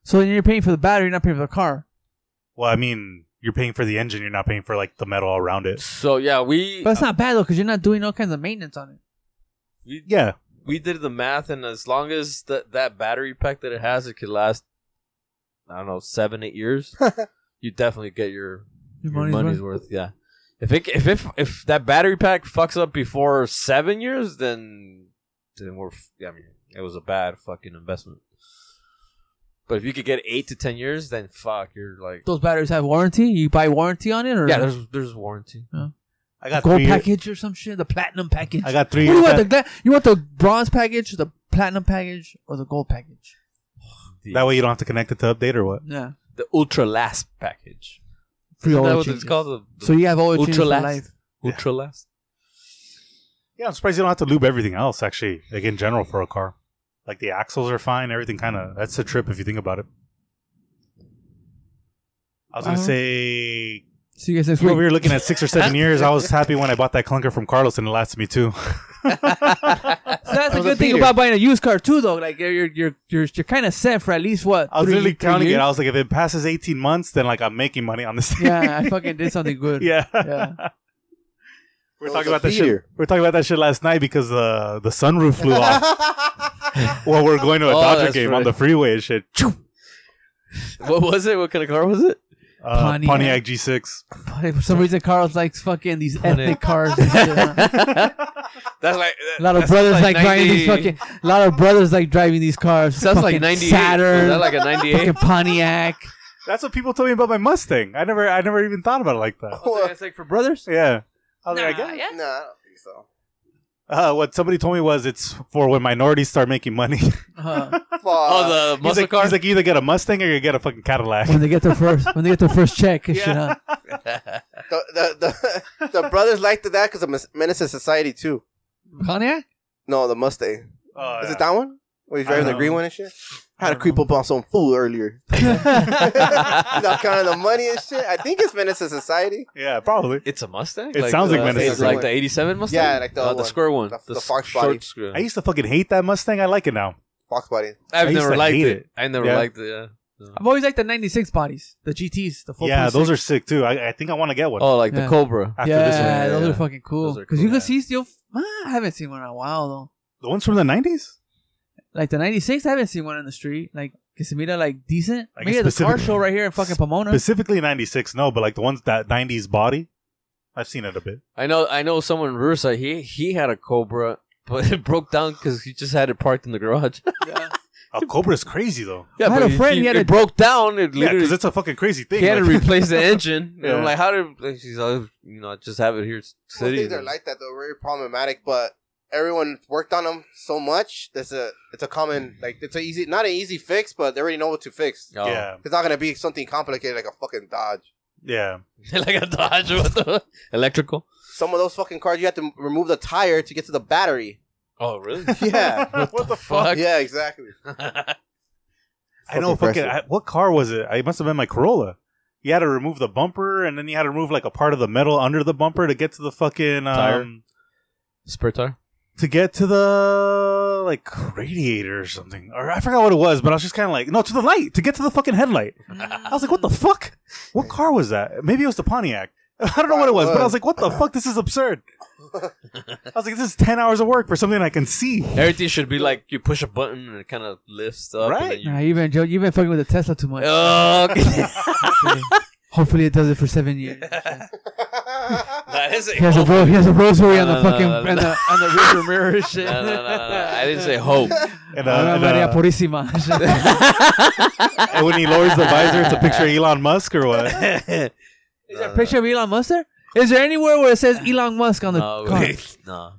S1: So then you're paying for the battery, you're not paying for the car.
S2: Well, I mean, you're paying for the engine. You're not paying for like the metal all around it.
S4: So yeah, we
S1: But that's not bad though, because you're not doing all kinds of maintenance on it.
S4: we
S2: Yeah,
S4: we did the math, and as long as that that battery pack that it has, it could last, I don't know, seven eight years. you definitely get your, your money's, worth. Yeah. If it if if if that battery pack fucks up before seven years, then then we're f- I mean it was a bad fucking investment. But if you could get eight to ten years, then fuck, you're like
S1: Those batteries have warranty. You buy warranty on it, or
S4: yeah, there's there's warranty.
S2: I
S1: the
S2: got
S1: gold
S2: three. year-
S1: package or some shit, the platinum package.
S2: I got
S1: What
S2: three.
S1: do you want? The
S2: That,
S1: gla- you want the bronze package, the platinum package, or the gold package?
S2: that way you don't have to connect it to update or what.
S1: Yeah,
S4: The ultra last package.
S1: free
S4: Isn't
S1: oil
S4: that what
S1: changes.
S4: it's called? The, the
S1: So you have oil changes
S4: ultra
S1: for
S4: last.
S1: life.
S4: Ultra last.
S2: Yeah, I'm surprised you don't have to lube everything else. Actually, like in general for a car, like the axles are fine. Everything kind of that's a trip if you think about it. I was gonna
S1: Uh-huh.
S2: say
S1: See you guys next
S2: we
S1: week.
S2: were looking at six or seven years. I was happy when I bought that clunker from Carlos, and it lasted me too.
S1: That's
S6: That
S1: the
S6: was a
S1: good thing
S6: beater.
S1: about buying a used car too, though. Like you're you're you're you're, you're kind of set for at least what?
S2: I was
S1: three-
S2: literally
S1: three
S2: counting it.
S1: years?
S2: I was like, if it passes 18 months, then like I'm making money on this thing.
S1: yeah, I fucking did something good.
S2: yeah.
S1: Yeah.
S6: It
S2: We We're
S6: was
S2: talking
S6: a
S2: about that shit.
S6: beater.
S2: We We're talking about that shit last night because the the sunroof flew off while we we're going to a
S4: Oh,
S2: Dodger
S4: that's
S2: game on
S4: right.
S2: the freeway and shit. Choo!
S4: What was it? What kind of car was it?
S2: Uh,
S1: Pontiac.
S2: Pontiac. G6.
S1: But for some reason, Carl's likes fucking these
S4: Funny.
S1: ethnic cars. and shit, huh?
S4: That's like
S1: A lot of brothers like, driving these
S4: 90
S1: fucking. A lot of brothers like driving these cars.
S4: Sounds like
S1: Fucking
S4: ninety eight.
S1: Saturn.
S4: Is that like a ninety eight?
S1: fucking Pontiac.
S2: That's what people told me about my Mustang. I never I never even thought about it like that.
S1: It's like for brothers.
S2: Yeah. I was like, I guess-
S6: Nah,
S3: country. So
S2: Uh, what somebody told me was it's for when minorities start making money. he's,
S4: Uh-huh.
S1: Uh,
S3: Fuck.
S4: oh, the muscle
S2: like,
S4: car.
S2: he's like, either get a Mustang or you get a fucking Cadillac.
S1: when they get their first when they get their first check, and shit, huh?
S3: the the, the, the brothers liked that because of Menace to Society too.
S1: Cognac?
S3: No, the Mustang.
S2: Oh,
S3: Is
S2: yeah.
S3: it that one? Where he's
S2: I
S3: driving the
S2: don't
S3: green
S2: know.
S3: one and shit. I had to creep up on some fool earlier. Not counting the money and shit. I think it's Menace to Society.
S2: Yeah, probably.
S4: it's a Mustang.
S2: It sounds like
S4: the-
S2: Menace
S4: It's
S3: to
S4: like
S3: Society.
S4: the '87 Mustang.
S3: Yeah, like the
S4: Uh,
S3: old
S4: the
S3: one.
S4: square one,
S3: The- the
S4: s-
S3: fox
S4: short
S3: body.
S4: screw.
S2: I used to fucking hate that Mustang. I like it now.
S3: Fox body.
S4: I've
S2: I used
S4: never
S2: to
S4: liked
S2: hate
S4: it.
S2: it.
S4: I never
S2: Yeah.
S4: liked uh, it. Yeah.
S1: I've always liked the '96 bodies, the GTS, the four.
S2: yeah, those are sick too. I, I think I want to get one.
S4: Oh, like
S1: Yeah.
S4: the Cobra.
S2: after
S1: yeah,
S2: this one.
S4: Yeah,
S1: those
S4: yeah.
S1: are fucking cool.
S4: Those are
S1: Because
S4: cool,
S1: you can
S4: yeah.
S1: see still. Ah, I haven't seen one in a while though.
S2: The ones from the nineties?
S1: Like the '96, I haven't seen one in the street. Like Casimira, like decent.
S2: Like,
S1: Maybe at the car
S2: specific-
S1: show right here in fucking Pomona.
S2: Specifically ninety six, no, but like the ones that nineties body. I've seen it a bit.
S4: I know. I know someone in Riverside. He he had a Cobra, but it broke down because he just had it parked in the garage.
S1: Yeah.
S2: A Cobra's crazy though.
S1: I had
S4: but
S1: a friend, he had
S4: it
S1: a-
S4: broke down. It
S2: Yeah,
S4: literally
S2: because it's a fucking crazy thing.
S4: he had to
S2: like-
S4: replace the engine. And
S2: Yeah.
S4: I'm like, how did like, she's like, you know, I just have it here it's
S3: Most
S4: city.
S3: things are like that though, very problematic. But everyone worked on them so much. There's a it's a common like it's a easy not an easy fix, but they already know what to fix.
S4: Oh.
S2: Yeah,
S3: It's not gonna be something complicated like a fucking Dodge.
S2: yeah.
S4: like a Dodge with the electrical.
S3: Some of those fucking cars you have to remove the tire to get to the battery.
S4: Oh, really?
S3: Yeah.
S2: what, the
S4: Fuck.
S3: yeah, exactly.
S2: I know.
S9: Fucking
S2: Fucking. I, what car was it? I must have been my Corolla. You had to remove the bumper, and then you had to remove like a part of the metal under the bumper to get to the fucking um,
S4: Tire. Spare tire.
S2: to get to the like radiator or something, or I forgot what it was, but I was just kind of like, no, to the light, to get to the fucking headlight. I was like, what the fuck? What car was that? Maybe it was the Pontiac. I don't know what it was, but I was like, what the fuck? This is absurd. I was like, this is ten hours of work for something I can see.
S4: Everything should be like you push a button and it kind of lifts up. and
S2: Right.
S4: then
S1: Nah, you've been Joe, you've been fucking with the Tesla too
S4: you-
S1: much.
S4: Oh, okay.
S1: Hopefully- Hopefully, it does it for seven years.
S4: That is
S1: He has a
S4: hope.
S1: ro- he has a rosary on
S4: No,
S1: the
S4: no,
S1: fucking
S4: no, no,
S1: on
S4: no.
S1: the on the rear view mirror and shit.
S4: No, no, no, no, no. I didn't say hope.
S2: And, uh,
S1: Ave
S2: and,
S1: Maria
S2: uh,
S1: Purísima.
S2: and when he lowers the visor, it's a picture of Elon Musk or what?
S1: Is there a picture of Elon Musk there? Is there anywhere where it says Elon Musk on the
S4: no,
S1: car?
S4: wait. no.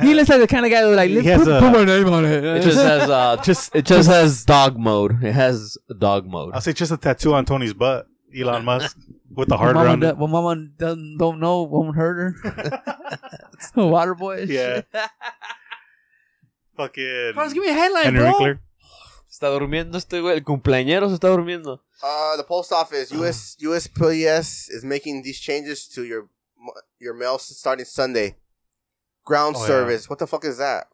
S1: He looks like the kind of guy who like
S2: He
S1: put,
S2: has a-
S1: put my name on it.
S4: It just has uh,
S2: Just
S4: it just has dog mode. It has dog mode.
S2: I'll say just a tattoo on Tony's butt, Elon Musk, with the
S1: When
S2: heart
S1: mama,
S2: around
S1: do,
S2: it.
S1: when mama doesn't don't know, won't hurt her. Water boy. and
S2: Yeah.
S1: shit.
S2: Fucking
S1: Carlos, give me a headline,
S2: Henry
S1: bro.
S2: Winkler.
S4: Está durmiendo este güey. El cumpleañero se está durmiendo.
S3: Uh, the post office US USPS is making these changes to your your mail starting Sunday. Ground
S2: Oh, yeah.
S3: service. What the fuck is that?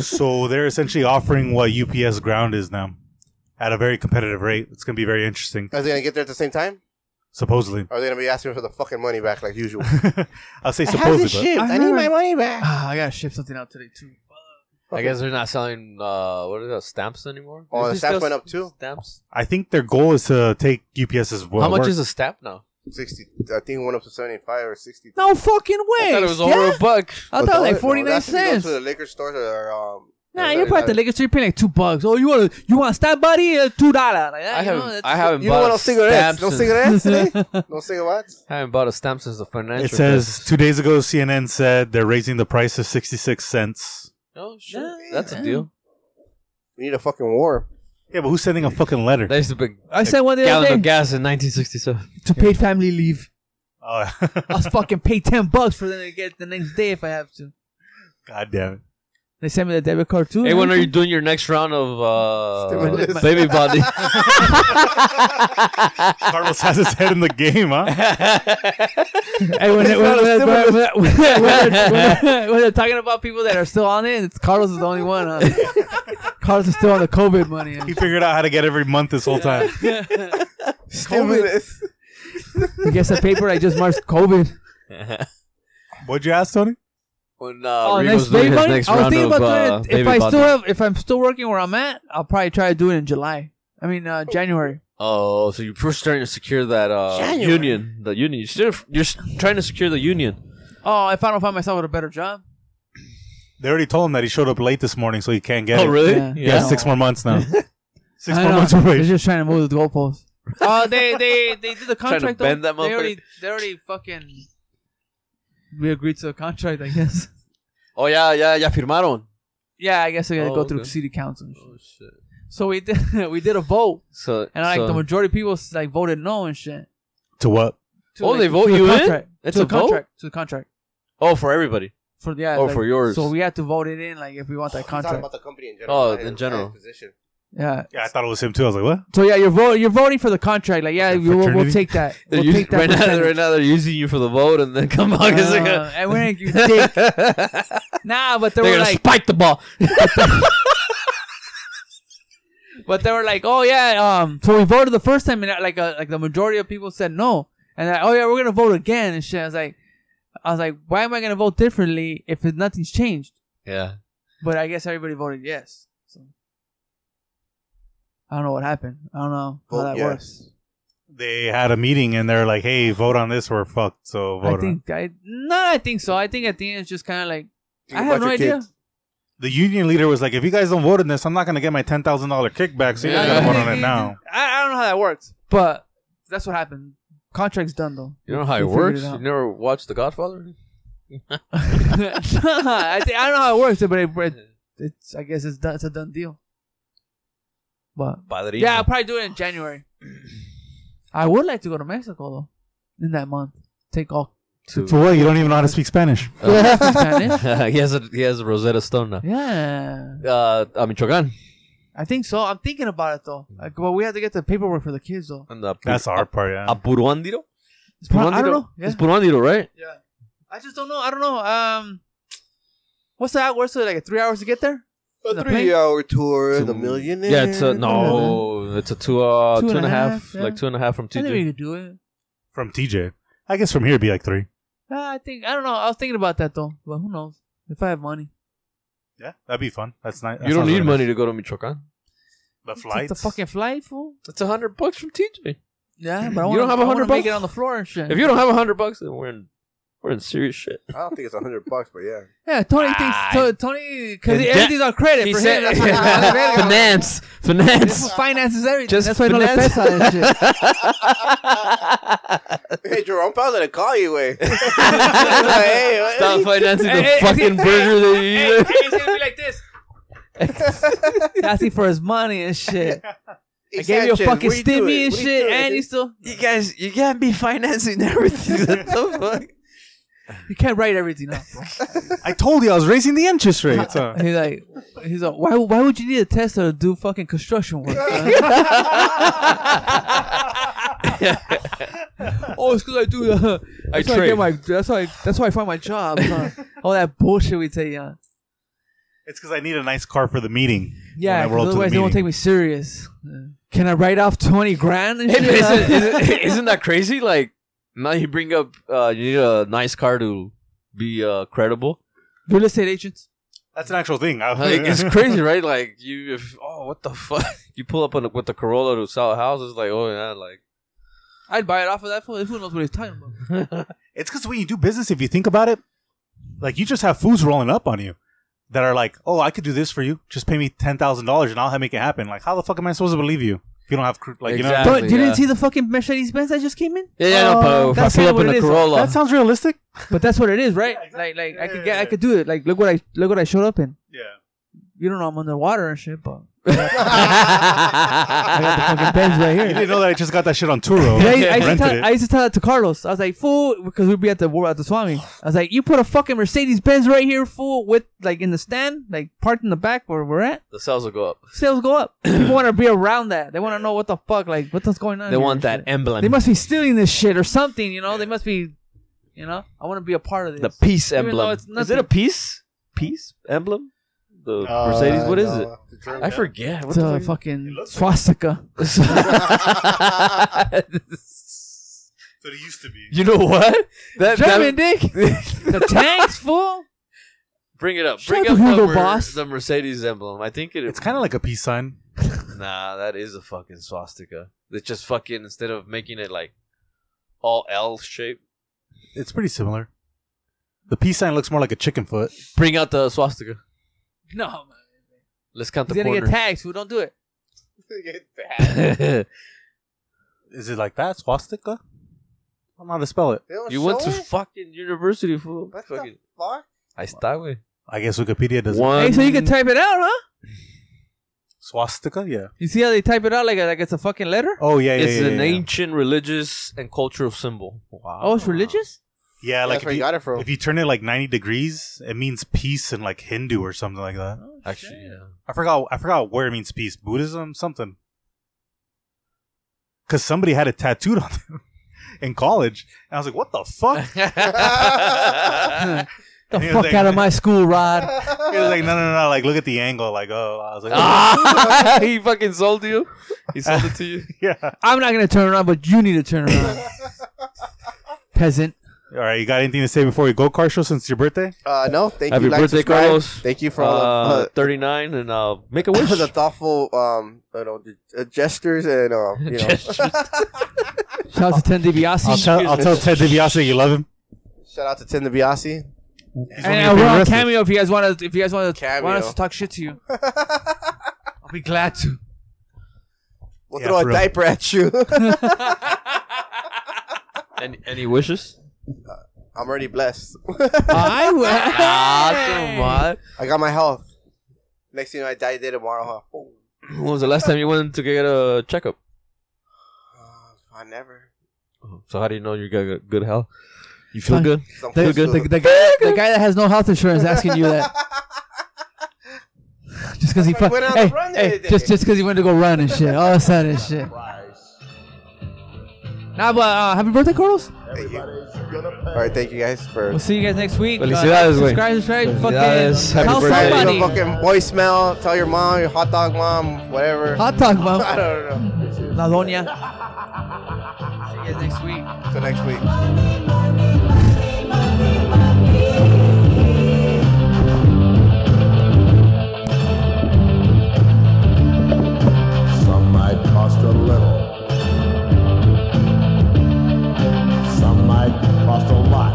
S2: so they're essentially offering what UPS Ground is now at a very competitive rate. It's going to be very interesting,
S3: Are they gonna get there at the same time?
S2: supposedly.
S3: Or are they gonna be asking for the fucking money back like usual?
S2: I'll say supposedly.
S1: I need my
S3: money back.
S1: Ah, I gotta ship something out today too.
S4: I guess they're not selling uh what are those stamps anymore?
S3: Oh,
S4: Is
S3: the
S4: it
S3: stamp
S4: still
S3: went up too.
S4: Stamps.
S2: I think their goal is to take UPS's work.
S4: How much is a stamp now?
S3: Sixty. I think it went up to seventy-five or sixty.
S1: No fucking way.
S4: I thought it was over
S1: yeah?
S4: a buck.
S3: Oh,
S1: I thought like forty nine
S3: Go
S1: cents.
S3: to the liquor stores or um.
S1: Nah,
S3: or
S1: you're probably at the
S3: that-
S1: liquor store you're paying like two bucks. Oh, you want to you want a stamp buddy? Uh, two dollar. Like that,
S4: I
S1: you
S4: haven't.
S1: know, that's-
S4: I haven't.
S3: You
S4: bought
S3: don't want no
S4: a
S3: cigarettes?
S4: stamp
S3: No
S4: since-
S3: cigarettes today? No cigarettes?
S4: I haven't bought a stamp since the financial.
S2: It says
S4: crisis.
S2: two days ago, CNN said they're raising the price of 66 cents.
S4: Oh shit,
S1: Yeah.
S4: that's a deal.
S3: We need a fucking war.
S2: Yeah, but who's sending a fucking letter?
S4: That used to be
S1: I
S4: a
S1: said one the other
S4: gallon
S1: day
S4: of gas in 1967.
S1: to paid family leave.
S2: Oh,
S1: I'll fucking pay ten bucks for them to get it the next day if I have to.
S2: God damn it.
S1: They sent me the debit card too.
S4: Hey, when are you doing your next round of uh,
S3: Stimulus.
S4: baby body?
S2: Carlos has his head in the game, huh?
S1: Hey, when, when, when, when, when, when, when- when they're talking about people that are still on it, it's Carlos is the only one. Huh? Carlos is still on the COVID money.
S2: He figured out how to get every month this whole time.
S3: Stimulus.
S1: He gets a paper that just marks COVID.
S2: What'd you ask, Tony?
S4: when
S1: Oh,
S4: uh, Rigo's
S1: next
S4: doing
S1: baby
S4: his
S1: money.
S4: next
S1: I was
S4: round
S1: thinking
S4: of
S1: about
S4: uh,
S1: doing it.
S4: baby
S1: If I
S4: body.
S1: still have, if I'm still working where I'm at, I'll probably try to do it in July. I mean, uh, January.
S4: Oh, so you're first trying to secure that uh,
S3: January.
S4: union, the union. You're still you're s- trying to secure the union.
S1: Oh, if I don't find myself with a better job,
S2: They already told him that he showed up late this morning, so he can't
S4: Oh,
S2: get it.
S1: Yeah.
S2: Oh, Yeah,
S1: Yeah.
S2: six more months now. six
S1: I
S2: more
S1: know,
S2: months away.
S1: They're just trying to move the goalposts. Oh, they they they did the
S4: Trying to
S1: contract.
S4: bend
S1: though.
S4: that
S1: They
S4: motherfucker.
S1: already they already fucking we agreed to a contract, I guess.
S4: Oh, yeah, yeah, ya firmaron.
S1: yeah, I guess I gotta
S4: Oh,
S1: go through
S4: okay.
S1: city council. and shit.
S4: Oh, shit.
S1: So we did we did a vote,
S4: So,
S1: and like the majority of people like voted no and shit.
S2: To what?
S1: To,
S4: Oh,
S1: like,
S4: they
S1: to
S4: vote
S1: the
S4: you in?
S1: contract.
S4: It's
S1: to
S4: a
S1: the
S4: vote?
S1: contract. To the contract.
S4: oh, for everybody.
S1: For yeah,
S4: Oh,
S1: like-
S4: for yours.
S1: So we had to vote it in, like if we want that
S6: I'm talking
S1: contract.
S6: about the company in general.
S4: Oh,
S6: not
S4: in
S6: his-
S4: general.
S6: his Position.
S1: Yeah.
S2: Yeah, I thought it was him too. I was like, what?
S1: So yeah, you're voting. You're voting for the contract. Like yeah,
S2: Okay,
S1: we, will we'll
S2: fraternity?
S1: take that.
S4: They're
S1: We'll
S4: using-
S1: take that.
S4: right, now,
S1: percentage.
S4: right now, they're using you for the vote, and then come on. it's like
S1: Uh,
S4: a-
S1: and we're like, you dick. Nah, but they
S4: they're
S1: were
S4: gonna
S1: like,
S4: spike the ball.
S1: but they were like, oh yeah. Um, so we voted the first time, and uh, like uh, like the majority of people said no, and like, oh yeah, we're gonna vote again and shit. I was like, I was like, why am I gonna vote differently if it- nothing's changed?
S4: yeah.
S1: But I guess everybody voted yes. So I don't know what happened. I don't know how
S6: Vote
S1: that
S6: yes.
S1: works.
S2: They had a meeting and they're like, hey, vote on this. We're fucked. So vote
S1: I
S2: on it.
S1: think I no, I think so. I think at the end it's just kind of like
S6: Think
S1: I
S6: about
S1: have no
S6: your
S1: idea.
S6: kids.
S2: The union leader was like, if you guys don't vote on this, I'm not going to get my $10,000 kickback. So you guys
S4: Yeah.
S2: got to vote on it now.
S1: I, I don't know how that works, but that's what happened. Contract's done though.
S4: You know how
S1: We
S4: it
S1: figured
S4: works?
S1: it
S4: you
S1: out.
S4: never watched The Godfather?
S1: I, think, I don't know how it works, but it, it, it's I guess it's done, it's a done deal. But
S4: Padrino.
S1: yeah, I'll probably do it in January. I would like to go to Mexico though in that month. Take all
S2: For what? You don't even know how to speak Spanish.
S1: Oh. Spanish.
S4: he has a he has a Rosetta Stone now.
S1: Yeah,
S4: Uh, a Michoacan.
S1: I think so. I'm thinking about it though. Like, well, we have to get the paperwork for the kids though.
S4: And the
S2: That's the hard part, yeah.
S4: A Puruandiro? It's
S1: Pro- I don't know. Yeah.
S4: It's Puruandiro, right?
S1: I just don't know. I don't know. Um, what's that? What's it like? Three hours to get there?
S6: A
S1: The plane?
S6: three-hour tour,
S4: It's a-
S6: the millionaire.
S4: Yeah, it's a no. It's a two, uh,
S1: Two
S4: two and
S1: and
S4: a half,
S1: yeah.
S4: like two and a half from
S1: I think we
S4: TJ.
S1: could do it.
S2: From TJ. I guess from here it'd be like three.
S1: Uh, I think I don't know. I was thinking about that though, but who knows? If I have money,
S2: Yeah, that'd be fun. That's nice.
S4: You don't need money to go to Michoacan.
S2: The
S1: Take
S2: flights.
S1: the fucking flight, fool.
S4: It's a hundred bucks from TJ.
S1: Yeah, but I
S4: You
S1: wanna,
S4: don't have
S1: I
S4: a
S1: wanna
S4: hundred
S1: Make
S4: bucks?
S1: it on the floor and shit.
S4: If you don't have a hundred bucks, then we're in we're in serious shit.
S6: I don't think it's a hundred bucks, but yeah.
S1: yeah, Tony
S4: Ah,
S1: thinks to, Tony because
S4: and
S1: everything's on credit for him. That's why
S4: finance,
S1: This
S4: finance.
S1: is finances everything.
S4: Just
S1: That's why no le
S4: finance.
S1: pesa and shit.
S6: Hey, Jerome, I was gonna call you. Way. hey, what-
S4: Stop financing
S1: Hey,
S4: the
S1: hey,
S4: fucking
S1: hey,
S4: burger that you eat.
S1: he's gonna be like this. Asking for his money and shit. I gave you a
S6: Sanchez,
S1: fucking
S6: what you doing?
S1: stimmy and
S6: What you
S1: shit,
S6: doing?
S1: and you still
S4: You guys, you can't be financing everything. What the fuck?
S1: you can't write everything up.
S2: I told you I was raising the interest rates. huh?
S1: He's like, he's like, why, why would you need a Tesla to do fucking construction work? oh, it's because I do. Uh, that's why I
S4: trade.
S1: get my. That's why. That's why I find my job. Huh? All that bullshit we take on.
S2: It's because I need a nice car for the meeting. when
S1: Yeah,
S2: I
S1: 'cause
S2: roll to the
S1: otherwise they won't take
S2: meeting.
S1: me serious. Yeah. Can I write off twenty grand? And
S4: Hey,
S1: shit?
S4: but isn't, isn't, isn't that crazy? Like now you bring up uh, you need a nice car to be uh, credible.
S1: Real estate agents.
S2: That's an actual thing. I-
S4: Like, it's crazy, right? Like you, if oh what the fuck, you pull up on the, with the Corolla to sell a house. It's like oh yeah, like
S1: I'd buy it off of that fool. Who knows what he's talking about?
S2: It's because when you do business, if you think about it, like you just have fools rolling up on you that are like, "Oh, I could do this for you. Just pay me ten thousand dollars, and I'll ha- make it happen." Like, how the fuck am I supposed to believe you if you don't have cr- like you know?
S4: Exactly.
S1: But you
S4: yeah.
S1: didn't see the fucking Mercedes Benz that just came in?
S4: yeah, yeah, no,
S1: Oh,
S4: but if I
S1: that's
S4: pull
S1: kinda
S4: up
S1: what
S4: in
S1: it
S4: a
S1: is.
S4: Corolla,
S2: That sounds realistic.
S1: But that's what it is, right? Like, like I could get, I could do it. Like, look what I, look what I showed up in.
S2: Yeah.
S1: You don't know I'm underwater and shit, but I got the
S4: I
S1: fucking Benz right
S2: You
S1: here.
S2: didn't know that I just got that shit on Turo.
S1: And I, I, used to
S2: rented
S1: tell, I
S2: it.
S1: used to tell that to Carlos. I was like, fool, because we'd be at the at the Swami. I was like, you put a fucking Mercedes Benz right here, fool, with like in the stand, like parked in the back where we're at.
S4: the sales will go up.
S1: Sales go up. People want to be around that. They want to know what the fuck, like what's going on.
S4: They
S1: here
S4: want
S1: and
S4: that
S1: shit.
S4: emblem,
S1: They must be stealing this shit or something. You know, they must be. You know, I want to be a part of this.
S4: the peace
S1: Even though
S4: emblem.
S1: it's
S4: Is it a
S1: nothing.
S4: peace? Peace emblem? The
S6: Uh,
S4: Mercedes? What is
S6: no,
S4: it?
S6: the German-
S4: I forget. What
S1: It's a
S4: the fuck?
S1: fucking swastika.
S2: That it used to be.
S4: you know what? That,
S1: German
S4: that
S1: dick. the tanks full.
S4: bring it up.
S1: Shout
S4: bring
S1: out
S4: up
S1: to
S4: the,
S1: Hugo
S4: mer-
S1: Boss.
S4: the Mercedes emblem. I think it,
S2: It's kind of like a peace sign.
S4: nah. That is a fucking swastika. It's just fucking instead of making it like all L shape,
S2: It's pretty similar. The peace sign looks more like a chicken foot.
S4: bring out the swastika.
S1: No, man.
S4: Let's count
S1: he's
S4: the
S1: gonna
S4: corner.
S1: get tags. Who don't do it?
S2: Is it like that swastika? I don't know how to spell it.
S3: They don't
S4: You went
S3: show
S4: to
S3: it?
S4: fucking university, fool.
S3: What the
S4: Fucking,
S3: fuck?
S4: I start with
S2: I guess Wikipedia does.
S4: Um,
S2: not
S1: Hey, so you can type it out, huh?
S2: Swastika, yeah.
S1: You see how they type it out like like it's a fucking letter?
S2: Oh yeah, yeah,
S4: It's
S2: yeah,
S4: an
S2: yeah,
S4: ancient religious and cultural symbol. Wow.
S1: Oh, it's religious.
S2: Yeah, Yeah, like
S3: That's where
S2: if
S3: you
S2: you,
S3: got it from.
S2: if you turn it like ninety degrees, it means peace in like Hindu or something like that.
S4: Actually, yeah.
S2: I forgot. I forgot where it means peace. Buddhism, something. Because somebody had it tattooed on them in college, and I was like, "What the fuck?"
S1: the
S2: I think it was
S1: fuck
S2: like-
S1: out of my school, Rod.
S2: He was like, "No, no, no! Like, look at the angle. Like, oh, I was like,
S4: Ah, he fucking sold you. He sold it to you.
S2: yeah.
S1: I'm not gonna turn around, but you need to turn around, peasant.
S2: All right, you got anything to say before we go, Carshall? Since it's your birthday,
S3: Uh, no, thank
S4: Happy
S3: you. Like,
S4: birthday,
S3: subscribe.
S4: Carlos.
S3: Thank you for
S4: From
S3: all the, uh,
S4: uh, 39 and uh, make a wish.
S3: the thoughtful um, you know, the, uh, gestures and uh, you know,
S1: Shout out to Ten
S2: I'll
S1: DiBiase.
S2: tell I'll tell Ted DiBiase you love him.
S3: shout out to Tim DiBiase.
S2: He's one of your
S1: And
S2: favorite
S1: uh, we're on
S2: wrestlers.
S1: Cameo if you guys want to. If you guys want to,
S3: Cameo.
S1: want us to talk shit to you, I'll be glad to.
S3: We'll
S2: Yeah,
S3: throw a
S2: for real.
S3: diaper at you.
S4: any, any wishes?
S3: I'm already blessed. Uh,
S1: I will.
S4: Ah,
S3: I got my health. Next thing you know, I die day tomorrow. Huh? Oh,
S4: come on. When was the last time you went to get a checkup?
S3: uh, I never.
S4: So how do you know you got good- good health? You feel good?
S3: Some
S1: The,
S3: fool
S4: good.
S1: the-
S3: still-
S1: the guy, the guy that has no health insurance asking you that just because he
S3: That's why I
S1: fuck,
S3: went on
S1: hey,
S3: the run the
S1: hey,
S3: other day.
S1: just just because he went to go run and shit, all of a sudden and shit. Nah, but uh, happy birthday, Carlos.
S3: Thank you. All right, thank you guys for.
S1: We'll see you guys next week. Uh,
S4: Felicidades, güey.
S1: subscribe, subscribe,
S4: Felicidades.
S1: fucking
S4: Happy
S1: tell
S4: birthday.
S3: Leave
S1: somebody.
S3: a fucking voicemail. Tell your mom, your hot dog mom, whatever.
S1: Hot dog,
S3: I
S1: mom.
S3: don't know.
S1: La doña. See you guys next week.
S3: Till next week.
S10: Some might cost a little. Some might cost a lot.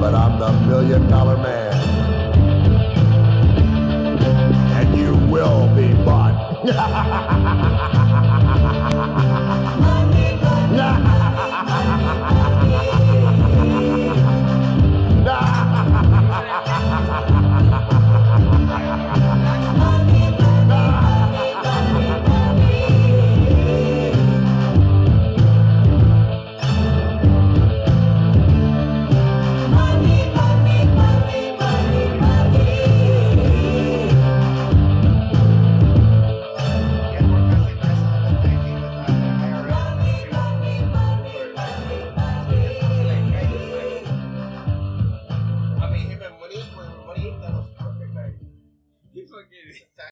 S10: But I'm the million dollar man. And you will be bought.